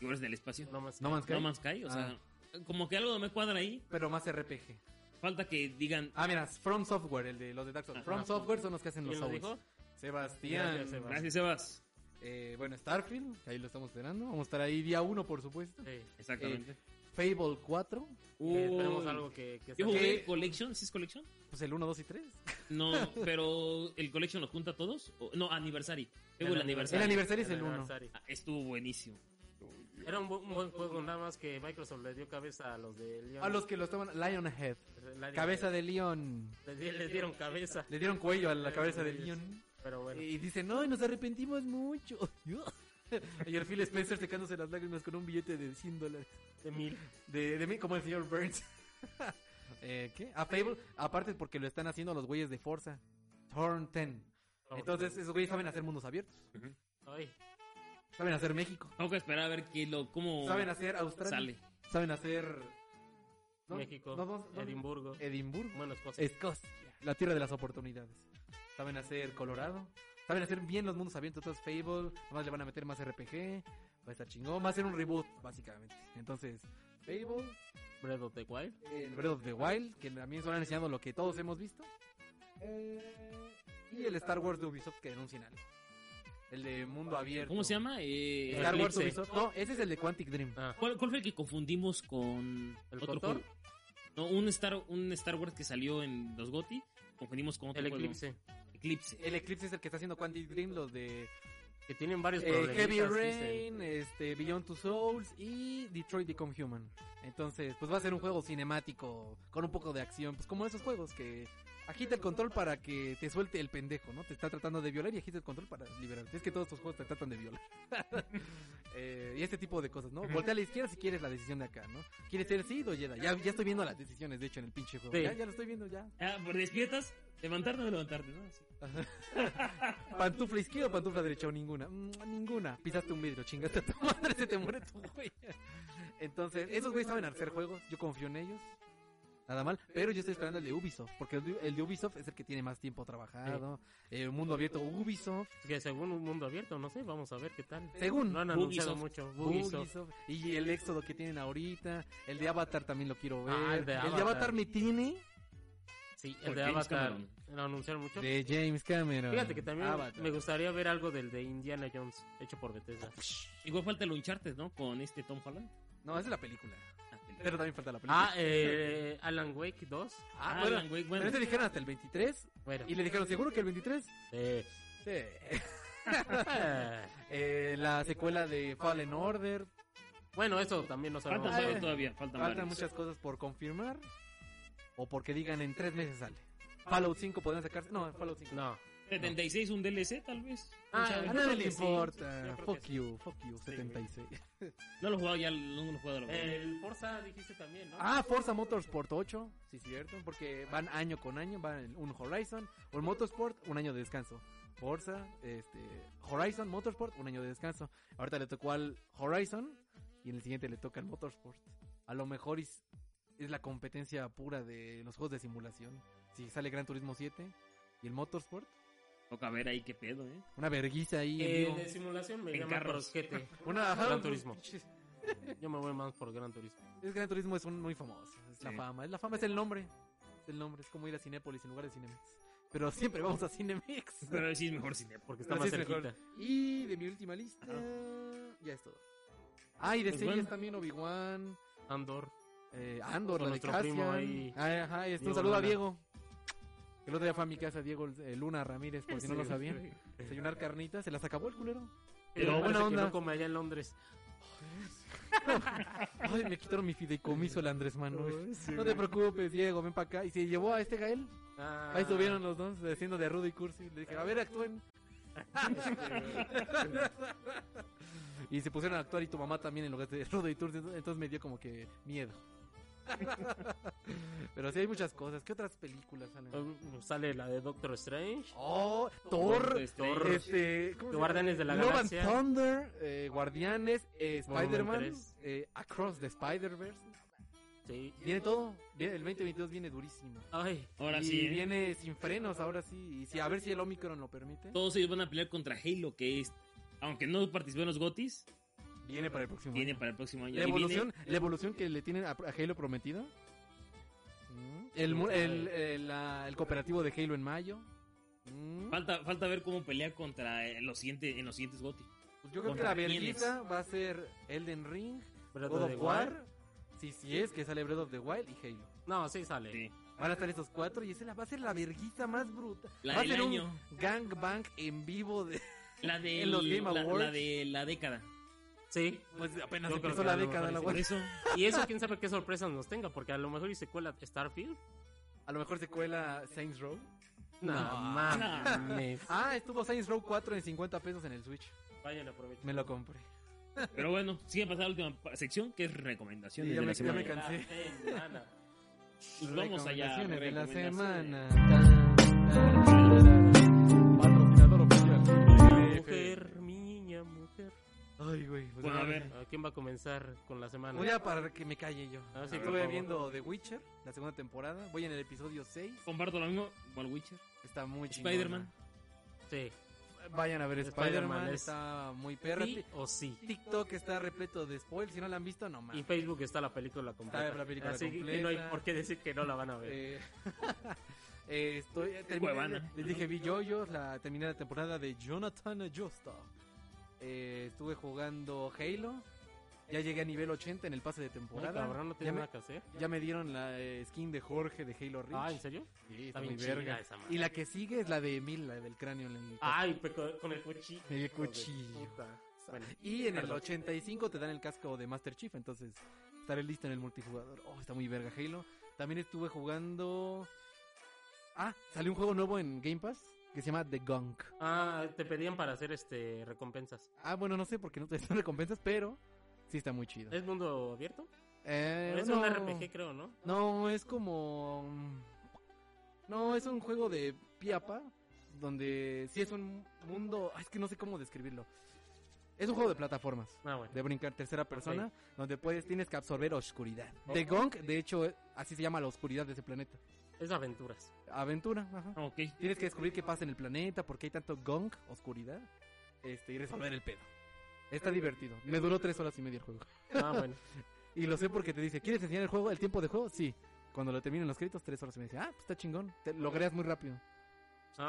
S1: Igual es en el espacio.
S4: No más.
S2: No Man's Sky.
S1: No Man's Sky, o sea, como que algo no me cuadra ahí.
S2: Pero más RPG.
S1: Falta que digan,
S2: Ah, mira, From Software, el de los de Dark Souls.
S1: Ajá.
S2: From Software son los que hacen los
S4: ¿Quién lo
S2: Souls.
S4: dijo?
S2: Sebastián.
S4: Gracias, Sebas.
S1: gracias Sebas.
S2: Eh, bueno, Starfield, que ahí lo estamos esperando. Vamos a estar ahí día 1, por supuesto.
S4: Sí.
S1: Exactamente.
S2: Fable 4,
S4: Eh, esperemos
S1: Uy.
S4: algo que,
S1: Yo
S4: que salga.
S1: jugué
S2: ¿Qué?
S1: Collection, ¿sí es Collection?
S2: pues el 1, 2 y 3.
S1: No, pero ¿el Collection lo junta a todos? O- no, Anniversary. Luego
S4: El
S1: el
S4: aniversario.
S2: El
S1: Anniversary.
S2: aniversario es el 1.
S4: aniversario.
S1: Ah, Estuvo buenísimo.
S4: Era un, bu- un buen juego, nada más que Microsoft le dio cabeza a los de Leon.
S2: A los que lo estaban. Lionhead.
S4: La-
S2: Cabeza de Leon.
S4: Le, di- le dieron cabeza.
S2: Le dieron cuello a la cabeza de Leon.
S4: Pero bueno.
S2: Y dice, no, nos arrepentimos mucho. Y el Phil Spencer secándose las lágrimas con un billete de 100 dólares.
S4: De mil.
S2: De, de mí, como el señor Burns. Eh, ¿Qué? A Fable, aparte porque lo están haciendo los güeyes de Forza. Oh. Torn 10. Entonces, esos güeyes saben hacer mundos abiertos.
S4: Ay,
S2: Saben hacer México.
S1: Tengo que esperar a ver qué lo, cómo
S2: Saben hacer Australia.
S1: sale.
S2: Saben hacer. ¿no? Eh,
S4: México,
S2: No, no, no.
S4: Edimburgo.
S2: Edimburgo.
S4: Bueno, Escocia.
S2: Escocia. La tierra de las oportunidades. Saben hacer Colorado. Saben hacer bien los mundos abiertos. Entonces, Fable. Además, le van a meter más RPG. Va a estar chingón. Va a ser un reboot, básicamente. Entonces, Fable.
S4: Breath of the Wild.
S2: el Breath of the Wild, que también van enseñando lo que todos hemos visto.
S1: Eh,
S2: y el Star Wars de Ubisoft que denuncian algo. El de mundo abierto.
S1: ¿Cómo se llama? Eh,
S2: Star Wars
S4: Eclipse.
S2: Ubisoft. No, ese es el de Quantic Dream.
S4: Ah,
S1: ¿Cuál, cuál fue el que confundimos con
S4: ¿El
S1: otro
S4: Cotor?
S1: juego? No, un Star, un Star Wars que salió en los GOTY. Confundimos con otro
S4: el
S1: juego.
S4: Eclipse.
S1: Eclipse.
S2: El Eclipse es el que está haciendo Quantic Dream, los de
S4: Que tienen varios
S2: eh,
S4: problemas.
S2: Heavy Rain, este, Beyond Two Souls y Detroit Become Human. Entonces, pues va a ser un juego cinemático con un poco de acción, pues como esos juegos que agita el control para que te suelte el pendejo, ¿no? Te está tratando de violar y agita el control para liberarte. Es que todos estos juegos te tratan de violar. Eh, y este tipo de cosas, ¿no? Voltea a la izquierda si quieres la decisión de acá, ¿no? ¿Quieres ser Sid o Jedi? Ya, ya estoy viendo las decisiones, de hecho, en el pinche juego.
S4: Sí.
S2: Ya, ya lo estoy viendo, ya.
S1: Ah, ¿por despiertas? ¿Levantarte o no levantarte? ¿no? Sí.
S2: ¿Pantufla izquierda o pantufla derecha o ninguna? Mm, ninguna. Pisaste un vidrio, chingaste a tu madre, se te muere tu güey. Entonces, esos güeyes saben hacer juegos, yo confío en ellos. Nada mal, pero yo estoy esperando el de Ubisoft, porque el de- el de Ubisoft es el que tiene más tiempo trabajado. El mundo abierto Ubisoft,
S4: Que según un mundo abierto, no sé, vamos a ver qué tal.
S2: según
S4: No han anunciado
S1: Ubisoft.
S4: mucho. Ubisoft.
S2: Ubisoft, y el éxodo que tienen ahorita, el de Avatar también lo quiero ver.
S4: Ah, el
S2: el,
S4: de
S2: de
S4: Avatar.
S2: Avatar me tiene
S4: Sí, el
S1: Por
S4: de
S1: James
S4: Avatar.
S1: Cameron.
S4: Lo anunciaron mucho.
S2: de James Cameron.
S4: Fíjate que también
S2: Avatar.
S4: me gustaría ver algo del de Indiana Jones, hecho por Bethesda.
S1: Igual falta el Uncharted, ¿no? Con este Tom Holland.
S2: No, esa es la película,
S1: Ah,
S2: pero también falta la película.
S4: Eh. Ah, eh, Alan Wake 2.
S2: Ah,
S1: Alan
S2: bueno,
S1: Wake, bueno.
S2: pero te dijeron hasta el 23
S4: Bueno.
S2: Y le dijeron, ¿seguro que el 23?
S4: eh,
S2: Sí.
S4: ah,
S2: Eh, la secuela de Fallen Order.
S4: bueno, eso también no sabemos.
S1: Faltan
S2: Ah,
S1: varios
S2: eh.
S1: todavía, faltan,
S2: Faltan
S1: varios.
S2: muchas cosas por confirmar. O porque digan, en tres meses sale. Fallout 5 podrían sacarse. No, Fallout 5.
S4: No.
S1: 76, un DLC tal vez.
S4: Ah,
S2: A
S4: yo
S2: nadie
S4: creo
S2: le
S4: que sí. Yo
S2: importa.
S4: creo que
S2: Fuck
S4: sí.
S2: you, fuck you, 76.
S1: No lo he jugado ya, no lo he jugado. la verdad.
S4: El Forza dijiste también, ¿no?
S2: Ah, Forza Motorsport 8. Sí, cierto. Porque van año con año. Van el- un Horizon. Un Motorsport, un año de descanso. Forza, este. Horizon, Motorsport, un año de descanso. Ahorita le tocó al Horizon. Y en el siguiente le toca al Motorsport. A lo mejor es, es la competencia pura de los juegos de simulación. Si sale Gran Turismo 7 y el Motorsport.
S1: Toca ver ahí qué pedo, ¿eh?
S2: Una verguiza ahí. en
S4: Eh,
S2: vivo.
S4: de simulación me
S1: En
S4: llama
S1: carros.
S4: Prosquete.
S2: Una,
S4: Gran Turismo. Yo me voy más por Gran Turismo.
S2: Es Gran Turismo es un muy famoso. Es la
S1: Sí.
S2: fama. Es la fama, es el nombre. Es el nombre. Es como ir a Cinépolis en lugar de Cinemex. Pero siempre vamos a Cinemex.
S1: Pero sí es mejor cine.
S4: Porque está
S2: Así
S4: más
S2: es mejor.
S4: cerquita.
S2: Y de mi última lista. Ya es todo. Ah, y de
S1: Pues
S2: series
S1: bueno.
S2: también Obi-Wan,
S4: Andor.
S2: eh, Andor,
S4: Con
S2: la de
S4: nuestro primo
S2: Cassian.
S4: ahí,
S2: Ay, ajá, este,
S4: Diego
S2: un saludo a
S4: Luna.
S2: Diego. El otro día fue a mi casa Diego eh, Luna Ramírez, por si no lo sabían. Desayunar carnitas, se las acabó el culero. Pero
S4: Pero
S2: buena
S4: buena
S2: onda.
S4: no come allá en Londres.
S2: Ay, me quitaron mi fideicomiso el Andrés Manuel. No te preocupes, Diego, ven para acá. Y se llevó a este Gael.
S4: Ah,
S2: Ahí estuvieron los dos, haciendo de rudo y cursi. Le dije, a ver, actúen. y se pusieron a actuar y tu mamá también en lugar de rudo y cursi. Entonces me dio como que miedo. Pero sí hay muchas cosas. ¿Qué otras películas salen?
S4: eh, Sale la de Doctor Strange.
S2: Oh, Thor.
S4: Thor.
S2: Este, ¿cómo se llama?
S4: Guardianes de la
S2: Love and
S4: Galaxia.
S2: Thunder, eh, Guardianes, eh,
S4: Volumen
S2: Spider-Man,
S4: tres.
S2: eh, Across the Spider-Verse.
S4: Sí.
S2: Viene todo. Viene- el 2022 viene durísimo.
S4: Ay,
S1: Ahora
S2: y
S1: sí. ¿eh?
S2: viene sin frenos, ahora sí. Y si, a ver si el Omicron lo permite.
S1: Todos ellos van a pelear contra Halo, que es. Aunque no participó en los GOTIS,
S2: Viene para el próximo
S1: viene
S2: año.
S1: para el próximo año.
S2: La
S1: Y viene-
S2: evolución, la evolución que le tienen a, a Halo prometido. Mm. El, mu- el, el, la- el cooperativo de Halo en mayo. Mm.
S1: falta, falta ver cómo pelea contra eh, los siguientes, en los siguientes GOTIS.
S2: Pues yo creo que
S1: ¿Contra
S2: la
S1: quiénes?
S2: vergüenza va a ser Elden Ring,
S4: Breath of
S2: God
S4: the
S2: of War.
S4: Wild.
S2: Si sí, sí es que sale Breath of the Wild y Halo.
S4: No, sí sale.
S1: Sí.
S2: Van a estar estos cuatro y esa la- va a ser la verguiza más bruta.
S1: La
S2: va a
S1: del
S2: ser
S1: año.
S2: un gangbang en vivo de
S1: La de
S2: En los Game
S1: la,
S2: Awards.
S1: la de la década.
S4: Sí.
S2: Pues apenas
S4: Yo creo
S2: empezó
S4: que
S2: la
S4: a lo
S2: década,
S4: mejor
S2: la
S4: es
S2: guay.
S1: eso.
S4: Y eso quién sabe qué sorpresas nos tenga, porque a lo mejor y secuela Starfield.
S2: A lo mejor se cuela Saints Row.
S4: No, mames.
S2: Ah, estuvo Saints Row 4 en 50 pesos en el Switch.
S4: Vayan, aprovechen.
S2: Me lo compré.
S1: Pero bueno, sigue a pasar la última pa- sección que es recomendaciones
S2: Sí, ya
S1: de
S2: me-
S1: la
S2: ya
S1: semana.
S2: me cansé.
S4: Semana.
S1: Pues vamos allá.
S2: Recomendaciones de la semana.
S1: recomendaciones.
S2: Patrocinador oficial.
S4: Mujer, miña, mujer.
S2: Ay, güey. pues,
S1: Bueno, a
S2: ya.
S1: ver.
S4: Ah, ¿Quién va a comenzar con la semana?
S2: Voy a para que me calle yo.
S4: Ah, sí, por
S2: Estuve
S4: favor.
S2: viendo The Witcher, la segunda temporada. Voy en el episodio 6.
S1: Comparto lo mismo. Wall Witcher.
S2: Está muy chingona.
S1: Spider-Man.
S4: Sí.
S2: Vayan a ver
S4: Spider-Man
S2: Spider-Man.
S4: es-
S2: Está muy perra.
S4: Sí o sí.
S2: TikTok está repleto de spoilers. Si no la han visto, no más.
S4: Y Facebook está la película completa.
S2: Está la película
S4: Así que
S2: completa.
S4: no hay por qué decir que no la van a ver.
S2: Eh, eh, estoy eh, terminé-
S1: huevana.
S2: les dije vi yoyos la terminé la temporada de Jonathan Joestar Eh, estuve jugando Halo ya llegué a nivel 80 en el pase de
S4: Ay,
S2: temporada
S4: Eh. cabrón, no
S2: ya,
S4: tiene
S2: me,
S4: nada que hacer.
S2: ya me dieron la eh, skin de Jorge de Halo Reach
S4: Ah, ¿en serio?
S2: Sí,
S4: Está
S2: está muy
S4: bien chida
S2: verga.
S4: esa madre.
S2: y la que sigue es la de Emil la del cráneo en el
S4: Ay, pero con- con el cuchillo.
S2: El
S4: hijo de
S2: cuchillo.
S4: puta. Bueno,
S2: y en el
S4: perdón.
S2: 85 te dan el casco de Master Chief entonces estaré listo en el multijugador oh está muy verga Halo también estuve jugando ah salió un juego nuevo en Game Pass que se llama The Gunk
S4: Ah, te pedían para hacer este recompensas.
S2: Ah, bueno, no sé porque no te dan recompensas, pero sí está muy chido.
S4: ¿Es mundo abierto?
S2: Eh,
S4: es
S2: no,
S4: un RPG, creo, ¿no?
S2: No, es como. No, es un juego de piapa. Donde sí es un mundo. Ay, es que no sé cómo describirlo. Es un juego de plataformas.
S4: Ah, bueno.
S2: De brincar tercera persona. Donde puedes, tienes que absorber oscuridad.
S4: Ok.
S2: The Gong, de hecho, eh, así se llama la oscuridad de ese planeta.
S4: Es aventuras.
S2: Aventura, ajá.
S1: Ah, ok.
S2: Tienes que descubrir qué pasa en el planeta, por qué hay tanto gong, oscuridad, este, y resolver el pedo. Está divertido. Me duró tres horas y media el juego.
S4: Ah, bueno.
S2: Y lo sé porque te dice, ¿quieres enseñar el juego? ¿El tiempo de juego? Sí. Cuando lo terminen los créditos, tres horas y me dice, ah, pues está chingón. Te logreas muy rápido.
S4: Ah,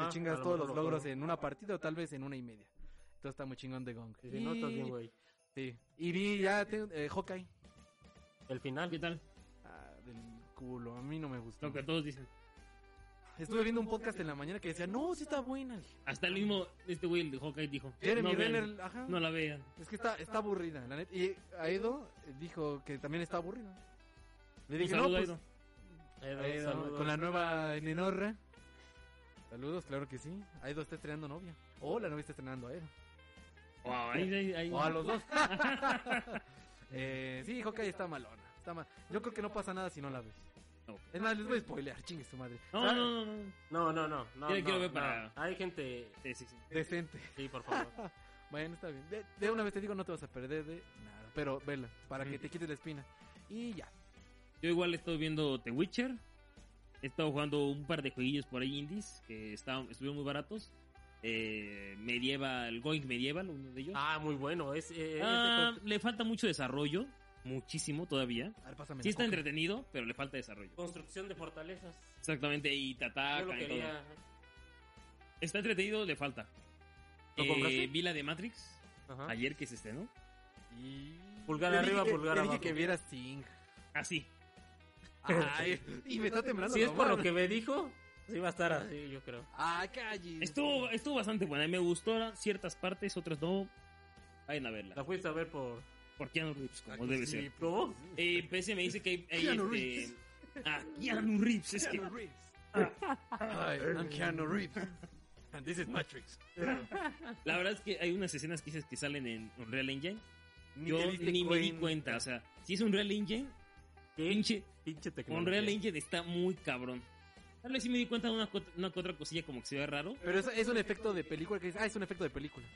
S2: te
S4: a
S2: chingas
S4: lo
S2: todos los
S4: mejor lo
S2: logros
S4: juego.
S2: en una partida o tal vez en una y media. Entonces está muy chingón de Gong.
S4: Sí, sí, no, estás bien, güey.
S2: sí. Y vi ya te- eh, Hawkeye.
S4: El final.
S1: ¿Qué tal?
S2: Ah, del culo, a mí no me gustó.
S1: Lo que todos dicen.
S2: Estuve viendo un podcast en la mañana que decía, no, sí está buena.
S1: Hasta el mismo, este güey, el de Hawkeye, dijo.
S2: Jeremy
S1: Eh, no, vean,
S2: Renner, ajá.
S1: no la vean.
S2: Es que está, está aburrida, la neta. Y Aedo dijo que también está aburrida. Le
S1: Un
S2: dije, no,
S1: saludo,
S2: pues,
S1: Aido.
S4: Ahí va,
S2: Aido,
S4: Eh, saludos.
S2: con la nueva Nenorra. Saludos, claro que sí. Aido está estrenando novia. O la novia está estrenando a Aido.
S1: Wow, ahí, ahí, ahí.
S2: O a los dos. eh, sí, Hawkeye está malona. Está mal. Yo creo que no pasa nada si no la ves.
S1: Ok.
S2: Es más, les voy a spoilear, chingue su madre.
S1: No, no, no, no.
S4: No, no, no. no,
S1: Yo le quiero
S4: no,
S1: ver
S4: no.
S1: para-
S4: Hay gente.
S1: Sí, sí, sí.
S2: Decente.
S4: Sí, por favor.
S2: Bueno, está bien. De, de una vez te digo, no te vas a perder de nada. Pero vela, para que te quites la espina. Y ya.
S1: Yo igual he estado viendo The Witcher. He estado jugando un par de jueguillos por ahí indies que estaban, estuvieron muy baratos. Eh, medieval, Going Medieval, uno de ellos.
S4: Ah, muy bueno. Es, eh, es de
S1: Ah,
S4: con-
S1: le falta mucho desarrollo, muchísimo todavía.
S2: A ver, pásame
S1: Sí
S2: la
S1: está
S2: coca.
S1: entretenido, pero le falta desarrollo.
S4: construcción de fortalezas.
S1: Exactamente, y te
S4: Oh. Yo lo
S1: atacan y todo.
S4: quería.
S1: Está entretenido, le falta. Eh,
S4: ¿Lo compraste? Ah.
S1: vi la de Matrix
S4: Ajá.
S1: ayer que se estrenó.
S2: Y...
S4: Pulgar
S2: Le
S4: arriba,
S2: dije-
S4: pulgar
S2: le dije
S4: abajo.
S2: que vieras Sting.
S1: Así.
S2: Ay, y me está temblando.
S4: Si
S2: la
S4: es por
S2: mano.
S4: lo que me dijo, sí va a estar así, yo creo.
S2: Ah, calle.
S1: Estuvo, estuvo bastante buena. Me gustaron ciertas partes, otras no. Vayan a verla.
S4: La fuiste a ver por.
S1: Por Keanu Reeves, pues, como
S2: Aquí
S1: debe
S2: sí,
S1: ser.
S4: ¿Cómo?
S1: Eh, PC me dice que hay, hay,
S2: Keanu
S1: este,
S2: Reeves.
S1: Ah, Keanu Reeves. Es que,
S2: Keanu Reeves. Hi, I'm Keanu Reeves. And this is Matrix.
S1: la verdad es que hay unas escenas que dices que salen en Unreal Engine.
S2: Ni
S1: Yo
S2: te diste
S1: ni me di
S2: cuen-
S1: cuenta. O sea, si es Unreal Engine,
S4: ¿Qué?
S1: pinche
S4: Pinche tecnología.
S1: Unreal Engine está muy cabrón. Tal vez sí me di cuenta de una, cu- una que otra cosilla como que se ve raro.
S2: Pero es, es un efecto de película que dice, ah, es un efecto de película.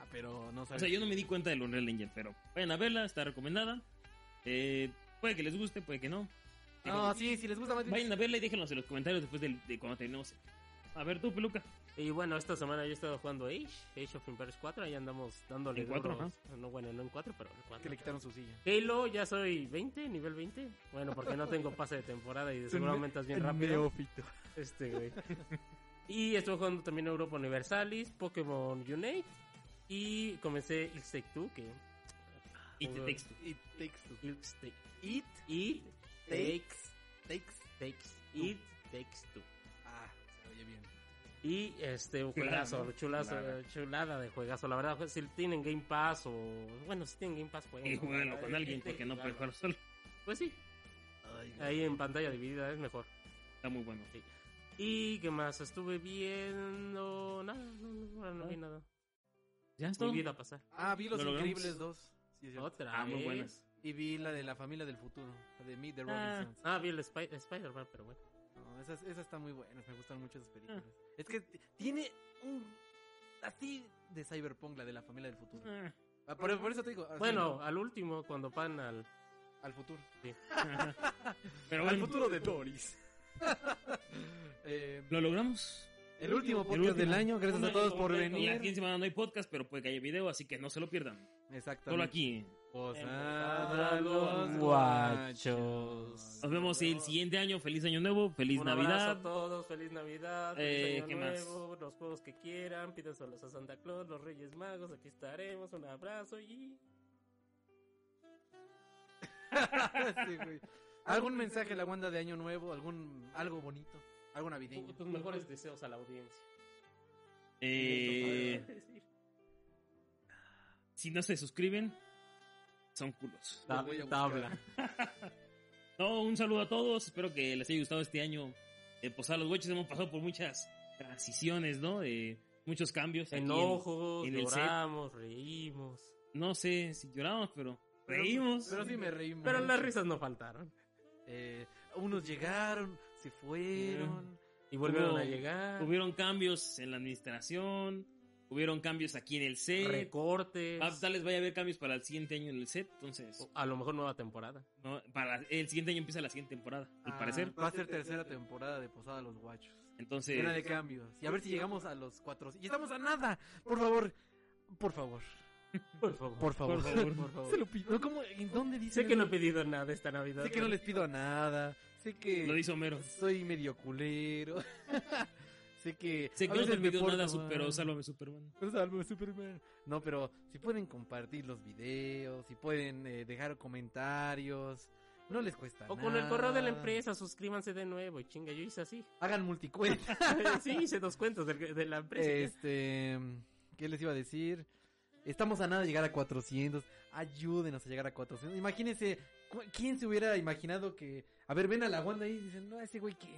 S2: Ah, pero no
S1: O
S2: sabes.
S1: sea, yo no me di cuenta del Unreal Engine, pero vayan a verla, está recomendada. Eh, puede que les guste, puede que no.
S2: No, Ah, sí, si les gusta Matrix.
S1: Vayan a verla y déjenlos en los comentarios después del- de, cuando terminemos. A ver tú, peluca.
S4: Y bueno, esta semana yo he estado jugando Age, Age of Empires 4, ahí andamos dándole
S1: En cuatro,
S4: duro. No, bueno, no en 4, pero en 4.
S2: Que le quitaron su silla.
S4: Halo, ya soy 20, nivel 20. Bueno, porque no tengo pase de temporada y de seguro aumentas bien
S2: El
S4: rápido.
S2: Neófito.
S4: Este, güey. Y estoy jugando también Europa Universalis, Pokémon Unite. Y comencé It Takes Two, que...
S1: Y te texto.
S2: It takes two.
S4: It Takes-
S2: It
S4: It Takes,
S2: takes.
S4: takes, It Takes Two.
S2: Ah, se oye bien.
S4: Y este, un juegazo,
S1: ¿no?
S4: chulazo,
S1: Chulada.
S4: chulada de juegazo. La verdad, si tienen Game Pass o. Bueno, si tienen Game Pass, jueguen.
S1: Y
S4: ¿no?
S1: bueno, con
S4: Eh,
S1: alguien,
S4: este,
S1: porque no puede
S4: claro.
S1: jugar solo.
S4: Pues sí, ahí en pantalla dividida es mejor.
S1: Está muy bueno.
S4: ¿Y qué más? Estuve viendo. Nada, no, no, ahora no vi nada.
S1: ¿Ya
S4: Mi vida a pasar.
S2: Ah, vi Los
S1: ¿Lo logramos?
S2: Increíbles 2. Sí, es cierto.
S4: Otra.
S1: Ah, muy
S4: vez.
S1: buenas.
S2: Y vi la de la familia del futuro, la de Meet the
S4: Ah,
S2: Robinsons.
S4: ah, vi el Spy- Spider-Man, pero bueno.
S2: No, esas, esas están muy buenas, me gustan mucho esas películas.
S1: Ah.
S2: Es que t- tiene un... Así de Cyberpunk, la de la familia del futuro.
S1: Ah.
S2: Ah, por, por eso te digo. así,
S4: Bueno, al último, cuando van al.
S2: al futuro.
S1: Pero
S2: al
S1: bueno,
S2: futuro de Doris. Eh,
S1: lo logramos.
S2: el último
S1: el
S2: podcast
S1: último.
S2: del año, gracias
S4: Un
S2: a todos
S4: año
S2: por
S4: completo.
S1: Y la siguiente
S2: venir.
S1: semana no hay podcast, pero puede que haya video, así que no se lo pierdan.
S2: Exactamente.
S1: Solo aquí.
S2: Posada los
S4: guachos.
S2: guachos.
S1: Nos vemos el siguiente año. Feliz año nuevo, feliz
S4: Un abrazo
S1: Navidad.
S4: a todos, feliz Navidad, feliz
S1: Eh,
S4: año
S1: ¿qué más?
S4: nuevo, los juegos que quieran, pídanselos a Santa Claus, los Reyes Magos, aquí estaremos, un abrazo y
S2: Sí, güey. ¿Algún mensaje, la Wanda, de Año Nuevo? ¿Algún, algo bonito? ¿Algo navideño?
S4: tus pues, mejores deseos a la audiencia.
S1: Eh,
S4: Eso, padre.
S1: si no se suscriben, son culos.
S2: Lo voy a buscar.
S4: Tabla.
S1: No, un saludo a todos. Espero que les haya gustado este año. Eh, pues a los güeyes hemos pasado por muchas transiciones, ¿no? Eh, muchos cambios. aquí en-
S4: Enojos,
S1: en el set.
S4: lloramos, reímos.
S1: no sé si lloramos, pero reímos.
S2: Pero sí me reímos.
S4: Pero las risas no faltaron.
S2: Eh, unos llegaron, se fueron.
S4: Y volvieron
S1: Hubo-
S4: a llegar.
S1: Hubieron cambios en la administración. Hubieron cambios aquí en el set.
S4: recortes.
S1: Ah, tal vez vaya a haber cambios para el siguiente año en el set. Entonces,
S4: o A lo mejor nueva temporada.
S1: no, para el siguiente año empieza la siguiente temporada, al
S2: Ah,
S1: parecer.
S2: Va a ser tercera temporada de Posada los Guachos.
S1: Entonces,
S2: Llena de cambios. Y a ver si llegamos a los cuatro. Y estamos a nada. Por favor. Por favor.
S4: Por favor.
S2: Por favor.
S1: Por favor.
S4: Por favor.
S2: Se lo pido. ¿Cómo? ¿En dónde dice?
S4: Sé que no he pedido nada esta Navidad.
S2: Sé que no les pido nada. Sé que
S1: lo dice Homero.
S2: soy medio culero. sé que.
S1: Sé
S2: a
S1: que no
S2: veces
S1: te
S2: me
S1: pidió
S2: porto
S1: nada,
S2: mal.
S1: pero sálvame, Superman.
S2: Salvo Superman. No, pero si pueden compartir los videos, si pueden eh, dejar comentarios, no les cuesta
S4: O
S2: nada.
S4: con el correo de la empresa, suscríbanse de nuevo. Y chinga, yo hice así.
S2: Hagan multicuenta.
S4: sí, hice dos cuentos del- de la empresa.
S2: este, ¿qué les iba a decir? Estamos a nada de llegar a 400. Ayúdenos a llegar a 400. Imagínense, cu- ¿quién se hubiera imaginado que... A ver, ven a la Wanda ahí y dicen, no, ese güey que...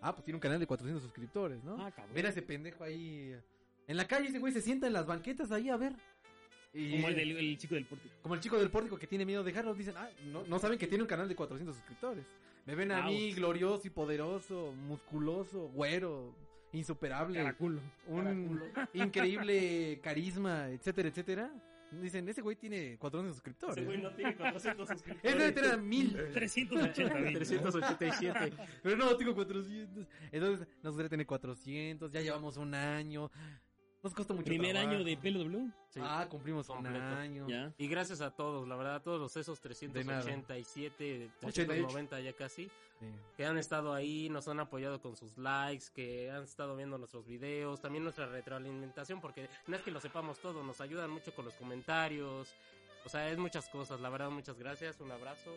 S2: Ah, pues tiene un canal de 400 suscriptores, ¿no? Ven a ese pendejo ahí. En la calle ese güey se sienta en las banquetas ahí, a ver. Y-
S1: Como el, del- el chico del pórtico.
S2: Como el chico del pórtico que tiene miedo de dejarlos, dicen, ah, no, no saben que tiene un canal de 400 suscriptores. Me ven a
S1: Au.
S2: mí glorioso y poderoso, musculoso, güero, insuperable,
S1: Caraculo.
S2: un increíble carisma, etcétera, etcétera. Dicen, ese güey tiene 400 suscriptores.
S4: Ese güey no tiene 400 suscriptores.
S2: Él debe tener mil,
S1: 380 mil.
S4: 387.
S2: pero no, tengo 400. Entonces, nos debe tener 400, ya llevamos un año. Nos costó mucho
S1: Primer
S2: trabajo.
S1: año de PLW.
S4: Sí.
S2: Ah, cumplimos
S4: Completo.
S2: un año.
S1: Ya.
S4: Y gracias a todos, la verdad, a todos los esos 387, 390 ya casi,
S2: Sí.
S4: que han estado ahí, nos han apoyado con sus likes, que han estado viendo nuestros videos, también nuestra retroalimentación, porque no es que lo sepamos todo, nos ayudan mucho con los comentarios, o sea, es muchas cosas, la verdad, muchas gracias, un abrazo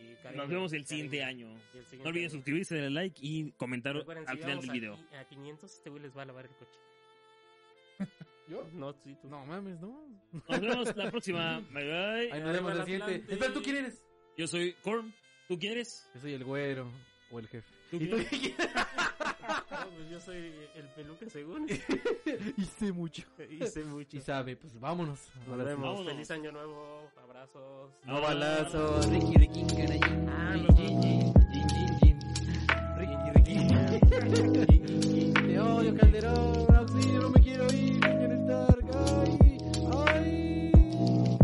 S4: y cariño.
S1: Nos vemos el
S4: cariño.
S1: siguiente año.
S4: Y el siguiente
S1: No olviden
S4: año.
S1: suscribirse, darle like y comentar
S4: Recuerden, si
S1: al final
S4: llegamos
S1: del
S4: a
S1: video.
S4: qui- A 500 este güey les va a lavar el coche.
S2: ¿Yo?
S4: No, sí, tú.
S2: No mames, no.
S1: Nos vemos la próxima. Bye
S2: Ahí
S1: bye.
S2: nos vemos en el
S4: Adelante.
S2: siguiente. Espera, ¿tú quién eres?
S1: Yo soy Corm. ¿Tú quieres?
S2: Yo soy el güero o el jefe.
S1: ¿Tú
S2: ¿Y tú
S1: quieres?
S2: qué
S4: No, pues yo soy el peluca según.
S2: quieres? Y sé mucho.
S4: Hice mucho.
S2: Y sabe, pues vámonos.
S4: Nos
S2: Ahora sí.
S4: vemos.
S1: Vámonos.
S4: Feliz año nuevo. Abrazos.
S2: No balazos. Ricky, Ricky, Ah, Ricky, Ricky, Ricky, Ricky, Ricky, Ricky.